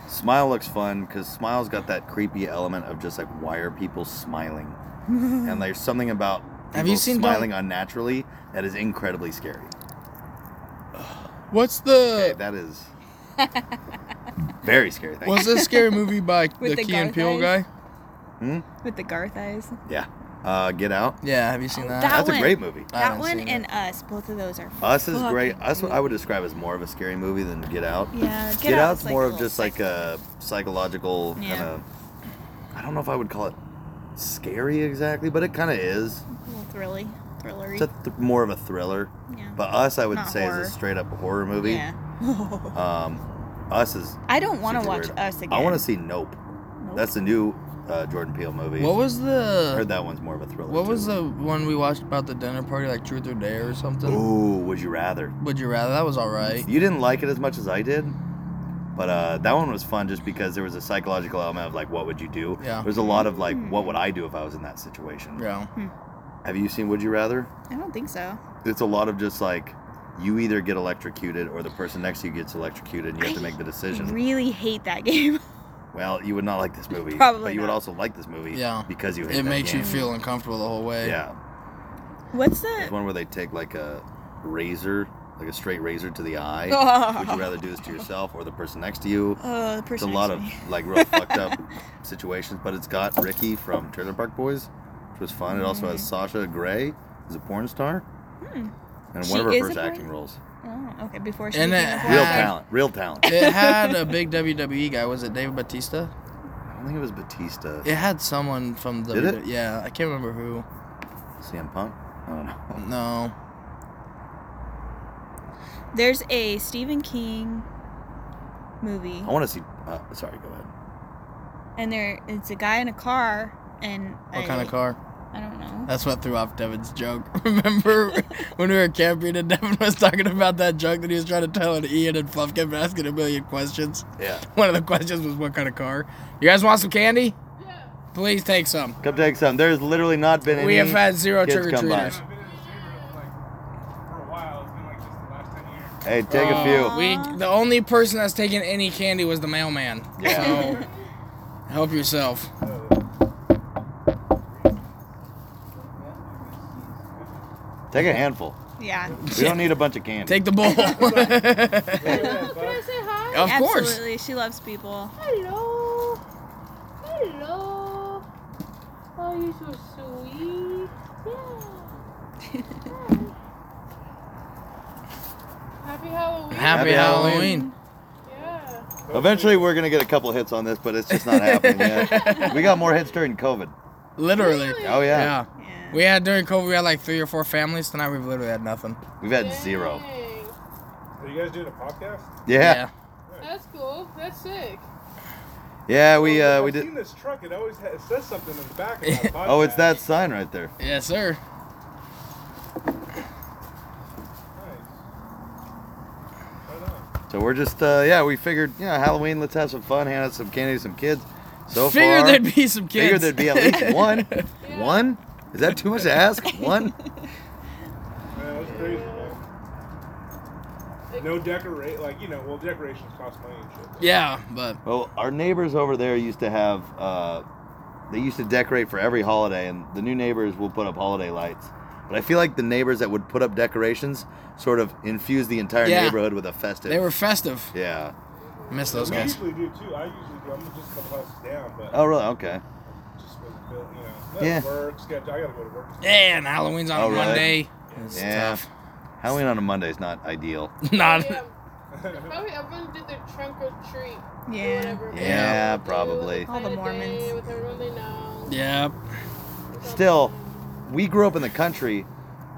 Speaker 1: Smile looks fun because Smile's got that creepy element of just like why are people smiling? and there's something about
Speaker 2: Have
Speaker 1: people
Speaker 2: you seen
Speaker 1: smiling unnaturally that is incredibly scary.
Speaker 2: What's the
Speaker 1: Okay, that is very scary. Thank
Speaker 2: what's the scary movie by
Speaker 3: With
Speaker 2: the,
Speaker 3: the
Speaker 2: Key and
Speaker 3: Garth
Speaker 2: Peele
Speaker 3: eyes?
Speaker 2: guy?
Speaker 1: you. Hmm?
Speaker 3: With the Garth eyes.
Speaker 1: Yeah. Uh, Get Out.
Speaker 2: Yeah, have you seen
Speaker 3: Oh,
Speaker 2: that?
Speaker 3: that-
Speaker 1: That's a
Speaker 3: one-
Speaker 1: great movie.
Speaker 2: I
Speaker 3: That
Speaker 2: haven't
Speaker 3: one
Speaker 2: seen
Speaker 3: and Us, both of those are.
Speaker 1: Us is great.
Speaker 3: fucking
Speaker 1: Us,
Speaker 3: great.
Speaker 1: I would describe as more of a scary movie than Get Out.
Speaker 3: Yeah, Get,
Speaker 1: Get, Out's
Speaker 3: Out's like
Speaker 1: more
Speaker 3: a
Speaker 1: of
Speaker 3: little
Speaker 1: just like a psychological
Speaker 3: Yeah.
Speaker 1: kind of. I don't know if I would call it scary exactly, but it kind of is.
Speaker 3: psych- little thrilly, thrillery.
Speaker 1: It's a th- more of a thriller.
Speaker 3: yeah.
Speaker 1: But Us, I would
Speaker 3: Not
Speaker 1: say,
Speaker 3: horror.
Speaker 1: is a straight up horror movie.
Speaker 3: yeah.
Speaker 1: Um, Us is.
Speaker 3: I don't want to
Speaker 1: super
Speaker 3: watch
Speaker 1: weird.
Speaker 3: Us again.
Speaker 1: I want to see Nope.
Speaker 3: Nope.
Speaker 1: That's the new uh, Jordan Peele movie.
Speaker 2: What was
Speaker 1: I heard
Speaker 2: the
Speaker 1: that one's more of a thriller.
Speaker 2: what was
Speaker 1: too.
Speaker 2: the one we watched about the dinner party, like Truth or Dare or something?
Speaker 1: Ooh, Would You Rather?
Speaker 2: Would you rather? That was all right.
Speaker 1: You didn't like it as much as I did, but uh, that one was fun just because there was a psychological element of like, what would you do?
Speaker 2: Yeah.
Speaker 1: There's a lot of
Speaker 3: Hmm.
Speaker 1: like, what would I do if I was in that situation?
Speaker 2: Yeah.
Speaker 1: Have you seen Would You Rather?
Speaker 3: I don't think so.
Speaker 1: It's a lot of just like, you either get electrocuted or the person next to you gets electrocuted, and you have to make the
Speaker 3: I
Speaker 1: decision.
Speaker 3: really hate that game.
Speaker 1: Well, you would not like this movie.
Speaker 3: Probably
Speaker 1: But you would
Speaker 3: not.
Speaker 1: also like this movie.
Speaker 2: Yeah.
Speaker 1: Because you hate
Speaker 2: it
Speaker 1: that
Speaker 2: makes you
Speaker 1: game.
Speaker 2: feel uncomfortable the whole way.
Speaker 1: Yeah.
Speaker 3: What's
Speaker 1: There's
Speaker 3: the?
Speaker 1: one where they take like a razor, like a straight razor to the eye. Would you rather do this to yourself or the person next to you?
Speaker 3: Oh, the person.
Speaker 1: It's a lot of like real fucked up situations, but it's got Ricky from Trailer Park Boys, which was fun. It also
Speaker 3: Mm.
Speaker 1: has Sasha Grey, who's a porn star, and one
Speaker 3: Hmm. She
Speaker 1: of her
Speaker 3: is a
Speaker 1: first
Speaker 3: porn-
Speaker 1: acting roles.
Speaker 3: Oh, okay. Before she
Speaker 2: And
Speaker 3: became
Speaker 2: it
Speaker 3: a
Speaker 2: ha-
Speaker 1: Real
Speaker 2: Ah.
Speaker 1: talent, real talent.
Speaker 2: It had a big WWE guy. Was it David Batista?
Speaker 1: I don't think it was Batista.
Speaker 2: It had someone from the.
Speaker 1: Did it?
Speaker 2: Yeah, I can't remember who.
Speaker 1: CM Punk. I don't know.
Speaker 2: No.
Speaker 3: whore. There's a Stephen King movie,
Speaker 1: I want to see. Uh, sorry, go ahead.
Speaker 3: and there it's a guy in a car, and
Speaker 2: What
Speaker 3: a-
Speaker 2: kind of car?
Speaker 3: I don't know.
Speaker 2: That's what threw off Devin's joke. Remember when we were camping and Devin was talking about that joke that he was trying to tell and Ian and Fluff kept asking a million questions?
Speaker 1: Yeah.
Speaker 2: One of the questions was what kind of car? You guys want some candy? Please take some.
Speaker 1: Come take some. There's literally not been any.
Speaker 2: We have had zero
Speaker 1: kids
Speaker 2: trick or
Speaker 1: come by.
Speaker 2: treaters.
Speaker 4: I've been in the chamber like for a while. It's been like just the last ten
Speaker 1: Hey,
Speaker 4: years.
Speaker 1: take
Speaker 2: Uh,
Speaker 1: a
Speaker 2: We the only person that's taken any candy was the mailman.
Speaker 1: Yeah.
Speaker 2: So help yourself.
Speaker 1: few. Take a handful.
Speaker 3: Yeah.
Speaker 1: We don't need a bunch of candy.
Speaker 2: Take the bowl.
Speaker 5: Can I say hi?
Speaker 2: of course.
Speaker 3: Absolutely. She loves people.
Speaker 5: Hello. Hello. Oh, you're so sweet. Yeah. Hi. Happy Halloween.
Speaker 2: Happy
Speaker 1: Happy Halloween.
Speaker 2: Halloween.
Speaker 5: Yeah.
Speaker 1: Eventually, we're gonna get a couple hits on this, but it's just not happening yet. we got more hits during COVID.
Speaker 2: Literally.
Speaker 5: Really?
Speaker 1: Oh yeah,
Speaker 2: Yeah.
Speaker 3: Yeah.
Speaker 2: We had during COVID we had like three or four families. Tonight we've literally had nothing.
Speaker 1: we've had
Speaker 5: Dang.
Speaker 1: zero.
Speaker 4: Are you guys doing a podcast?
Speaker 1: Yeah,
Speaker 5: That's cool. That's sick.
Speaker 1: yeah, we uh,
Speaker 4: I've
Speaker 1: we
Speaker 4: seen
Speaker 1: did.
Speaker 4: this truck. It always ha- it says something in the back. Of that
Speaker 1: Oh, it's
Speaker 4: podcast.
Speaker 1: that sign right there.
Speaker 2: Yeah. Yes, sir.
Speaker 4: Nice. Right on.
Speaker 1: So we're just uh, yeah, we figured you know Halloween, let's have some fun, hand out some candy to some kids. So
Speaker 2: figured
Speaker 1: far,
Speaker 2: there'd be some
Speaker 1: figured
Speaker 2: kids.
Speaker 1: there'd be at least one.
Speaker 5: Yeah.
Speaker 1: One? Is that too much to ask? One?
Speaker 4: Man, that's crazy. Man. No decorate, like you know, well decorations cost money and shit.
Speaker 2: yeah, but
Speaker 1: Well, our neighbors over there used to have, uh, they used to decorate for every holiday, and the new neighbors will put up holiday lights. But I feel like the neighbors that would put up decorations sort of infuse the entire
Speaker 2: Yeah.
Speaker 1: neighborhood with a festive.
Speaker 2: they were festive.
Speaker 1: Yeah.
Speaker 2: Miss those
Speaker 4: we
Speaker 2: guys.
Speaker 4: usually do too. I usually do. I'm just a couple houses down, but
Speaker 1: Oh, really? Okay.
Speaker 4: just with the, bill- you know,
Speaker 1: Yeah.
Speaker 4: that's work schedule. I gotta go to work.
Speaker 2: Yeah, and Halloween's on
Speaker 1: Oh,
Speaker 2: a
Speaker 1: really?
Speaker 2: Monday. It's
Speaker 1: Yeah. Halloween on a Monday is not ideal.
Speaker 2: tough. Not
Speaker 5: Yeah. um, Probably everyone did their trunk or treat. Or
Speaker 3: Yeah.
Speaker 5: whatever.
Speaker 1: Yeah, probably.
Speaker 5: All
Speaker 3: All the
Speaker 5: the
Speaker 3: Mormons.
Speaker 5: With everyone they know.
Speaker 2: Yeah.
Speaker 1: Still, we grew up in the country,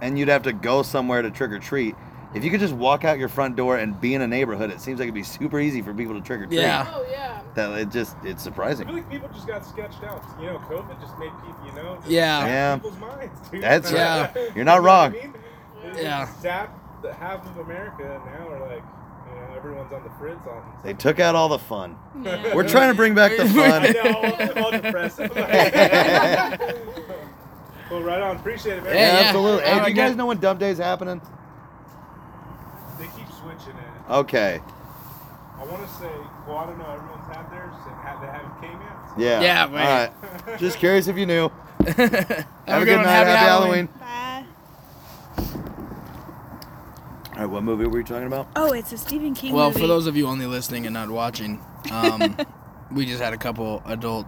Speaker 1: and you'd have to go somewhere to trick or treat. If you could just walk out your front door and be in a neighborhood, it seems like it'd be super easy for people to trick or treat.
Speaker 2: Yeah.
Speaker 5: Oh yeah.
Speaker 1: That it just it's
Speaker 4: I feel
Speaker 1: surprising.
Speaker 4: like people just got sketched out. You know, COVID just made people, you know, just
Speaker 2: Yeah.
Speaker 4: zap
Speaker 1: Yeah.
Speaker 4: people's minds, dude.
Speaker 1: That's
Speaker 2: right.
Speaker 1: You're
Speaker 4: You
Speaker 1: not
Speaker 4: know what I
Speaker 1: wrong.
Speaker 4: mean? It
Speaker 2: Yeah.
Speaker 4: just Zapped the half of America, and now we're like, you know, everyone's on the fritz on.
Speaker 1: They took out all the fun.
Speaker 3: Yeah.
Speaker 1: We're trying to bring back the fun.
Speaker 4: I know. I'm all depressed. well, right on. Appreciate it, man.
Speaker 2: Yeah,
Speaker 1: Yeah,
Speaker 2: yeah.
Speaker 1: absolutely. Hey,
Speaker 2: Oh,
Speaker 1: do you guys
Speaker 2: good.
Speaker 1: know when Dump Day's happening?
Speaker 4: They keep switching it.
Speaker 1: Okay.
Speaker 4: I want to say, well, I don't know. Everyone's had theirs and ha- they haven't came
Speaker 1: Yeah.
Speaker 4: yet.
Speaker 2: Yeah,
Speaker 1: All
Speaker 2: wait.
Speaker 1: right. Just curious if you knew.
Speaker 2: Have,
Speaker 1: Have, a good,
Speaker 2: one.
Speaker 1: night.
Speaker 2: Happy, Halloween.
Speaker 3: Bye.
Speaker 1: All right. What movie were you talking about?
Speaker 3: Oh, it's a Stephen King
Speaker 2: Well,
Speaker 3: movie.
Speaker 2: for those of you only listening and not watching, um, we just had a couple adult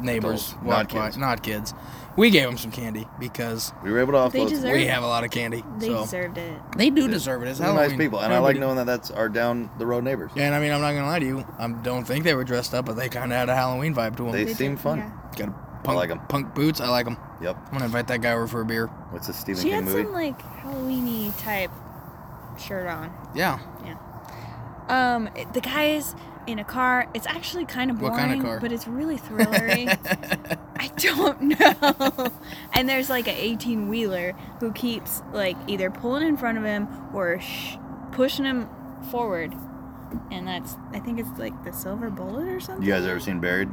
Speaker 2: neighbors
Speaker 1: Adults,
Speaker 2: walk
Speaker 1: not
Speaker 2: by,
Speaker 1: kids.
Speaker 2: not kids. We gave them some candy because
Speaker 1: We were able to offload.
Speaker 3: They deserve-
Speaker 2: we have a lot of candy.
Speaker 3: they
Speaker 2: so
Speaker 3: deserved it.
Speaker 2: they do deserve it. It's
Speaker 1: They're
Speaker 2: Halloween.
Speaker 1: nice people, and I like
Speaker 2: Everybody-
Speaker 1: knowing that that's our down the road neighbors.
Speaker 2: Yeah, and I mean, I'm not gonna lie to you. I don't think they were dressed up, but they kind of had a Halloween vibe to them.
Speaker 1: They seem fun.
Speaker 2: Got a punk,
Speaker 1: like 'em.
Speaker 2: punk boots. I like them.
Speaker 1: Yep.
Speaker 2: I'm gonna invite that guy over for a beer.
Speaker 1: What's this Stephen
Speaker 3: She
Speaker 1: King
Speaker 3: had
Speaker 1: movie?
Speaker 3: some like Halloweeny type shirt on.
Speaker 2: Yeah.
Speaker 3: Um, it- the guy is in a car. It's actually kind of
Speaker 2: What
Speaker 3: boring,
Speaker 2: kind of car?
Speaker 3: but it's really thrillery. I don't know. and there's like an 18 wheeler who keeps like either pulling in front of him or sh- pushing him forward. And that's I think it's like the silver bullet or something.
Speaker 1: You guys ever seen Buried?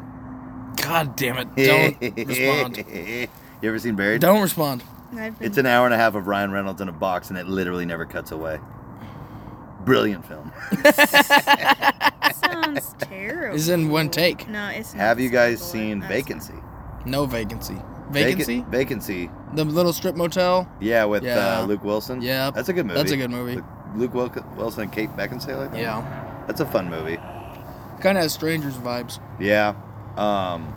Speaker 2: God damn it! Don't respond.
Speaker 1: you ever seen Buried?
Speaker 2: Don't respond.
Speaker 3: I've been,
Speaker 1: It's an hour and a half of Ryan Reynolds in a box, and it literally never cuts away. Brilliant film.
Speaker 3: sounds terrible.
Speaker 2: It's in one take.
Speaker 3: No, it's. not
Speaker 1: Have you
Speaker 3: the Silver
Speaker 1: guys
Speaker 3: Bullet.
Speaker 1: seen
Speaker 3: That's-
Speaker 1: Vacancy?
Speaker 2: No vacancy.
Speaker 1: Vaca-
Speaker 2: Vacancy.
Speaker 1: Vacancy.
Speaker 2: the little strip motel.
Speaker 1: Yeah, with
Speaker 2: Yeah.
Speaker 1: Uh, Luke Wilson.
Speaker 2: Yeah.
Speaker 1: that's a good movie.
Speaker 2: That's a good movie.
Speaker 1: Luke, Luke Wil- Wilson and Kate Beckinsale. I think.
Speaker 2: Yeah.
Speaker 1: that's a fun movie.
Speaker 2: Kind of has strangers vibes.
Speaker 1: Yeah, um,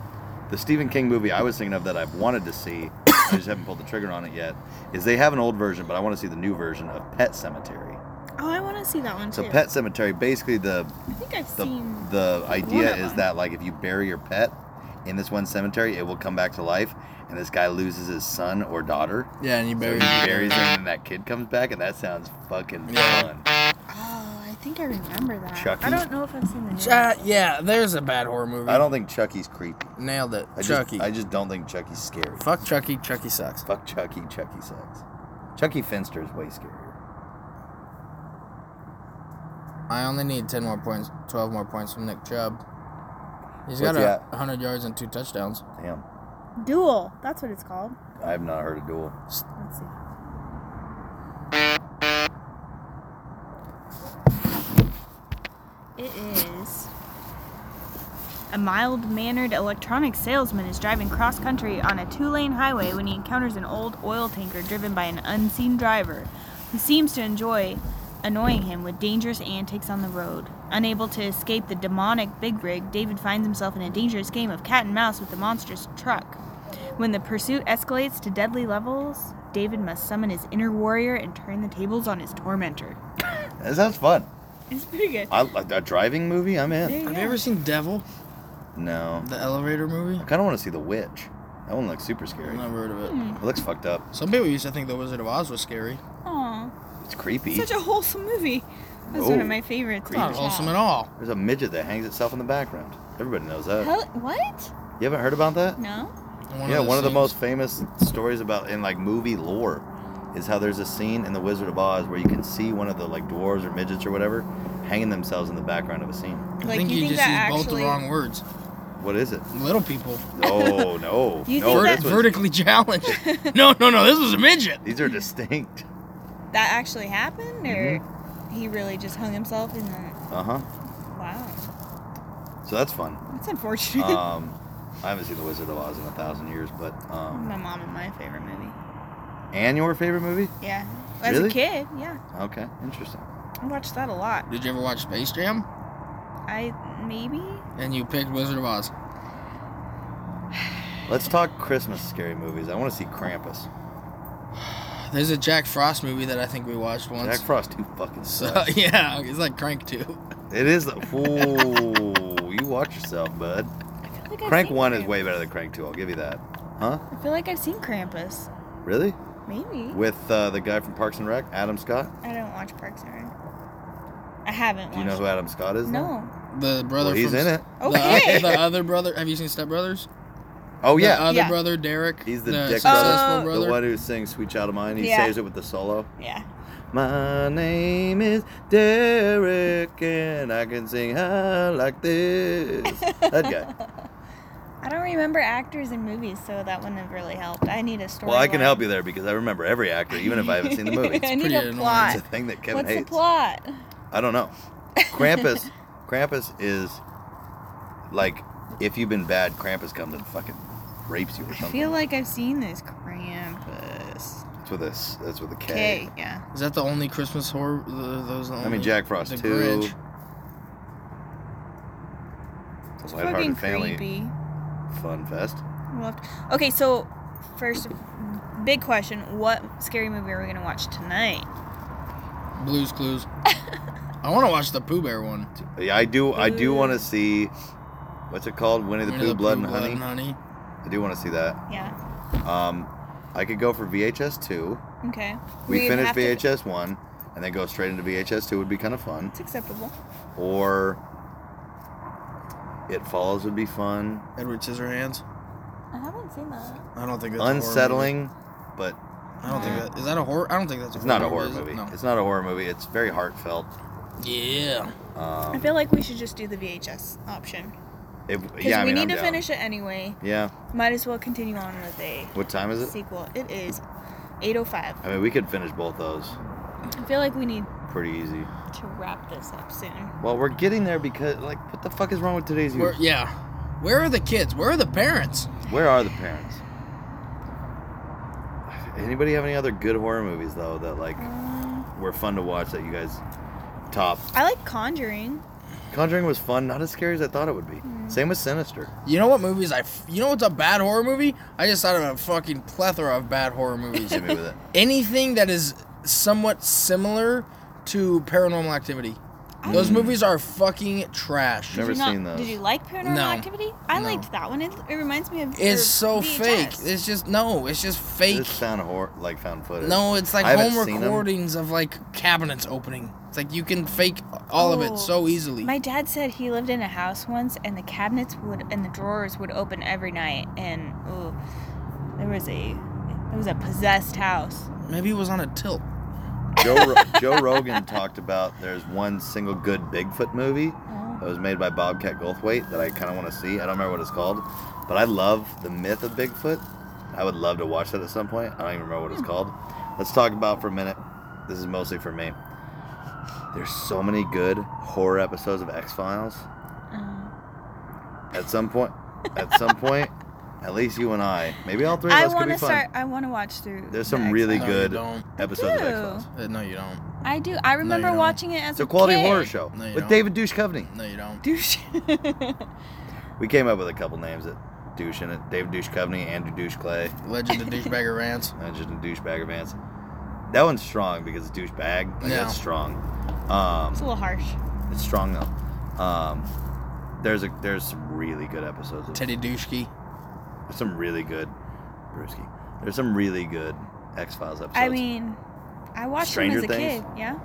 Speaker 1: the Stephen King movie I was thinking of that I've wanted to see, I just haven't pulled the trigger on it yet. Is they have an old version, but I want to see the new version of Pet Cemetery.
Speaker 3: Oh, I want to see that one
Speaker 1: So
Speaker 3: too.
Speaker 1: Pet Cemetery, basically the
Speaker 3: I think I've
Speaker 1: the
Speaker 3: seen.
Speaker 1: the idea
Speaker 3: of
Speaker 1: is
Speaker 3: them.
Speaker 1: that like if you bury your pet in this one cemetery, it will come back to life. And this guy loses his son or daughter.
Speaker 2: Yeah, and you
Speaker 1: So
Speaker 2: bury.
Speaker 1: he buries him, and that kid comes back, and that sounds fucking
Speaker 2: Yeah.
Speaker 1: fun.
Speaker 3: Oh, I think think I remember that.
Speaker 1: Chucky?
Speaker 3: I don't know if I've seen the new
Speaker 2: Uh, yeah, there's a bad horror movie.
Speaker 1: I don't think Chucky's creepy.
Speaker 2: nailed it.
Speaker 1: I
Speaker 2: Chucky.
Speaker 1: Just, I just don't think Chucky's scary.
Speaker 2: Fuck Chucky. Chucky sucks.
Speaker 1: Fuck Chucky. Chucky sucks. Chucky Finster is way scarier.
Speaker 2: I only need ten more points, twelve more points from Nick Chubb. He's
Speaker 1: What's
Speaker 2: got
Speaker 1: he
Speaker 2: a
Speaker 1: at?
Speaker 2: hundred yards and two touchdowns.
Speaker 1: Damn.
Speaker 3: Duel. That's what it's called.
Speaker 1: I have not heard a duel.
Speaker 3: Let's see. It is. A mild mannered electronic salesman is driving cross country on a two lane highway when he encounters an old oil tanker driven by an unseen driver who seems to enjoy annoying him with dangerous antics on the road. Unable to escape the demonic big rig, David finds himself in a dangerous game of cat and mouse with the monstrous truck. When the pursuit escalates to deadly levels, David must summon his inner warrior and turn the tables on his tormentor.
Speaker 1: That sounds fun.
Speaker 3: It's pretty good.
Speaker 1: I, like a driving movie? I'm
Speaker 3: There
Speaker 1: in.
Speaker 3: you
Speaker 2: Have
Speaker 3: go.
Speaker 2: you ever seen Devil,
Speaker 1: No.
Speaker 2: the elevator movie?
Speaker 1: I kind of want to see The Witch. That one looks super
Speaker 2: I've
Speaker 1: scary.
Speaker 2: never heard of it.
Speaker 3: Hmm.
Speaker 1: It looks fucked up.
Speaker 2: Some people used to think The Wizard of Oz was scary.
Speaker 3: Oh, Aw,
Speaker 1: It's creepy.
Speaker 3: such a wholesome movie. That's
Speaker 1: Oh.
Speaker 3: one of my favorites.
Speaker 2: It's not wholesome at all.
Speaker 1: There's a midget that hangs itself in the background. Everybody knows that.
Speaker 3: Hell, what?
Speaker 1: You haven't heard about that?
Speaker 3: No.
Speaker 1: yeah, one of the
Speaker 2: scenes-
Speaker 1: most famous stories about in like movie lore is how there's a scene in The Wizard of Oz where you can see one of the like dwarves or midgets or whatever hanging themselves in the background of a scene.
Speaker 2: I
Speaker 3: Like,
Speaker 2: think
Speaker 3: you
Speaker 2: you,
Speaker 3: think
Speaker 2: just used
Speaker 3: that
Speaker 2: both the
Speaker 3: actually-
Speaker 2: wrong words.
Speaker 1: What is it?
Speaker 2: Little people.
Speaker 1: Oh no,
Speaker 3: You
Speaker 1: no, this
Speaker 3: think that-
Speaker 1: was-
Speaker 2: Vertically challenged. no, no, no. This was a midget.
Speaker 1: these are distinct.
Speaker 3: That actually happened, or
Speaker 1: Mm-hmm.
Speaker 3: he really just hung himself in the.
Speaker 1: Uh huh.
Speaker 3: Wow,
Speaker 1: So that's fun.
Speaker 3: that's unfortunate.
Speaker 1: Um, I haven't seen The Wizard of Oz in a thousand years, but um,
Speaker 3: my mom and my favorite movie.
Speaker 1: and your favorite movie?
Speaker 3: Yeah. As
Speaker 1: Really?
Speaker 3: a kid, yeah,
Speaker 1: Okay, interesting.
Speaker 3: I watched that a lot.
Speaker 2: Did you ever watch Space Jam?
Speaker 3: I maybe.
Speaker 2: And you picked Wizard of Oz.
Speaker 1: Let's talk Christmas scary movies. I want to see Krampus.
Speaker 2: There's a Jack Frost movie that I think we watched once.
Speaker 1: Jack Frost too fucking
Speaker 2: so
Speaker 1: sucks.
Speaker 2: yeah, it's like Crank Two.
Speaker 1: It is. Ooh, you watch yourself, bud.
Speaker 3: I feel like I've
Speaker 1: Crank
Speaker 3: seen
Speaker 1: one is
Speaker 3: Krampus.
Speaker 1: way better than Crank two. I'll give you that. Huh?
Speaker 3: I feel like I've seen Krampus.
Speaker 1: Really?
Speaker 3: Maybe.
Speaker 1: With uh, the guy from Parks and Rec, Adam Scott.
Speaker 3: I don't watch Parks and Rec. I haven't.
Speaker 1: Do you know
Speaker 3: watched
Speaker 1: who Adam Scott is?
Speaker 3: it.
Speaker 1: now?
Speaker 3: No.
Speaker 2: The brother.
Speaker 1: Well, he's
Speaker 2: from
Speaker 1: in it.
Speaker 2: The,
Speaker 3: Okay.
Speaker 2: the other brother. Have you seen Step Brothers?
Speaker 1: Oh yeah.
Speaker 2: The other
Speaker 3: Yeah. Oh.
Speaker 2: brother, Derek.
Speaker 1: He's the dick
Speaker 2: successful
Speaker 3: brother.
Speaker 2: brother.
Speaker 1: The one who sings "Sweet Child of Mine." He
Speaker 3: Yeah.
Speaker 1: saves it with the solo.
Speaker 3: Yeah.
Speaker 1: My name is Derek, and I can sing high like this. That guy.
Speaker 3: I don't remember actors in movies, so that wouldn't have really helped. I need a story.
Speaker 1: Well, I can help you there because I remember every actor, even if I haven't seen the movie.
Speaker 3: I
Speaker 1: It's
Speaker 3: need
Speaker 2: pretty
Speaker 3: a
Speaker 2: annoying.
Speaker 3: plot.
Speaker 1: a thing that Kevin
Speaker 3: What's
Speaker 1: hates.
Speaker 3: the plot?
Speaker 1: I don't know. Krampus, Krampus is like if you've been bad, Krampus comes and fucking rapes you or
Speaker 3: I
Speaker 1: something.
Speaker 3: feel like I've seen this Krampus.
Speaker 1: that's with a s- that's with a K.
Speaker 3: Okay, yeah.
Speaker 2: Is that the only Christmas horror? th- Those. are the
Speaker 1: I
Speaker 2: Only,
Speaker 1: mean Jack Frost
Speaker 2: the
Speaker 1: too.
Speaker 2: Grinch.
Speaker 1: It's a
Speaker 3: Fucking
Speaker 1: lighthearted family
Speaker 3: creepy.
Speaker 1: fun fest.
Speaker 3: Loved- Okay, so first, big question: What scary movie are we gonna watch tonight?
Speaker 2: Blues Clues. I want to watch the Pooh Bear one.
Speaker 1: Yeah, I do. I do want to see what's it called? Winnie the
Speaker 2: Winnie
Speaker 1: Pooh, Blood, and
Speaker 2: Blood
Speaker 1: Honey. I do want to see that.
Speaker 3: Yeah.
Speaker 1: Um, I could go for VHS two.
Speaker 3: Okay.
Speaker 1: We
Speaker 3: We'd
Speaker 1: finish
Speaker 3: have to-
Speaker 1: VHS one, and then go straight into VHS two would be kind of fun.
Speaker 3: It's acceptable.
Speaker 1: or It Follows would be fun.
Speaker 2: Edward Scissorhands.
Speaker 3: I haven't seen that.
Speaker 2: I don't think that's a horror
Speaker 1: Unsettling, but
Speaker 2: movie. I don't think that is that a horror. I don't think that's. A
Speaker 1: it's not a horror
Speaker 2: is it?
Speaker 1: movie.
Speaker 2: No.
Speaker 1: It's not a horror movie. It's very heartfelt.
Speaker 2: Yeah.
Speaker 3: I
Speaker 1: Um,
Speaker 3: feel like we should just do the VHS option
Speaker 1: if,
Speaker 3: because
Speaker 1: yeah, I
Speaker 3: we
Speaker 1: mean,
Speaker 3: need
Speaker 1: I'm
Speaker 3: to
Speaker 1: down.
Speaker 3: finish it anyway.
Speaker 1: Yeah.
Speaker 3: Might as well continue on with a
Speaker 1: What time is it?
Speaker 3: sequel. It is 8:05.
Speaker 1: I mean, we could finish both those
Speaker 3: I feel like we need
Speaker 1: pretty easy.
Speaker 3: to wrap this up soon.
Speaker 1: Well, we're getting there because, like, what the fuck is wrong with today's
Speaker 2: Where,
Speaker 1: youth?
Speaker 2: yeah. Where are the kids? Where are the parents?
Speaker 1: Where are the parents? Anybody have any other good horror movies though that like
Speaker 3: Um,
Speaker 1: were fun to watch that you guys top?
Speaker 3: I like Conjuring.
Speaker 1: Conjuring was fun, not as scary as I thought it would be.
Speaker 3: Hmm.
Speaker 1: Same with Sinister.
Speaker 2: You know what movies I? F- you know what's a bad horror movie? I just thought of a fucking plethora of bad horror movies.
Speaker 1: Hit me with it.
Speaker 2: Anything that is somewhat similar to Paranormal Activity.
Speaker 1: Mm.
Speaker 2: Those movies are fucking trash.
Speaker 1: Never-
Speaker 3: Did you not-
Speaker 1: seen those.
Speaker 3: Did you like Paranormal
Speaker 2: No.
Speaker 3: Activity? I
Speaker 2: No.
Speaker 3: liked that one. It, it reminds me of. your
Speaker 2: It's so fake.
Speaker 3: VHS.
Speaker 2: It's just no. It's just
Speaker 1: It's
Speaker 2: fake.
Speaker 1: found hor- like found footage.
Speaker 2: No, it's like
Speaker 1: I haven't
Speaker 2: home
Speaker 1: seen 'em.
Speaker 2: recordings of like cabinets opening. It's like you can fake all of
Speaker 3: Oh,
Speaker 2: it so easily.
Speaker 3: My dad said he lived in a house once, and the cabinets would and the drawers would open every night, and ooh, there was a there was a possessed house.
Speaker 2: Maybe it was on a tilt.
Speaker 1: Joe, Ro- Joe Rogan talked about there's one single good Bigfoot movie
Speaker 3: Oh.
Speaker 1: that was made by Bobcat Goldthwait that I kind of want to see. I don't remember what it's called, but I love the myth of Bigfoot. I would love to watch that at some point. I don't even remember what
Speaker 3: Hmm.
Speaker 1: it's called. Let's talk about for a minute. This is mostly for me. There's so many good horror episodes of X Files. At some point, at some point, at least you and I, maybe all three of
Speaker 3: I
Speaker 1: us could
Speaker 3: want
Speaker 1: be
Speaker 3: to
Speaker 1: fun.
Speaker 3: start. I want to watch through.
Speaker 1: There's
Speaker 3: the
Speaker 1: some really
Speaker 2: No,
Speaker 3: X-Files.
Speaker 2: you
Speaker 1: good
Speaker 2: don't.
Speaker 1: episodes of
Speaker 3: do.
Speaker 1: X Files.
Speaker 2: Uh, no, you don't.
Speaker 3: I do. I remember
Speaker 2: don't.
Speaker 3: watching it as
Speaker 1: It's a
Speaker 3: a
Speaker 1: quality
Speaker 3: kid.
Speaker 1: horror show
Speaker 2: No, you
Speaker 1: with
Speaker 2: don't.
Speaker 1: David Duchovny.
Speaker 2: No, you don't.
Speaker 3: Douche.
Speaker 1: We came up with a couple names that douche in it. David Douche Coveney, Andrew Douche Clay,
Speaker 2: Legend of Douchebagger Rants.
Speaker 1: and just a douchebag advance. That one's strong because it's douchebag. Like,
Speaker 2: Yeah.
Speaker 1: That's strong. Um,
Speaker 3: it's a little harsh.
Speaker 1: it's strong though. Um, there's a there's some really good episodes. Of,
Speaker 2: Teddy Douchey.
Speaker 1: Some really good. Brewski. There's some really good X Files episodes.
Speaker 3: I mean, I watched
Speaker 1: Stranger
Speaker 3: them as a
Speaker 1: Things?
Speaker 3: kid. Yeah.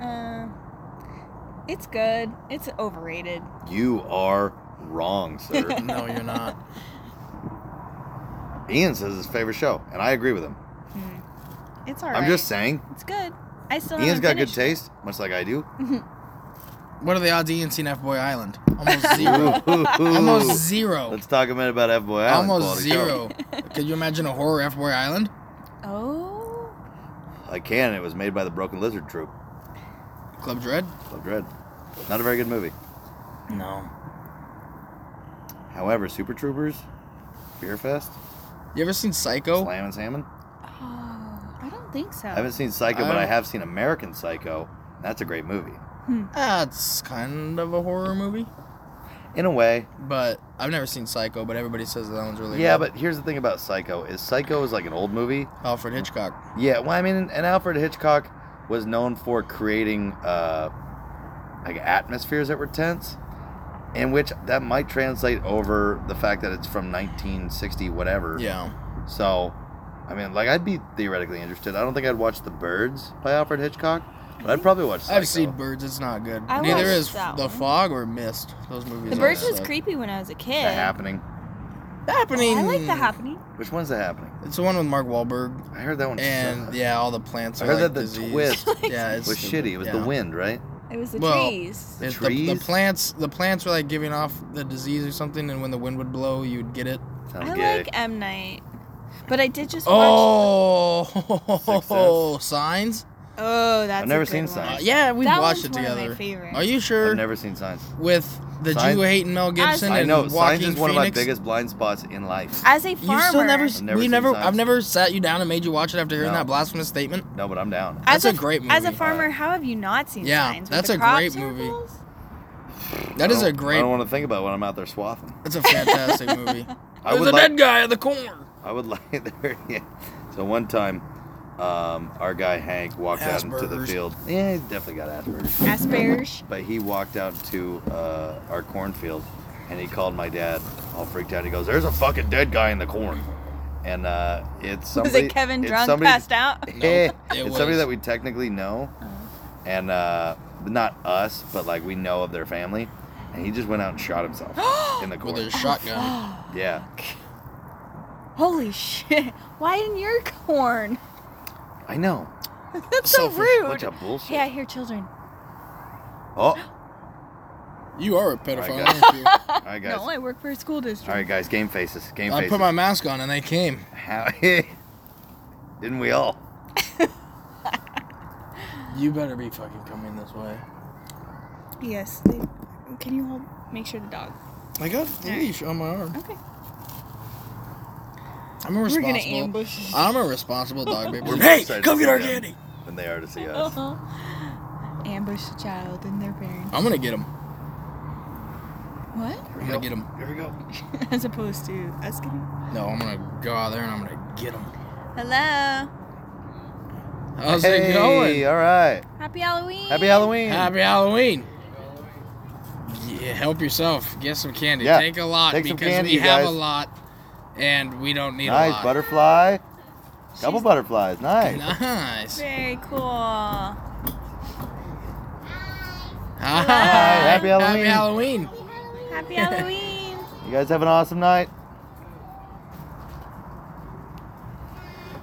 Speaker 3: Uh, it's good. It's overrated.
Speaker 1: you are wrong, sir.
Speaker 2: No, you're not.
Speaker 1: Ian says his favorite show, and I agree with him.
Speaker 3: It's alright.
Speaker 1: I'm just saying.
Speaker 3: It's good. I still.
Speaker 1: Ian's
Speaker 3: haven't
Speaker 1: got good
Speaker 3: finished it.
Speaker 1: taste, much like I do.
Speaker 2: What are the odds E Ian's seen F Boy Island? Almost zero.
Speaker 1: Ooh.
Speaker 2: Almost zero.
Speaker 1: Let's talk a minute about F Boy Island.
Speaker 2: Almost
Speaker 1: quality show.
Speaker 2: zero. Could you imagine a horror F Boy Island?
Speaker 3: Oh.
Speaker 1: I can. It was made by the Broken Lizard Troop.
Speaker 2: Club Dread?
Speaker 1: Club Dread. Not a very good movie.
Speaker 2: No.
Speaker 1: However, Super Troopers, Beer Fest,
Speaker 2: You ever seen Psycho?
Speaker 1: Slam and Salmon.
Speaker 3: Oh, I don't think so.
Speaker 1: I haven't seen Psycho, but
Speaker 2: I-
Speaker 1: I have seen American Psycho. That's a great movie.
Speaker 2: That's kind of a horror movie.
Speaker 1: In a way.
Speaker 2: But I've never seen Psycho, but everybody says that one's really
Speaker 1: Yeah,
Speaker 2: good.
Speaker 1: but here's the thing about Psycho is Psycho is like an old movie.
Speaker 2: Alfred Hitchcock.
Speaker 1: Yeah, well I mean and Alfred Hitchcock was known for creating uh like atmospheres that were tense. In which that might translate over the fact that it's from 1960 whatever.
Speaker 2: Yeah.
Speaker 1: So, I mean, like I'd be theoretically interested. I don't think I'd watch The Birds by Alfred Hitchcock, but I'd probably watch. Psycho.
Speaker 2: I've seen Birds. It's not good.
Speaker 3: I
Speaker 2: Neither
Speaker 3: watched
Speaker 2: is
Speaker 3: that
Speaker 2: The
Speaker 3: one.
Speaker 2: Fog or Mist. Those movies.
Speaker 3: The
Speaker 2: all
Speaker 3: Birds was
Speaker 2: suck.
Speaker 3: creepy when I was a
Speaker 1: The
Speaker 3: kid.
Speaker 1: Happening.
Speaker 2: Happening.
Speaker 3: Oh, I like The Happening.
Speaker 1: Which one's The Happening?
Speaker 2: It's the one with Mark Wahlberg
Speaker 1: I heard that one.
Speaker 2: and
Speaker 1: sucked.
Speaker 2: yeah, all the plants.
Speaker 1: I
Speaker 2: Are
Speaker 1: heard that
Speaker 2: like,
Speaker 1: the
Speaker 2: diseased.
Speaker 1: twist
Speaker 2: Yeah,
Speaker 1: It
Speaker 2: it's
Speaker 1: was
Speaker 2: stupid.
Speaker 1: shitty. It was
Speaker 2: Yeah.
Speaker 1: The Wind, right?
Speaker 3: It was the
Speaker 2: Well,
Speaker 3: trees.
Speaker 1: The
Speaker 2: It's the, the
Speaker 1: trees?
Speaker 2: plants. The plants were like giving off the disease or something, and when the wind would blow, you'd get it.
Speaker 1: Sounds
Speaker 3: I
Speaker 1: gay.
Speaker 3: like M Night, but I did just watch.
Speaker 2: Oh, signs.
Speaker 3: Oh, that's.
Speaker 1: I've never
Speaker 3: a good
Speaker 1: seen
Speaker 3: one.
Speaker 1: Signs.
Speaker 2: Uh, yeah, we
Speaker 3: That
Speaker 2: watched it
Speaker 3: one's one of my
Speaker 2: together.
Speaker 3: favorites.
Speaker 2: Are you sure?
Speaker 1: I've never seen Signs.
Speaker 2: With the
Speaker 1: Signs-
Speaker 2: Jew hating Mel Gibson
Speaker 3: I
Speaker 1: I
Speaker 2: and
Speaker 1: know Signs
Speaker 2: Joaquin
Speaker 1: is one
Speaker 2: Phoenix.
Speaker 1: of my biggest blind spots in life.
Speaker 3: As a farmer.
Speaker 2: You still never,
Speaker 1: I've never
Speaker 2: we
Speaker 1: seen
Speaker 2: never,
Speaker 1: Signs.
Speaker 2: I've never sat you down and made you watch it after hearing
Speaker 1: No.
Speaker 2: that blasphemous statement.
Speaker 1: No, but I'm down.
Speaker 3: As
Speaker 2: That's a great
Speaker 3: As a
Speaker 2: movie.
Speaker 3: farmer, how have you not seen
Speaker 2: Yeah,
Speaker 3: Signs? With
Speaker 2: that's
Speaker 3: the
Speaker 2: a
Speaker 3: crop
Speaker 2: great movie.
Speaker 3: circles?
Speaker 1: I
Speaker 2: That is
Speaker 1: don't-
Speaker 2: a
Speaker 1: I
Speaker 2: great.
Speaker 1: don't want to think about it when I'm out there swathing.
Speaker 2: That's a fantastic movie.
Speaker 1: I
Speaker 2: There's
Speaker 1: would
Speaker 2: a
Speaker 1: like-
Speaker 2: dead guy at the corner.
Speaker 1: I would like there. Yeah. So one time, um, our guy Hank walked out into the
Speaker 2: Asperger's.
Speaker 1: field. Yeah, he's definitely got Asperger's.
Speaker 3: Asperge.
Speaker 1: But he walked out to uh, our cornfield and he called my dad, all freaked out. He goes, "There's a fucking dead guy in the corn." And uh, it's
Speaker 3: Was
Speaker 1: somebody.
Speaker 3: it Kevin
Speaker 1: it's
Speaker 3: drunk
Speaker 1: somebody-
Speaker 3: passed out? Uh-huh.
Speaker 1: Eh,
Speaker 2: it
Speaker 1: it's
Speaker 2: was-
Speaker 1: somebody that we technically know, and uh, not us, but like we know of their family. And he just went out and shot himself in the
Speaker 2: With
Speaker 1: corn.
Speaker 2: a shotgun.
Speaker 1: Yeah,
Speaker 3: Holy shit! Why in your corn?
Speaker 1: I know.
Speaker 3: That's so
Speaker 2: Selfish.
Speaker 3: rude.
Speaker 1: Bunch of bullshit.
Speaker 3: Hey, I hear children.
Speaker 1: Oh,
Speaker 2: You are a pedophile.
Speaker 1: got it.
Speaker 2: aren't you?
Speaker 1: all right, guys.
Speaker 3: No, I work for a school district.
Speaker 1: All right, guys. Game faces. Game
Speaker 2: I
Speaker 1: faces.
Speaker 2: put my mask on and they came.
Speaker 1: How- Didn't we all?
Speaker 2: You better be fucking coming this way.
Speaker 3: Yes. They, can you hold? Make sure the dog.
Speaker 2: I got a leash on my arm.
Speaker 3: Okay.
Speaker 2: I'm a
Speaker 3: We're gonna
Speaker 2: responsible. Uh,
Speaker 3: ambush.
Speaker 2: I'm a responsible dog, baby.
Speaker 1: We're
Speaker 2: hey,
Speaker 1: excited
Speaker 2: come
Speaker 1: to
Speaker 2: get our
Speaker 1: see them.
Speaker 2: candy.
Speaker 1: Than they are to see us.
Speaker 3: Uh-huh. Ambush a child and their parents.
Speaker 2: I'm gonna get him.
Speaker 3: What?
Speaker 1: Here
Speaker 2: I'm gonna get him.
Speaker 1: Here we go.
Speaker 3: As opposed to us getting.
Speaker 2: No, I'm gonna go out there and I'm gonna get him.
Speaker 3: Hello.
Speaker 2: How's
Speaker 1: hey,
Speaker 2: it going?
Speaker 1: all right.
Speaker 3: Happy Halloween.
Speaker 1: Happy Halloween.
Speaker 2: Happy Halloween. Yeah, help yourself. Get some candy.
Speaker 1: Yeah,
Speaker 2: Take a lot
Speaker 1: take some
Speaker 2: because
Speaker 1: candy,
Speaker 2: we
Speaker 1: you
Speaker 2: have a
Speaker 1: guys.
Speaker 2: lot, and we don't need
Speaker 1: nice
Speaker 2: a lot.
Speaker 1: butterfly. Couple butterflies. Nice.
Speaker 2: Nice.
Speaker 3: Very cool.
Speaker 2: Hi.
Speaker 1: Happy Halloween.
Speaker 2: Happy Halloween.
Speaker 3: Happy Halloween.
Speaker 1: You guys have an awesome night.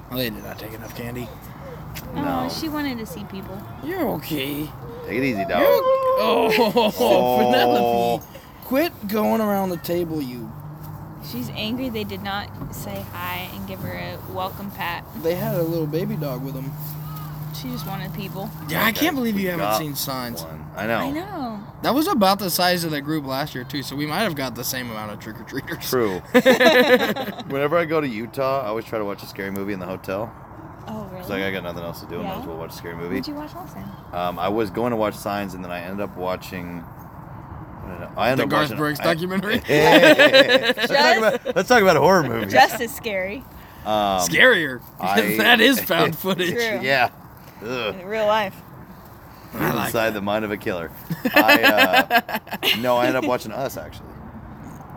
Speaker 2: Well, they did not take enough candy.
Speaker 1: No.
Speaker 3: Oh, she wanted to see people.
Speaker 2: You're okay.
Speaker 1: Take it easy,
Speaker 2: You're
Speaker 1: dog.
Speaker 2: okay. Oh,
Speaker 1: Oh.
Speaker 2: Penelope. Quit going around the table, you.
Speaker 3: She's angry they did not say hi and give her a welcome pat.
Speaker 2: They had a little baby dog with them.
Speaker 3: She just wanted people.
Speaker 2: Yeah, I can't believe
Speaker 1: We
Speaker 2: you haven't
Speaker 1: got
Speaker 2: seen signs.
Speaker 1: One. I know.
Speaker 3: I know.
Speaker 2: That was about the size of the group last year, too, so we might have got the same amount of trick or treaters.
Speaker 1: True. Um, Whenever I go to Utah, I always try to watch a scary movie in the hotel.
Speaker 3: Oh, really?
Speaker 1: It's like I got nothing else to do. I might
Speaker 3: Yeah?
Speaker 1: as well watch a scary movie.
Speaker 3: What'd you watch last time?
Speaker 1: Um, I was going to watch Signs, and then I ended up watching. what did I- I ended
Speaker 2: The
Speaker 1: up
Speaker 2: Garth
Speaker 1: watching-
Speaker 2: Brooks
Speaker 1: I-
Speaker 2: documentary.
Speaker 1: let's, talk
Speaker 3: Just-
Speaker 1: about, let's talk about horror movies.
Speaker 3: Just as scary.
Speaker 1: Um,
Speaker 2: Scarier.
Speaker 1: I-
Speaker 2: that is found footage.
Speaker 3: True.
Speaker 1: Yeah. Ugh.
Speaker 3: In real life.
Speaker 2: I like
Speaker 1: Inside the mind of a killer. I, uh, no, I ended up watching Us actually.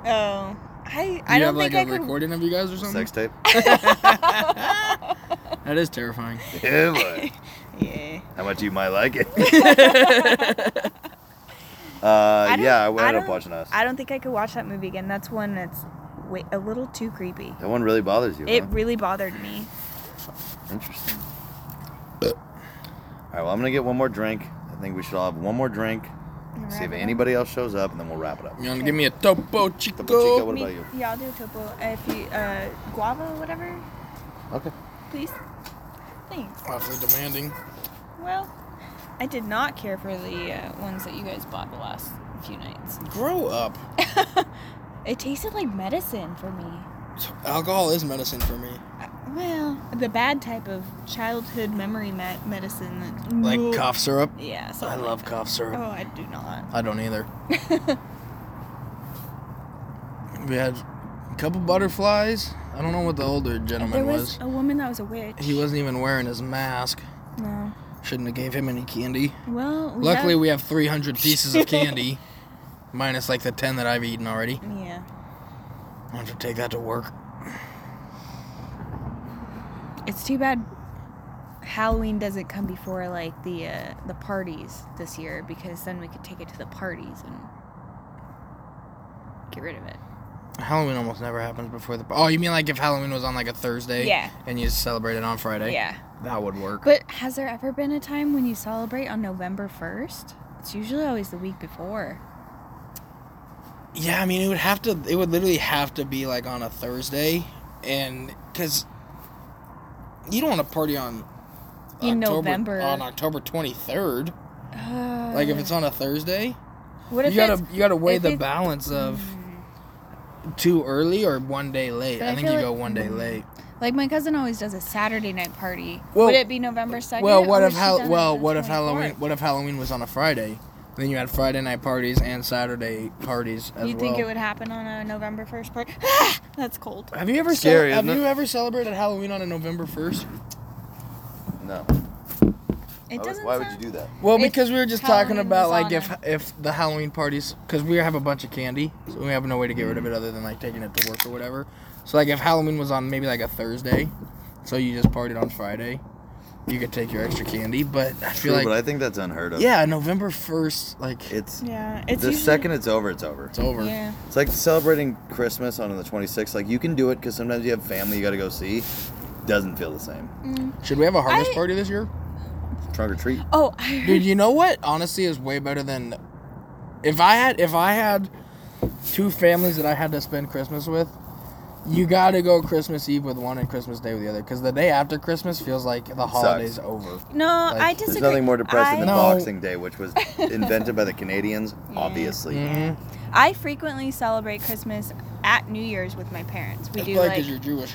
Speaker 3: Oh. I,
Speaker 2: Do
Speaker 3: I
Speaker 2: you
Speaker 3: don't
Speaker 2: have like
Speaker 3: think
Speaker 2: a
Speaker 3: I could.
Speaker 2: recording of you guys
Speaker 3: Um.
Speaker 2: or something?
Speaker 1: Sex tape.
Speaker 2: That is terrifying.
Speaker 1: Yeah, boy.
Speaker 3: Yeah.
Speaker 1: How much you might like it. uh,
Speaker 3: don't-
Speaker 1: yeah, I ended
Speaker 3: I
Speaker 1: up
Speaker 3: don't-
Speaker 1: watching Us.
Speaker 3: I don't think I could watch that movie again. That's one that's way, a little too creepy.
Speaker 1: That one really bothers you.
Speaker 3: It
Speaker 1: huh?
Speaker 3: really bothered me.
Speaker 1: Interesting. All right, well, I'm gonna get one more drink. I think we should all have one more drink. See if anybody else shows up, and then we'll wrap it up.
Speaker 2: You want to give me a topo chico?
Speaker 1: Topo Chico. What
Speaker 3: oh, Me-
Speaker 1: about you?
Speaker 3: Yeah, I'll do a topo. Uh, If you, uh, guava, whatever,
Speaker 1: Okay.
Speaker 3: please. Thanks.
Speaker 2: Awfully demanding.
Speaker 3: Well, I did not care for the uh, ones that you guys bought the last few nights.
Speaker 2: Grow up.
Speaker 3: It tasted like medicine for me. Uh,
Speaker 2: Alcohol is medicine for me.
Speaker 3: Well, the bad type of childhood memory me- medicine. That,
Speaker 2: Like cough syrup.
Speaker 3: Yeah. something
Speaker 2: I
Speaker 3: like
Speaker 2: love
Speaker 3: that.
Speaker 2: cough
Speaker 3: Oh,
Speaker 2: syrup.
Speaker 3: I do not.
Speaker 2: I don't either. we had a couple butterflies. I don't know what the older
Speaker 3: There
Speaker 2: gentleman
Speaker 3: was
Speaker 2: was.
Speaker 3: a woman that was a witch.
Speaker 2: He wasn't even wearing his mask.
Speaker 3: No.
Speaker 2: Shouldn't have gave him any candy.
Speaker 3: Well, we
Speaker 2: Luckily,
Speaker 3: have-
Speaker 2: we have 300 pieces of candy, minus like the 10 that I've eaten already.
Speaker 3: Yeah.
Speaker 2: I'll have to take that to work.
Speaker 3: It's too bad Halloween doesn't come before like the uh, the parties this year because then we could take it to the parties and get rid of it.
Speaker 2: Halloween almost never happens before the. Oh, you mean like if Halloween was on like a Thursday?
Speaker 3: Yeah.
Speaker 2: And you celebrate it on Friday?
Speaker 3: Yeah.
Speaker 2: That would work.
Speaker 3: But has there ever been a time when you celebrate on November 1st? It's usually always the week before.
Speaker 2: yeah, I mean, it would have to. It would literally have to be like on a Thursday, and because you don't want to party on.
Speaker 3: In
Speaker 2: October-
Speaker 3: November.
Speaker 2: On October 23rd.
Speaker 3: Uh,
Speaker 2: Like if it's on a Thursday,
Speaker 3: what
Speaker 2: you
Speaker 3: if
Speaker 2: gotta
Speaker 3: it's,
Speaker 2: you gotta weigh
Speaker 3: if
Speaker 2: the
Speaker 3: it's- Mm.
Speaker 2: balance of too early or one day late.
Speaker 3: But
Speaker 2: I
Speaker 3: I
Speaker 2: think
Speaker 3: feel
Speaker 2: you
Speaker 3: like-
Speaker 2: go one day late.
Speaker 3: like my cousin always does a Saturday night party?
Speaker 2: Well-
Speaker 3: would it be November 2nd?
Speaker 2: Well, what
Speaker 3: or
Speaker 2: if
Speaker 3: she
Speaker 2: Hal-
Speaker 3: done it
Speaker 2: well
Speaker 3: on the
Speaker 2: what if Halloween
Speaker 3: 24th?
Speaker 2: what if Halloween was on a Friday? Then you had Friday night parties and Saturday parties as
Speaker 3: You
Speaker 2: well.
Speaker 3: think it would happen on a November 1st party? Ah, that's cold.
Speaker 2: Have you ever
Speaker 1: Scary,
Speaker 2: cele- have
Speaker 1: isn't it?
Speaker 2: you ever celebrated Halloween on a November first?
Speaker 1: No.
Speaker 3: It
Speaker 1: Why would-
Speaker 3: doesn't
Speaker 1: why would
Speaker 3: sound-
Speaker 1: you do that?
Speaker 2: Well,
Speaker 3: If
Speaker 2: because we were just talking
Speaker 3: Halloween
Speaker 2: about
Speaker 3: was
Speaker 2: like
Speaker 3: on
Speaker 2: if
Speaker 3: a-
Speaker 2: if the Halloween parties because we have a bunch of candy, so we have no way to get rid of it other than like taking it to work or whatever. So like if Halloween was on maybe like a Thursday, so you just partied on Friday, you could take your extra candy. But I
Speaker 1: True,
Speaker 2: feel like
Speaker 1: but I think that's unheard of.
Speaker 2: yeah, November first, like
Speaker 1: It's
Speaker 3: Yeah, it's
Speaker 1: the
Speaker 3: usually-
Speaker 1: second it's over, it's over.
Speaker 2: it's over.
Speaker 3: Yeah,
Speaker 1: It's like celebrating Christmas on the 26th. Like you can do it because sometimes you have family you got to go see. Doesn't feel the same.
Speaker 2: Should we have a harvest
Speaker 3: I-
Speaker 2: party this year?
Speaker 1: Trunk or treat.
Speaker 3: Oh, I heard
Speaker 2: Dude, you know what? Honestly, is way better than if I had if I had two families that I had to spend Christmas with. You gotta go Christmas Eve with one and Christmas Day with the other, because the day after Christmas feels like the holiday's over.
Speaker 3: no. I
Speaker 2: Like,
Speaker 3: disagree.
Speaker 1: There's nothing more depressing
Speaker 3: I,
Speaker 1: than
Speaker 2: No.
Speaker 1: Boxing Day, which was invented by the Canadians, obviously.
Speaker 3: I frequently celebrate Christmas at New Year's with my parents. We
Speaker 2: That's
Speaker 3: do
Speaker 2: probably
Speaker 3: like
Speaker 2: you're Jewish.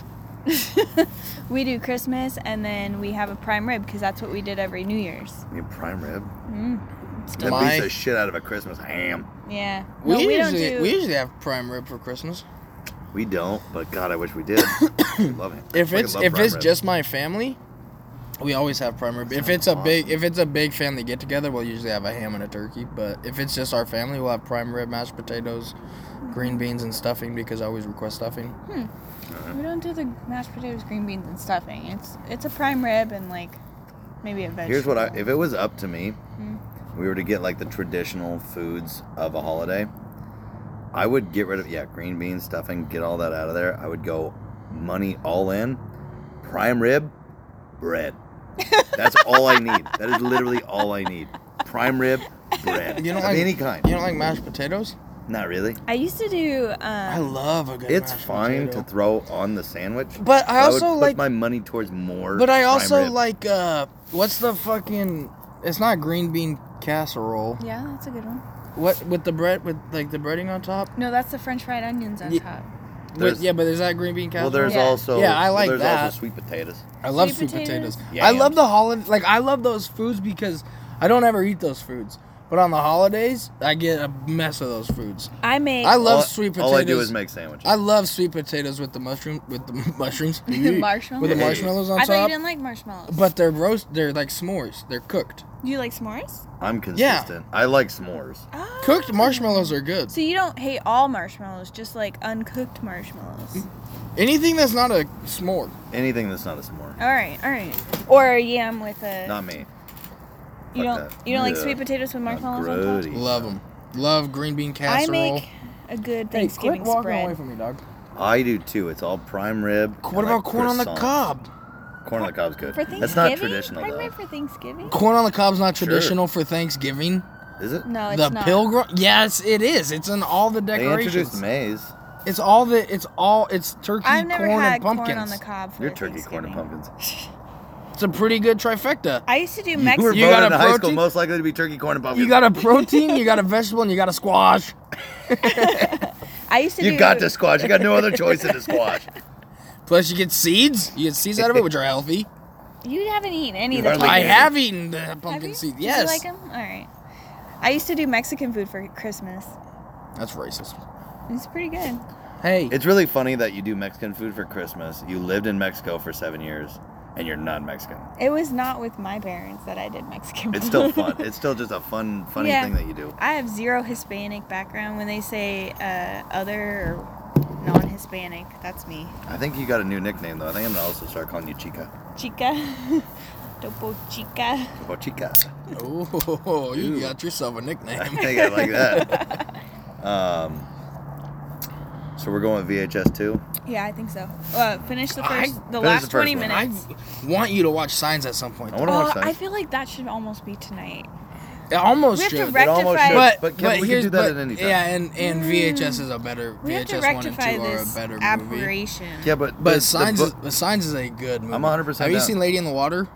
Speaker 3: we do Christmas and then we have a prime rib because that's what we did every New Year's. Mm,
Speaker 1: You prime rib.
Speaker 3: It's
Speaker 1: That
Speaker 3: delicious.
Speaker 2: My-
Speaker 1: beats the shit out of a Christmas ham.
Speaker 3: Yeah.
Speaker 2: We
Speaker 3: No, we don't
Speaker 2: usually
Speaker 3: do.
Speaker 2: we usually have prime rib for Christmas.
Speaker 1: We don't, but God, I wish we did. I love it.
Speaker 2: If
Speaker 1: I
Speaker 2: it's
Speaker 1: love
Speaker 2: if
Speaker 1: prime
Speaker 2: it's
Speaker 1: rib.
Speaker 2: just my family, We always have prime rib. If it's a big if it's a big family get together, we'll usually have a ham and a turkey. But if it's just our family, we'll have prime rib, mashed potatoes, green beans, and stuffing because I always request stuffing.
Speaker 3: We don't do the mashed potatoes, green beans, and stuffing. It's it's a prime rib and like maybe a vegetable.
Speaker 1: Here's what I if it was up to me, we were to get like the traditional foods of a holiday, I would get rid of yeah, green beans, stuffing, get all that out of there. I would go money all in, prime rib, bread. That's all I need. That is literally all I need. Prime rib, bread.
Speaker 2: You don't
Speaker 1: of
Speaker 2: like
Speaker 1: any kind.
Speaker 2: You don't like mashed potatoes?
Speaker 1: Not really.
Speaker 3: I used to do.
Speaker 2: I
Speaker 3: Um,
Speaker 2: love a good.
Speaker 1: It's
Speaker 2: mashed
Speaker 1: fine
Speaker 2: potato.
Speaker 1: to throw on the sandwich.
Speaker 2: But I
Speaker 1: would
Speaker 2: also
Speaker 1: put
Speaker 2: like-
Speaker 1: my money towards more.
Speaker 2: But I
Speaker 1: prime
Speaker 2: also
Speaker 1: rib.
Speaker 2: like uh, what's the fucking? It's not green bean casserole.
Speaker 3: yeah, that's a good one.
Speaker 2: What with the bread with like the breading on top?
Speaker 3: No, that's the French fried onions on
Speaker 2: Ye-
Speaker 3: top.
Speaker 2: With,
Speaker 1: There's-
Speaker 2: yeah, but is that green bean casserole?
Speaker 1: Well, there's
Speaker 3: Yeah.
Speaker 1: also
Speaker 2: Yeah, I
Speaker 1: well,
Speaker 2: like
Speaker 1: there's
Speaker 2: that.
Speaker 1: also sweet potatoes.
Speaker 2: I love
Speaker 3: Sweet
Speaker 2: sweet
Speaker 3: potatoes.
Speaker 2: potatoes.
Speaker 1: Yeah,
Speaker 2: I
Speaker 1: yeah.
Speaker 2: love the holiday. Like I love those foods because I don't ever eat those foods. But on the holidays, I get a mess of those foods.
Speaker 3: I make.
Speaker 2: I love
Speaker 1: all,
Speaker 2: sweet potatoes.
Speaker 1: All I do is make sandwiches.
Speaker 2: I love sweet potatoes with the mushroom with the mushrooms
Speaker 3: The marshmallows?
Speaker 2: with the
Speaker 1: Hey.
Speaker 2: marshmallows on
Speaker 3: I thought you
Speaker 2: top.
Speaker 3: didn't like marshmallows.
Speaker 2: but they're roast. They're like s'mores. They're cooked.
Speaker 3: do you like s'mores?
Speaker 1: I'm consistent. I like s'mores.
Speaker 3: Oh.
Speaker 2: Cooked marshmallows are good.
Speaker 3: So you don't hate all marshmallows, just like uncooked marshmallows.
Speaker 2: Anything that's not a s'more.
Speaker 1: Anything that's not a s'more.
Speaker 3: All right, all right. Or a yam with a.
Speaker 1: Mm-hmm. Not me.
Speaker 3: you
Speaker 1: fuck
Speaker 3: don't.
Speaker 1: that.
Speaker 3: You don't like
Speaker 1: Yeah.
Speaker 3: sweet potatoes with
Speaker 1: I'm
Speaker 3: marshmallows on top.
Speaker 1: grody.
Speaker 2: Love them. Love green bean
Speaker 3: I
Speaker 2: casserole.
Speaker 3: make a good Thanksgiving spread.
Speaker 2: from me, dog.
Speaker 1: I do too. It's all prime rib.
Speaker 2: What
Speaker 1: and,
Speaker 2: about
Speaker 1: like,
Speaker 2: corn on the
Speaker 1: croissants.
Speaker 2: cob?
Speaker 1: Corn on the cob's good.
Speaker 3: For Thanksgiving?
Speaker 1: That's not traditional
Speaker 3: Prime rib
Speaker 1: though.
Speaker 3: for Thanksgiving?
Speaker 2: Corn on the cob's not
Speaker 1: Sure.
Speaker 2: traditional for Thanksgiving.
Speaker 1: Is it?
Speaker 3: No, it's
Speaker 2: the
Speaker 3: not.
Speaker 2: pilgrim. Yes, it is. It's in all the
Speaker 1: They introduced
Speaker 2: decorations.
Speaker 1: maize.
Speaker 2: It's all the. It's all. It's turkey,
Speaker 3: I've never
Speaker 2: corn,
Speaker 3: had
Speaker 2: and pumpkins.
Speaker 3: corn on the cob for
Speaker 1: Your turkey, corn, and
Speaker 3: Thanksgiving.
Speaker 1: pumpkins.
Speaker 2: It's a pretty good trifecta.
Speaker 3: I used to do
Speaker 1: You were
Speaker 3: Mexican.
Speaker 2: You
Speaker 1: voted
Speaker 2: got
Speaker 1: in
Speaker 2: a
Speaker 1: high school
Speaker 2: protein-
Speaker 1: most likely to be turkey, corn, and pumpkins.
Speaker 2: You got a protein, you got a vegetable, and you got a squash.
Speaker 3: I used to do.
Speaker 1: You got to squash. You got no other choice in the squash.
Speaker 2: Plus, you get seeds. You get seeds out of it, which are healthy.
Speaker 3: You haven't eaten any
Speaker 1: You
Speaker 3: of the
Speaker 1: hardly get
Speaker 2: I
Speaker 3: pumpkin.
Speaker 1: it.
Speaker 2: have eaten the
Speaker 3: Have
Speaker 2: pumpkin
Speaker 3: you?
Speaker 2: seeds.
Speaker 3: Did
Speaker 2: Yes,
Speaker 3: You like them? All right. I used to do Mexican food for Christmas.
Speaker 2: that's racist.
Speaker 3: It's pretty good.
Speaker 2: Hey,
Speaker 1: It's really funny that you do Mexican food for Christmas. You lived in Mexico for seven years, and you're not Mexican.
Speaker 3: It was not with my parents that I did Mexican food.
Speaker 1: It's still fun. It's still just a fun, funny
Speaker 3: Yeah.
Speaker 1: thing that you do.
Speaker 3: I have zero Hispanic background. When they say uh, other or non-Hispanic, that's me.
Speaker 1: I think you got a new nickname though. I think I'm gonna also start calling you Chica.
Speaker 3: Chica, topo chica.
Speaker 1: Or Chica.
Speaker 2: oh, you
Speaker 1: Ooh.
Speaker 2: got yourself a nickname.
Speaker 1: I think I like that. Um, so we're going with VHS two.
Speaker 3: Yeah, I think so. Uh, finish the
Speaker 2: I-
Speaker 3: first, the
Speaker 1: finish
Speaker 3: last
Speaker 1: the first
Speaker 3: twenty
Speaker 1: one.
Speaker 2: I
Speaker 3: minutes.
Speaker 2: want you to watch Signs at some point.
Speaker 1: I want to watch
Speaker 3: Oh,
Speaker 1: that.
Speaker 3: I feel like that should almost be tonight.
Speaker 2: It almost
Speaker 3: We have to
Speaker 2: should.
Speaker 3: rec-
Speaker 1: it almost
Speaker 3: rectify- Mm.
Speaker 1: should,
Speaker 2: but
Speaker 1: but, Kim,
Speaker 2: but
Speaker 1: we
Speaker 2: here's
Speaker 1: can do that
Speaker 2: but,
Speaker 1: at any time.
Speaker 2: yeah, and and VHS is a better
Speaker 3: We have to
Speaker 2: VHS one and two
Speaker 3: rectify
Speaker 2: are a
Speaker 3: this
Speaker 2: better movie.
Speaker 3: aberration.
Speaker 1: uh, Yeah, but
Speaker 2: But
Speaker 1: the- the
Speaker 2: Signs
Speaker 1: book-
Speaker 2: is but Signs is a good movie.
Speaker 1: 100%
Speaker 2: Have you
Speaker 1: down.
Speaker 2: seen Lady in the Water?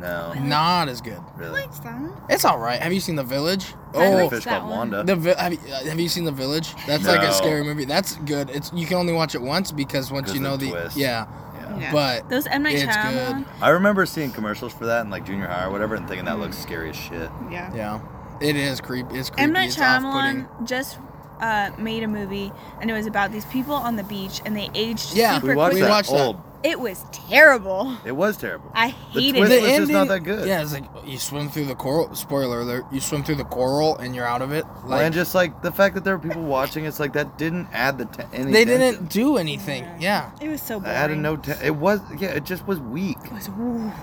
Speaker 1: no,
Speaker 2: Not as good.
Speaker 1: really.
Speaker 3: Like some.
Speaker 2: It's all right. Have you seen The Village?
Speaker 3: I
Speaker 1: And a
Speaker 2: Oh,
Speaker 3: like
Speaker 1: fish
Speaker 3: that
Speaker 1: called
Speaker 3: one.
Speaker 1: Wanda.
Speaker 2: the vi- have, you, uh, have you seen The Village? That's like
Speaker 1: No.
Speaker 2: a scary movie. That's good. It's you can only watch it once because once
Speaker 1: 'Cause
Speaker 2: you
Speaker 1: of
Speaker 2: know
Speaker 1: the
Speaker 2: the
Speaker 1: twist.
Speaker 2: yeah.
Speaker 1: Yeah.
Speaker 3: Yeah.
Speaker 2: But
Speaker 3: Those M Night
Speaker 2: it's
Speaker 3: Shyamalan.
Speaker 1: I remember seeing commercials for that in like junior high or whatever, and thinking that
Speaker 3: Mm.
Speaker 1: looks scary as shit.
Speaker 3: Yeah.
Speaker 2: Yeah, it is creepy. It's creepy.
Speaker 3: M Night
Speaker 2: it's off-putting.
Speaker 3: Shyamalan just uh, made a movie, and it was about these people on the beach, and they aged
Speaker 2: Yeah.
Speaker 3: super
Speaker 1: We watched
Speaker 2: We
Speaker 3: quickly.
Speaker 1: that.
Speaker 2: watched that.
Speaker 1: old.
Speaker 3: It was terrible.
Speaker 1: It was terrible.
Speaker 3: I
Speaker 1: The
Speaker 3: hated
Speaker 1: twist
Speaker 3: it.
Speaker 1: was just not that good.
Speaker 2: Yeah, it's like you swim through the coral. Spoiler alert: you swim through the coral and you're out of it. Like
Speaker 1: Well, and just like the fact that there were people watching, it's like that didn't add the te- any.
Speaker 2: they
Speaker 1: tension.
Speaker 2: didn't do anything. Yeah.
Speaker 3: It was so
Speaker 1: That
Speaker 3: boring.
Speaker 1: added no. Te- it was yeah. It just was weak.
Speaker 3: It was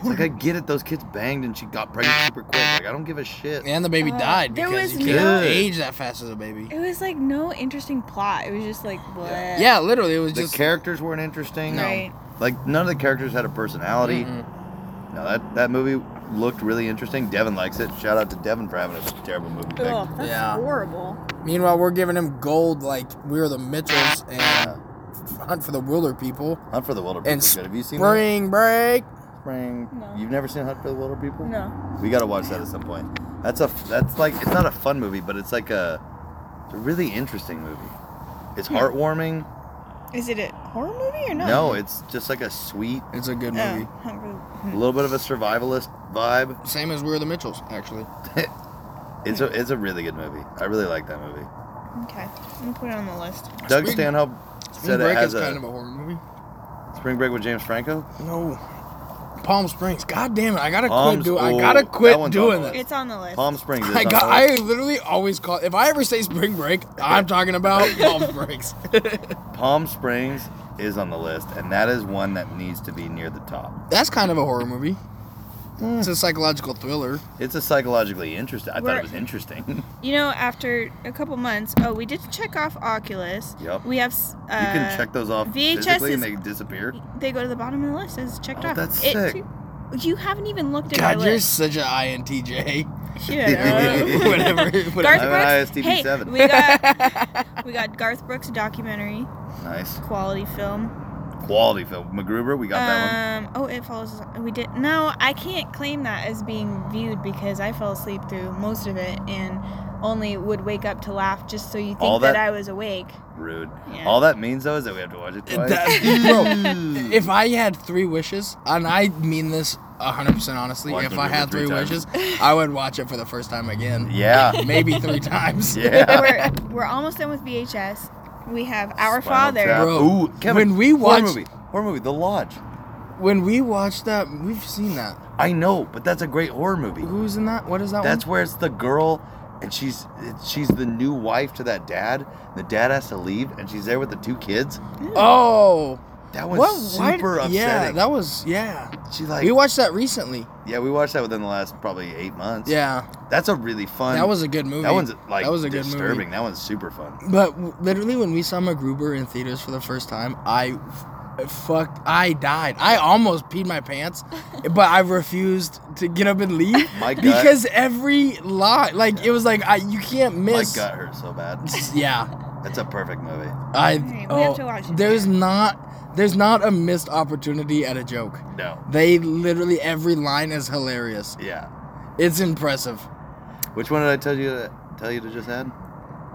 Speaker 1: It's like I get it. Those kids banged and she got pregnant super quick. Like I don't give a shit.
Speaker 2: And the baby
Speaker 3: Uh,
Speaker 2: died
Speaker 3: there
Speaker 2: because
Speaker 3: was
Speaker 2: you can't
Speaker 1: no-
Speaker 2: age that fast as a baby.
Speaker 3: It was like no interesting plot. It was just like what?
Speaker 2: Yeah, literally, it was
Speaker 1: The
Speaker 2: just
Speaker 1: characters weren't interesting.
Speaker 2: No.
Speaker 3: Right.
Speaker 1: Like none of the characters had a personality.
Speaker 2: Mm-mm.
Speaker 1: No, that that movie looked really interesting. Devin likes it. Shout out to Devin for having a terrible movie pick.
Speaker 3: Ugh, that's
Speaker 2: Yeah.
Speaker 3: horrible.
Speaker 2: Meanwhile, we're giving him gold like we are the Mitchells and uh, Hunt for the Wilder People
Speaker 1: Hunt for the Wilder People.
Speaker 2: and
Speaker 1: is good. Have you seen that?
Speaker 2: Spring Break.
Speaker 1: Spring.
Speaker 3: No.
Speaker 1: You've never seen Hunt for the Wilder People?
Speaker 3: No.
Speaker 1: We gotta watch that at some point. That's a that's like it's not a fun movie, but it's like a, it's a really interesting movie. It's heartwarming.
Speaker 3: Is it a horror movie or Hmm. no?
Speaker 1: No, it's just like a sweet,
Speaker 2: It's a good
Speaker 3: Oh,
Speaker 2: movie.
Speaker 3: not really.
Speaker 1: a little bit of a survivalist vibe.
Speaker 2: Same as We're the Mitchells, actually.
Speaker 1: It's a it's a really good movie. I really like that movie.
Speaker 3: Okay, I'm gonna put it on the list.
Speaker 1: Doug
Speaker 2: Spring-
Speaker 1: Stanhope
Speaker 2: Spring
Speaker 1: said it
Speaker 2: Break
Speaker 1: has
Speaker 2: is
Speaker 1: a
Speaker 2: kind of a horror movie.
Speaker 1: Spring Break with James Franco.
Speaker 2: No, Palm Springs. God damn it! I gotta
Speaker 1: Palms-
Speaker 2: quit doing. I
Speaker 1: oh,
Speaker 2: gotta
Speaker 1: that
Speaker 2: quit
Speaker 1: one's
Speaker 2: doing
Speaker 1: on the
Speaker 2: that.
Speaker 3: It's on the list.
Speaker 1: Palm Springs. is
Speaker 2: I
Speaker 1: on
Speaker 2: got.
Speaker 1: the
Speaker 2: I
Speaker 1: list.
Speaker 2: literally always call. If I ever say spring break, I'm talking about Palm Springs.
Speaker 1: Palm Springs is on the list, and that is one that needs to be near the top.
Speaker 2: That's kind of a horror movie. It's a psychological thriller.
Speaker 1: It's a psychologically interesting. I thought
Speaker 3: Where-
Speaker 1: it was interesting.
Speaker 3: You know, after a couple months, oh, we did check off Oculus.
Speaker 1: Yep.
Speaker 3: We have. s- Uh,
Speaker 1: you can check those off
Speaker 3: VHS
Speaker 1: physically, and
Speaker 3: is-
Speaker 1: they disappear.
Speaker 3: They go to the bottom of the list. It's checked
Speaker 1: Oh,
Speaker 3: off.
Speaker 1: that's
Speaker 3: It-
Speaker 1: sick.
Speaker 3: You haven't even looked at
Speaker 2: God,
Speaker 3: my
Speaker 2: you're
Speaker 3: list.
Speaker 2: such an INTJ.
Speaker 3: Shit.
Speaker 2: whatever. whatever.
Speaker 3: Garth
Speaker 1: I'm an
Speaker 3: Brooks.
Speaker 1: ISTP
Speaker 3: Hey,
Speaker 1: seven.
Speaker 3: we got we got Garth Brooks documentary
Speaker 1: Nice
Speaker 3: quality film.
Speaker 1: quality film. MacGruber, we got that
Speaker 3: um, oh, it follows. We did no. I can't claim that as being viewed because I fell asleep through most of it and only would wake up to laugh just so you think
Speaker 1: All
Speaker 3: that,
Speaker 1: that-
Speaker 3: I was awake.
Speaker 1: one. Rude.
Speaker 3: Yeah.
Speaker 1: All that means though is that we have to watch it twice.
Speaker 2: That- bro, if I had three wishes, and I mean this 100% honestly,
Speaker 1: Watch
Speaker 2: if
Speaker 1: the
Speaker 2: I
Speaker 1: movie
Speaker 2: had
Speaker 1: three
Speaker 2: three,
Speaker 1: times.
Speaker 2: wishes, I would watch it for the first time again.
Speaker 1: yeah.
Speaker 2: Maybe three times.
Speaker 1: Yeah.
Speaker 3: we're we're almost done with VHS. We have
Speaker 1: Spinal
Speaker 3: Our Father.
Speaker 1: Tap.
Speaker 2: Bro,
Speaker 1: Ooh, Kevin,
Speaker 2: when we
Speaker 1: horror
Speaker 2: watched-
Speaker 1: movie, horror movie, The Lodge.
Speaker 2: When we watched that, we've seen that.
Speaker 1: I know, but that's a great horror movie.
Speaker 2: Who's in that? What is that
Speaker 1: That's
Speaker 2: one?
Speaker 1: where it's the girl, and she's it- she's the new wife to that dad. The dad has to leave, and she's there with the two kids.
Speaker 2: Oh.
Speaker 1: That was
Speaker 2: What? Why-
Speaker 1: super upsetting.
Speaker 2: Yeah, that was, yeah.
Speaker 1: she like
Speaker 2: we watched that recently.
Speaker 1: yeah, we watched that within the last probably eight months.
Speaker 2: Yeah.
Speaker 1: that's a really fun.
Speaker 2: That was a good movie.
Speaker 1: that one's like
Speaker 2: that was a good
Speaker 1: disturbing.
Speaker 2: movie.
Speaker 1: That one's super fun.
Speaker 2: But w- literally, when we saw MacGruber in theaters for the first time, I f- fucked. I died. I almost peed my pants, but I refused to get up and leave
Speaker 1: My gut,
Speaker 2: because every lie, like it was like I, you can't
Speaker 1: my
Speaker 2: miss.
Speaker 1: gut hurt so bad.
Speaker 2: Yeah,
Speaker 1: That's a perfect movie.
Speaker 2: I.
Speaker 3: right,
Speaker 2: oh,
Speaker 3: we have to watch it
Speaker 2: There's
Speaker 3: together.
Speaker 2: not. There's not a missed opportunity at a joke.
Speaker 1: No,
Speaker 2: They literally every line is hilarious.
Speaker 1: yeah.
Speaker 2: It's impressive.
Speaker 1: Which one did I tell you to, tell you to just add?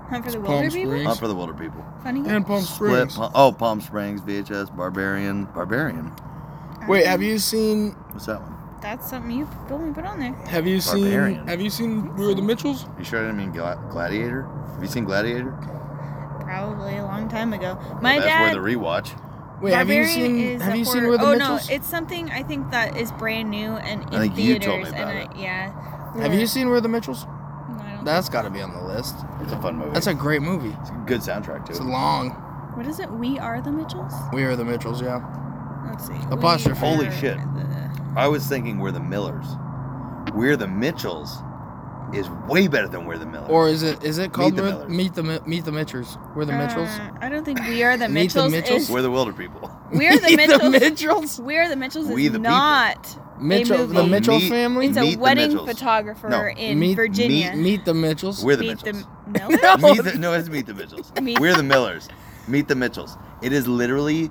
Speaker 3: Hunt for the
Speaker 2: Palm
Speaker 3: Wilder
Speaker 2: Springs.
Speaker 3: People.
Speaker 1: Up for the Wilder People.
Speaker 3: Funny.
Speaker 2: Palm
Speaker 1: Split. Pal- oh, Palm Springs, VHS, Barbarian, Barbarian.
Speaker 3: Um,
Speaker 2: Wait, have you seen?
Speaker 1: What's that one?
Speaker 3: That's something you only put on there.
Speaker 2: Have you seen?
Speaker 1: Barbarian.
Speaker 2: Have you seen? Were the Mitchells?
Speaker 1: You sure I didn't mean Gla- Gladiator? Have you seen Gladiator?
Speaker 3: Probably a long time ago. My
Speaker 1: That's
Speaker 3: dad.
Speaker 1: where the rewatch.
Speaker 2: Wait, have you
Speaker 3: Barbarian
Speaker 2: seen?
Speaker 3: is
Speaker 2: Have
Speaker 3: a
Speaker 2: you seen
Speaker 3: horror-
Speaker 2: where the
Speaker 3: oh,
Speaker 2: Mitchells?
Speaker 3: no, it's something I think that is brand new and in
Speaker 1: I think you
Speaker 3: theaters.
Speaker 1: told me about
Speaker 3: and
Speaker 1: it.
Speaker 3: I, yeah.
Speaker 2: have you seen where the Mitchells?
Speaker 3: No, I don't
Speaker 2: That's got to be on the list.
Speaker 1: It's a fun movie.
Speaker 2: That's a great movie.
Speaker 1: It's a good soundtrack
Speaker 2: It's
Speaker 1: too.
Speaker 2: long.
Speaker 3: think- What is it? We are the Mitchells.
Speaker 2: We are the Mitchells. Yeah.
Speaker 3: Let's see. We
Speaker 2: Apostrophe.
Speaker 1: Holy
Speaker 3: are
Speaker 1: shit.
Speaker 3: the-
Speaker 1: I was thinking we're the Millers. We're the Mitchells is way better than we're the Millers.
Speaker 2: Or is it? Is it called
Speaker 1: the
Speaker 2: Where-
Speaker 1: Millers.
Speaker 2: Meet the Mi- Meet the Mitchells? We're the Mitchells.
Speaker 3: Uh, I don't think we are the
Speaker 2: Meet the
Speaker 3: Mitchells.
Speaker 2: Mitchells?
Speaker 3: Is,
Speaker 1: we're the Wilder People.
Speaker 3: we are the
Speaker 2: Meet
Speaker 3: Mitchells.
Speaker 2: The Mitchells.
Speaker 3: we are the Mitchells.
Speaker 1: We
Speaker 3: is
Speaker 1: the people.
Speaker 3: not.
Speaker 2: Mitchell. The
Speaker 3: movie.
Speaker 2: Mitchell
Speaker 1: Meet-
Speaker 2: family.
Speaker 3: It's a
Speaker 1: Meet the
Speaker 3: wedding
Speaker 1: Mitchells.
Speaker 3: photographer
Speaker 1: No,
Speaker 3: in
Speaker 2: meet,
Speaker 3: Virginia.
Speaker 2: Meet, meet the Mitchells.
Speaker 1: We're the
Speaker 3: Meet
Speaker 1: Mitchells.
Speaker 3: Millers?
Speaker 2: No.
Speaker 1: Meet the- no, it's Meet the Mitchells.
Speaker 3: Meet-
Speaker 1: We're the Millers. Meet the Mitchells. It is literally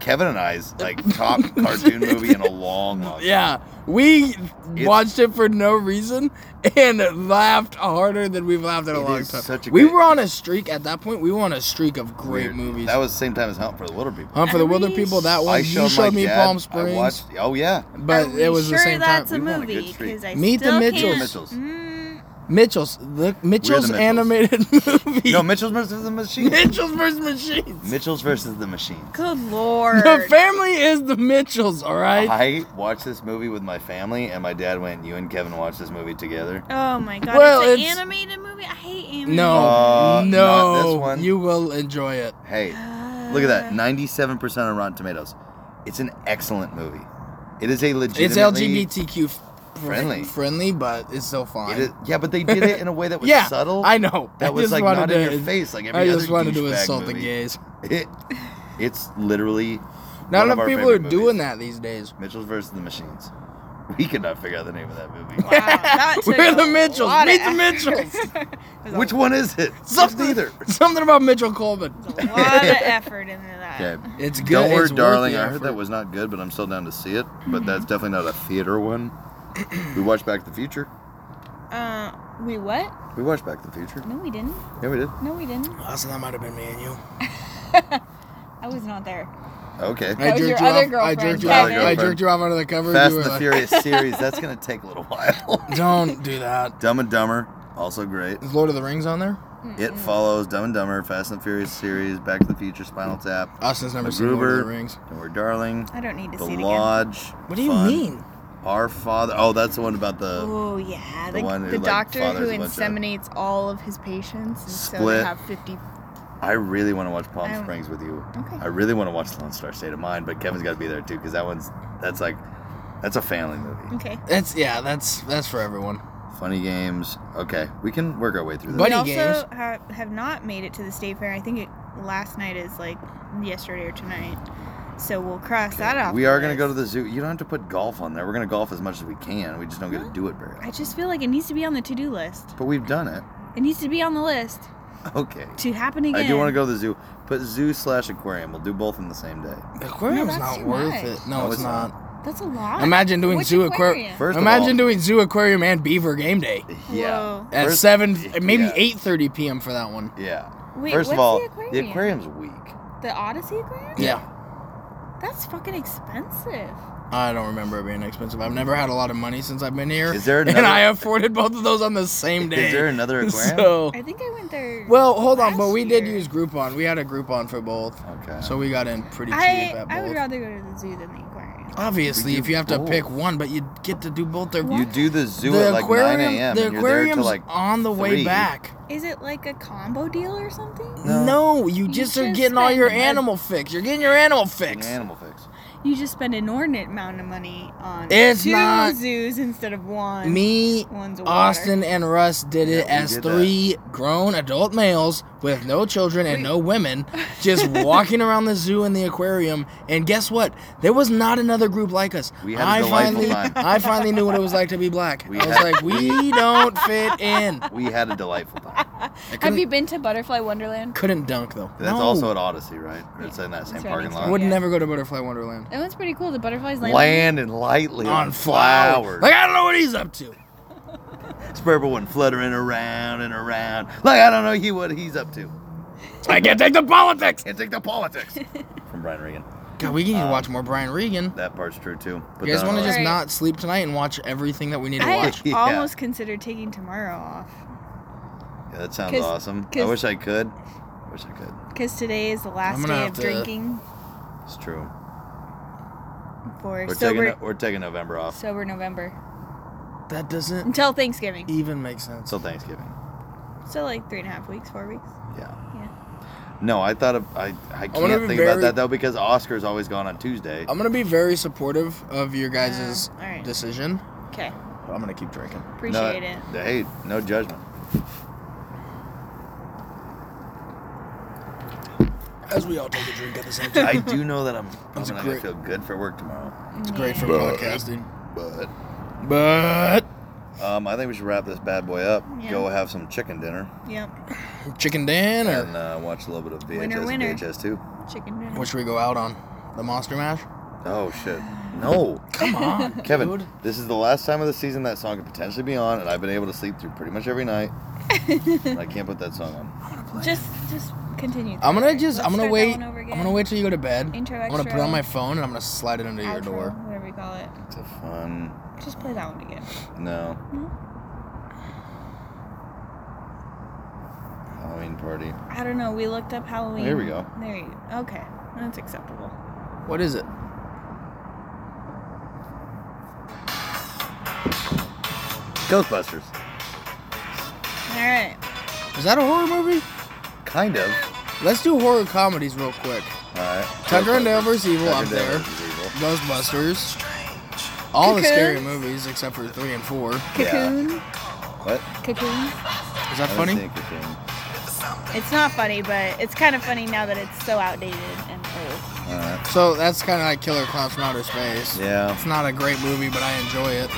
Speaker 1: Kevin and I's like top cartoon movie in a long, long time.
Speaker 2: yeah, we watched it for no reason and laughed harder than we've laughed in a
Speaker 1: It
Speaker 2: long
Speaker 1: is
Speaker 2: time.
Speaker 1: such a
Speaker 2: we
Speaker 1: great-
Speaker 2: were on a streak at that point. We were on a streak of great
Speaker 1: Weird.
Speaker 2: movies.
Speaker 1: That was the same time as Hunt for the Wilder People.
Speaker 2: Hunt for the
Speaker 3: Are
Speaker 2: Wilder
Speaker 3: we
Speaker 2: People. That one.
Speaker 1: I
Speaker 2: you
Speaker 1: showed, my
Speaker 2: showed me
Speaker 1: dad,
Speaker 2: Palm
Speaker 1: I
Speaker 2: Springs,
Speaker 1: watched, oh yeah,
Speaker 2: but
Speaker 3: Are we
Speaker 2: it was
Speaker 3: sure
Speaker 2: the same
Speaker 3: that's
Speaker 2: time.
Speaker 1: We went
Speaker 3: a
Speaker 1: on a
Speaker 3: movie.
Speaker 1: good streak.
Speaker 3: 'Cause I
Speaker 2: Meet the
Speaker 3: still
Speaker 2: Mitchells.
Speaker 3: can't-
Speaker 1: Mitchells.
Speaker 3: Mm,
Speaker 2: Mitchell's the
Speaker 1: Mitchells.
Speaker 2: Mitchell's animated movie.
Speaker 1: No, Mitchell's versus the Machine.
Speaker 2: Mitchell's versus machines.
Speaker 1: Mitchell's versus the Machine.
Speaker 3: good lord.
Speaker 2: The family is the Mitchells. All right.
Speaker 1: I watched this movie with my family, and my dad went, "You and Kevin watched this movie together."
Speaker 3: Oh my god!
Speaker 2: Well,
Speaker 3: it's an
Speaker 2: it's-
Speaker 3: animated movie. I hate animated.
Speaker 2: no,
Speaker 1: Uh, not
Speaker 2: no,
Speaker 1: this one.
Speaker 2: you will enjoy it.
Speaker 1: Hey, look at
Speaker 2: Uh.
Speaker 1: that, ninety-seven percent on Rotten Tomatoes. It's an excellent movie. It is a
Speaker 2: It's
Speaker 1: legitimately.
Speaker 2: LGBTQ f-
Speaker 1: Friendly.
Speaker 2: friendly, but it's still fine.
Speaker 1: It is- yeah, but they did it in a way that was
Speaker 2: yeah,
Speaker 1: subtle.
Speaker 2: I know. I
Speaker 1: That was
Speaker 2: just
Speaker 1: like
Speaker 2: wanted
Speaker 1: not in
Speaker 2: to-
Speaker 1: your face, like every
Speaker 2: I just
Speaker 1: other
Speaker 2: wanted to
Speaker 1: douchebag
Speaker 2: insult the
Speaker 1: movie.
Speaker 2: gays.
Speaker 1: It, it's literally.
Speaker 2: Not
Speaker 1: one of
Speaker 2: enough
Speaker 1: our
Speaker 2: people are
Speaker 1: favorite
Speaker 2: doing
Speaker 1: movies.
Speaker 2: that these days.
Speaker 1: Mitchell's versus the Machines. We could not figure out the name of that movie.
Speaker 3: Wow, that took
Speaker 2: We're the
Speaker 3: a
Speaker 2: Mitchells.
Speaker 3: lot of
Speaker 2: Meet the
Speaker 3: effort.
Speaker 2: Mitchells.
Speaker 3: There's a-
Speaker 1: Which one is it? It's
Speaker 2: Something-
Speaker 1: neither.
Speaker 2: Something about Mitchell Coleman.
Speaker 3: A lot of effort into that.
Speaker 1: Okay.
Speaker 2: It's good.
Speaker 1: Don't worry,
Speaker 2: it's worth
Speaker 1: darling.
Speaker 2: the
Speaker 1: I heard
Speaker 2: effort. Mm-hmm.
Speaker 1: that was not good, but I'm still down to see it. But that's definitely not a theater one. we watched Back to the Future.
Speaker 3: Uh, we what?
Speaker 1: We watched Back to the Future.
Speaker 3: No, we didn't.
Speaker 1: Yeah, we did.
Speaker 3: No, we didn't.
Speaker 2: Oh, so that might have been me and you.
Speaker 3: I was not there.
Speaker 1: Okay.
Speaker 2: I
Speaker 3: was your
Speaker 2: jerked you
Speaker 3: other
Speaker 2: off. I
Speaker 3: girlfriend,
Speaker 2: jerked you off.
Speaker 1: Kevin.
Speaker 2: I jerked you off under the cover.
Speaker 1: Fast
Speaker 2: you were
Speaker 1: and the
Speaker 2: like,
Speaker 1: Furious series. That's gonna take a little while.
Speaker 2: Don't do that.
Speaker 1: Dumb and Dumber, also great.
Speaker 2: Is Lord of the Rings on there?
Speaker 1: It Follows, Dumb and Dumber, Fast and Furious series, Back to the Future, Spinal Tap,
Speaker 2: Austin's never
Speaker 1: The
Speaker 2: seen Lord of the
Speaker 1: Gruber,
Speaker 2: Rings.
Speaker 1: Nowhere Darling,
Speaker 3: I don't need to
Speaker 1: The
Speaker 3: see it again.
Speaker 1: Lodge.
Speaker 2: What do you
Speaker 1: Fun,
Speaker 2: mean?
Speaker 1: Our Father. Oh, that's the one about the.
Speaker 6: Oh yeah,
Speaker 1: the
Speaker 6: the,
Speaker 1: one who,
Speaker 6: the
Speaker 1: like,
Speaker 6: doctor who
Speaker 1: fathers a bunch of-
Speaker 6: inseminates all of his patients, and so
Speaker 1: Split.
Speaker 6: they have fifty.
Speaker 1: I really want to watch Palm
Speaker 6: I-
Speaker 1: Springs with you.
Speaker 6: Okay.
Speaker 1: I really want to watch Lone Star State of Mind, but Kevin's got to be there too because that one's that's like that's a family movie.
Speaker 3: Okay.
Speaker 2: That's yeah. That's that's for everyone.
Speaker 1: Funny games. Okay, we can work our way through this.
Speaker 2: Buddy
Speaker 3: we also
Speaker 2: games.
Speaker 3: ha- have not made it to the state fair. I think it last night is like yesterday or tonight. So we'll cross that off.
Speaker 1: we are gonna go to
Speaker 3: list.
Speaker 1: the zoo. You don't have to put golf on there. We're gonna golf as much as we can. We just don't get to do it very
Speaker 3: I
Speaker 1: often.
Speaker 3: just feel like it needs to be on the to-do list.
Speaker 1: But we've done it.
Speaker 3: It needs to be on the list
Speaker 1: Okay.
Speaker 3: to happen again.
Speaker 1: I do want to go to the zoo. Put zoo slash aquarium. We'll do both in the same day.
Speaker 2: The aquarium's
Speaker 6: that's
Speaker 2: not
Speaker 6: too
Speaker 2: worth
Speaker 6: much.
Speaker 2: it. No,
Speaker 1: No,
Speaker 2: it's,
Speaker 1: it's
Speaker 2: not.
Speaker 6: That's a lot.
Speaker 2: Imagine doing
Speaker 6: Which
Speaker 2: zoo aquarium.
Speaker 6: aquarium?
Speaker 1: First
Speaker 2: Imagine
Speaker 1: of all,
Speaker 2: doing zoo aquarium and beaver game day
Speaker 1: yeah,
Speaker 3: Whoa.
Speaker 2: at
Speaker 1: First-
Speaker 2: seven, maybe
Speaker 1: yeah.
Speaker 2: eight thirty p.m. for that one.
Speaker 1: yeah.
Speaker 6: Wait,
Speaker 1: First of
Speaker 6: what's
Speaker 1: all,
Speaker 6: the aquarium?
Speaker 1: the aquarium's weak.
Speaker 3: The Odyssey Aquarium?
Speaker 2: Yeah,
Speaker 3: That's fucking expensive.
Speaker 2: I don't remember it being expensive. I've never had a lot of money since I've been here,
Speaker 1: Is there
Speaker 2: and
Speaker 1: another-
Speaker 2: I afforded both of those on the same day.
Speaker 1: Is there another aquarium?
Speaker 2: So,
Speaker 3: I think I went there.
Speaker 2: well, hold on, but
Speaker 3: last
Speaker 2: we did
Speaker 3: year.
Speaker 2: use Groupon. We had a Groupon for both,
Speaker 1: okay.
Speaker 2: so we got in pretty cheap
Speaker 3: I
Speaker 2: at
Speaker 3: I would
Speaker 2: both.
Speaker 3: rather go to the zoo than the aquarium.
Speaker 2: Obviously,
Speaker 1: We
Speaker 2: if
Speaker 1: do
Speaker 2: you have to
Speaker 1: both.
Speaker 2: pick one, but you get to do both. They're
Speaker 1: you do the zoo
Speaker 2: the
Speaker 1: at like
Speaker 2: aquarium.
Speaker 1: 9 a.m.
Speaker 2: the
Speaker 1: and you're there till
Speaker 2: aquarium's
Speaker 1: like
Speaker 2: on the way
Speaker 1: three.
Speaker 2: back.
Speaker 3: Is it like a combo deal or something?
Speaker 1: No.
Speaker 2: No, you just are
Speaker 3: just
Speaker 2: getting all your
Speaker 3: spend a-
Speaker 2: animal fix. You're getting your animal
Speaker 1: an
Speaker 2: fix.
Speaker 1: animal fix.
Speaker 3: You just spend an inordinate amount of money on
Speaker 2: It's
Speaker 3: two
Speaker 2: not-
Speaker 3: zoos instead of one.
Speaker 2: Me,
Speaker 3: One's a
Speaker 2: Austin, and Russ did it
Speaker 1: Yeah, we
Speaker 2: as
Speaker 1: did that.
Speaker 2: three grown adult males with no children and no women, just walking around the zoo and the aquarium. And guess what? There was not another group like us.
Speaker 1: We had a
Speaker 2: I
Speaker 1: delightful
Speaker 2: finally,
Speaker 1: time.
Speaker 2: I finally knew what it was like to be black.
Speaker 1: We
Speaker 2: I was
Speaker 1: had-
Speaker 2: like, we don't fit in.
Speaker 1: We had a delightful time.
Speaker 2: I
Speaker 6: Have
Speaker 2: couldn't,
Speaker 6: you been to Butterfly Wonderland?
Speaker 2: couldn't dunk though.
Speaker 1: That's
Speaker 2: No.
Speaker 1: also at Odyssey, right? Or It's in that same
Speaker 6: It's right
Speaker 1: parking
Speaker 6: next
Speaker 1: lot.
Speaker 6: door.
Speaker 2: Would
Speaker 6: Yeah.
Speaker 2: never go to Butterfly Wonderland.
Speaker 6: That one's pretty cool. The butterflies land.
Speaker 1: Land and lightly on flowers.
Speaker 2: Like I don't know what he's up to.
Speaker 1: It's purple one fluttering around and around. Like I don't know he what he's up to.
Speaker 2: I can't take the politics.
Speaker 1: Can't take the politics from Brian Regan.
Speaker 2: God, we
Speaker 1: Uh,
Speaker 2: need to watch more Brian Regan.
Speaker 1: That part's true too. But
Speaker 2: You guys want to just
Speaker 3: Right.
Speaker 2: not sleep tonight and watch everything that we need to
Speaker 3: I
Speaker 2: watch?
Speaker 1: Yeah.
Speaker 3: almost considered taking tomorrow off
Speaker 1: yeah, that sounds
Speaker 3: 'cause-
Speaker 1: awesome. I
Speaker 3: 'cause-
Speaker 1: wish I could. I wish I could.
Speaker 3: because today is the
Speaker 2: I'm
Speaker 3: last
Speaker 2: gonna
Speaker 3: day
Speaker 2: have
Speaker 3: of
Speaker 2: to-
Speaker 3: drinking
Speaker 1: It's true.
Speaker 3: for
Speaker 1: We're taking
Speaker 3: sober
Speaker 1: no- we're taking November off
Speaker 3: sober November
Speaker 2: That doesn't
Speaker 3: until Thanksgiving.
Speaker 2: even make sense.
Speaker 1: till Thanksgiving.
Speaker 3: So like three and a half weeks, four weeks.
Speaker 1: Yeah.
Speaker 3: Yeah.
Speaker 1: No, I thought of, I I
Speaker 2: wanna
Speaker 1: can't
Speaker 2: be
Speaker 1: think
Speaker 2: very-
Speaker 1: about that though because Oscar's always gone on Tuesday.
Speaker 2: I'm gonna be very supportive of your guys'
Speaker 3: Yeah, all right.
Speaker 2: decision.
Speaker 3: Okay,
Speaker 2: But I'm gonna keep drinking.
Speaker 3: appreciate it.
Speaker 1: no, Hey, no judgment.
Speaker 2: As we all take a drink at the same time.
Speaker 1: I do know that I'm, I'm
Speaker 2: It's
Speaker 1: not gonna
Speaker 2: great.
Speaker 1: feel good for work tomorrow.
Speaker 2: It's
Speaker 3: Mm-hmm.
Speaker 2: great for podcasting.
Speaker 1: But
Speaker 2: But
Speaker 1: um, I think we should wrap this bad boy up.
Speaker 3: Yeah.
Speaker 1: Go have some chicken dinner
Speaker 3: Yep,
Speaker 2: chicken dinner.
Speaker 1: and uh, watch a little bit of VHS
Speaker 3: Winner,
Speaker 1: and
Speaker 3: winner.
Speaker 1: VHS too.
Speaker 3: chicken dinner.
Speaker 2: What should we go out on? The Monster Mash?
Speaker 1: Oh shit! No,
Speaker 2: Come on,
Speaker 1: Kevin.
Speaker 2: dude.
Speaker 1: This is the last time of the season that song could potentially be on, and I've been able to sleep through pretty much every night. and I can't put that song on.
Speaker 3: Just just continue.
Speaker 2: I'm gonna
Speaker 3: Let's
Speaker 2: just. I'm gonna
Speaker 3: start that
Speaker 2: wait.
Speaker 3: one over
Speaker 2: I'm
Speaker 3: again.
Speaker 2: gonna wait till you go to bed.
Speaker 3: Intro,
Speaker 2: I'm gonna put
Speaker 3: extra.
Speaker 2: on my phone and I'm gonna slide it under your
Speaker 3: Outro,
Speaker 2: door.
Speaker 3: whatever you call it.
Speaker 1: It's a fun.
Speaker 3: Just play that one again.
Speaker 1: No.
Speaker 3: No?
Speaker 1: Halloween party.
Speaker 3: I don't know. We looked up Halloween.
Speaker 1: Here we go.
Speaker 3: There you go. Okay, that's acceptable.
Speaker 2: What is it?
Speaker 1: Ghostbusters.
Speaker 3: All right.
Speaker 2: Is that a horror movie?
Speaker 1: Kind of.
Speaker 2: Let's do horror comedies real quick.
Speaker 1: All right.
Speaker 2: Tucker and Dale
Speaker 1: Ghostbusters.
Speaker 2: vs. Evil
Speaker 1: Tucker
Speaker 2: up
Speaker 1: and Dale
Speaker 2: there.
Speaker 1: versus Evil.
Speaker 2: Ghostbusters. All the scary
Speaker 3: Cocoon.
Speaker 2: movies except for three and four. Is
Speaker 3: Cocoon.
Speaker 1: What?
Speaker 3: Cocoon.
Speaker 2: that
Speaker 1: I
Speaker 2: funny?
Speaker 1: didn't think it came.
Speaker 3: It's not funny, but it's kind of funny now that it's so outdated and old.
Speaker 1: All right.
Speaker 2: So that's kind of like Killer Clowns from Outer Space.
Speaker 1: Uh, Yeah.
Speaker 2: It's not a great movie, but I enjoy it.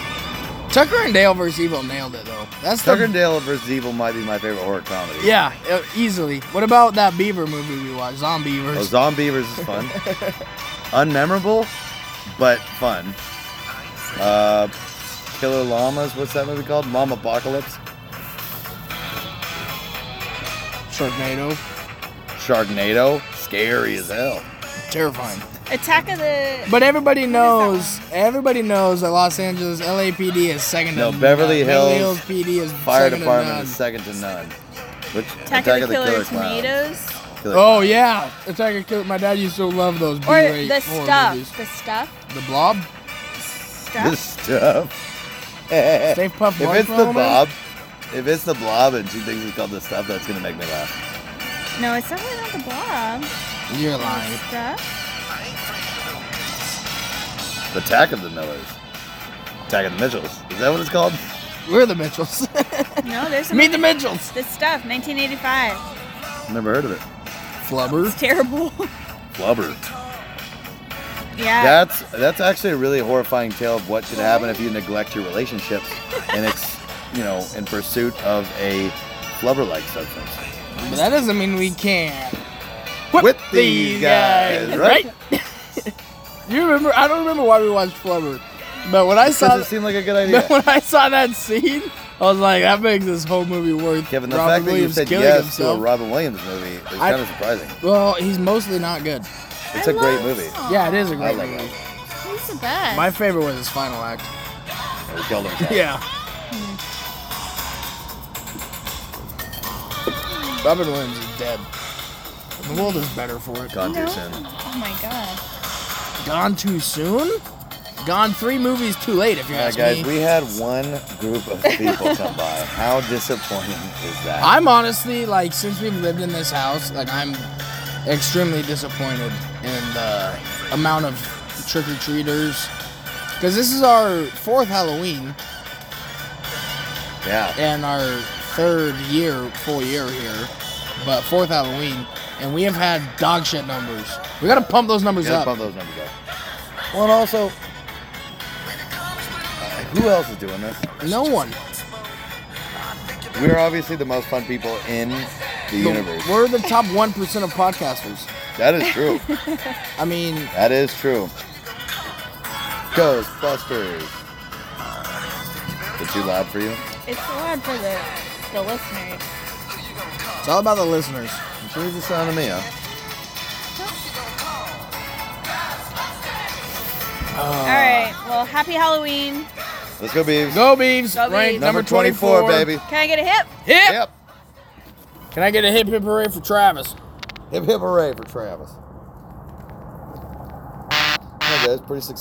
Speaker 2: Tucker and Dale vs. Evil nailed it though. That's
Speaker 1: Tucker
Speaker 2: the
Speaker 1: and Dale versus Evil might be my favorite horror comedy.
Speaker 2: yeah, uh, easily. What about that Beaver movie we watched, Zombievers?
Speaker 1: Oh, Zombievers is fun. Unmemorable, but fun. Uh, Killer Llamas. What's that movie called? Mom Apocalypse.
Speaker 2: Sharknado,
Speaker 1: Sharknado. Scary as hell.
Speaker 2: terrifying.
Speaker 3: Attack of the.
Speaker 2: But everybody
Speaker 3: that
Speaker 2: knows, everybody knows that Los Angeles LAPD is second.
Speaker 1: No,
Speaker 2: to
Speaker 1: Beverly
Speaker 2: none. Beverly
Speaker 1: Hills
Speaker 2: Hills PD is
Speaker 1: Fire
Speaker 2: second to
Speaker 1: department
Speaker 2: none.
Speaker 1: is second to none. Which,
Speaker 3: Attack, of the, Killer, Tomatoes.
Speaker 1: Killer
Speaker 2: Oh yeah, Attack of Killer. My dad used to love those
Speaker 3: Or
Speaker 2: B-rate
Speaker 3: the
Speaker 2: horror
Speaker 3: stuff.
Speaker 2: movies.
Speaker 3: The stuff.
Speaker 2: The Blob,
Speaker 3: Stuff.
Speaker 1: This stuff. if
Speaker 2: Safe Puff
Speaker 1: it's the
Speaker 2: Marshmallow Man?
Speaker 1: blob, if it's the blob and she thinks it's called the stuff, that's gonna make me laugh.
Speaker 3: No, it's definitely not the blob.
Speaker 2: You're lying.
Speaker 3: Stuff.
Speaker 1: The Attack of the Millers. Attack of the Mitchells. Is that what it's called?
Speaker 2: We're the Mitchells.
Speaker 3: No, there's
Speaker 2: Meet the
Speaker 3: another-
Speaker 2: Mitchells.
Speaker 3: The stuff. 1985.
Speaker 1: Never heard of it.
Speaker 2: Flubber.
Speaker 3: It's terrible.
Speaker 1: Blubber.
Speaker 2: Uh,
Speaker 3: yeah.
Speaker 1: That's that's actually a really horrifying tale of what could happen if you neglect your relationships and it's you know in pursuit of a flubber-like substance.
Speaker 2: But that doesn't mean we can't.
Speaker 1: Whip these guys, right?
Speaker 2: you remember? I don't remember why we watched Flubber, but when I saw
Speaker 1: Does it seem like a good idea?
Speaker 2: but when I saw that scene, I was like, that makes this whole movie worth.
Speaker 1: Kevin, the
Speaker 2: Robin
Speaker 1: fact
Speaker 2: Williams
Speaker 1: that you said
Speaker 2: killing
Speaker 1: yes
Speaker 2: himself.
Speaker 1: to a Robin Williams movie is
Speaker 2: I-
Speaker 1: kind of surprising.
Speaker 2: well, he's mostly not good.
Speaker 1: It's a great movie.
Speaker 2: Yeah, it is a
Speaker 1: I
Speaker 2: great
Speaker 1: like
Speaker 2: movie.
Speaker 1: that.
Speaker 6: He's the best.
Speaker 2: My favorite was his final act.
Speaker 1: He killed himself.
Speaker 2: Yeah. Robin Williams is dead. The world is better for it.
Speaker 1: Gone too soon.
Speaker 6: oh my god.
Speaker 2: Gone too soon? Gone three movies too late, if you
Speaker 1: Yeah,
Speaker 2: ask
Speaker 1: guys,
Speaker 2: me.
Speaker 1: we had one group of people come by. How disappointing is that?
Speaker 2: I'm honestly, like, since we've lived in this house, like, I'm extremely disappointed in the amount of trick or treaters. Because this is our fourth Halloween
Speaker 1: yeah.
Speaker 2: and our third year, full year here, but fourth Halloween, and we have had dog shit numbers. We gotta pump those numbers
Speaker 1: Gotta
Speaker 2: up.
Speaker 1: bump those numbers up. Well, and also, uh, who else is doing this?
Speaker 2: No one.
Speaker 1: We're obviously the most fun people in the,
Speaker 2: The-
Speaker 1: universe.
Speaker 2: We're the top one percent of podcasters.
Speaker 1: That is true.
Speaker 2: I mean,
Speaker 1: that is true. Ghostbusters. Is it too loud for you?
Speaker 3: It's hard for the the listeners.
Speaker 2: it's all about the listeners.
Speaker 1: Change the sound of me, huh?
Speaker 3: All right. Well, happy Halloween.
Speaker 1: Let's go, Beavs.
Speaker 2: Go Beavs,
Speaker 3: Go
Speaker 2: ranked
Speaker 3: Beavs.
Speaker 2: number,
Speaker 1: Number 24, baby.
Speaker 3: Can I get a hip?
Speaker 2: Hip.
Speaker 1: Yep.
Speaker 2: Can I get a hip hip hooray for Travis?
Speaker 1: Hip hip hooray for Travis. Yeah, guys, pretty successful.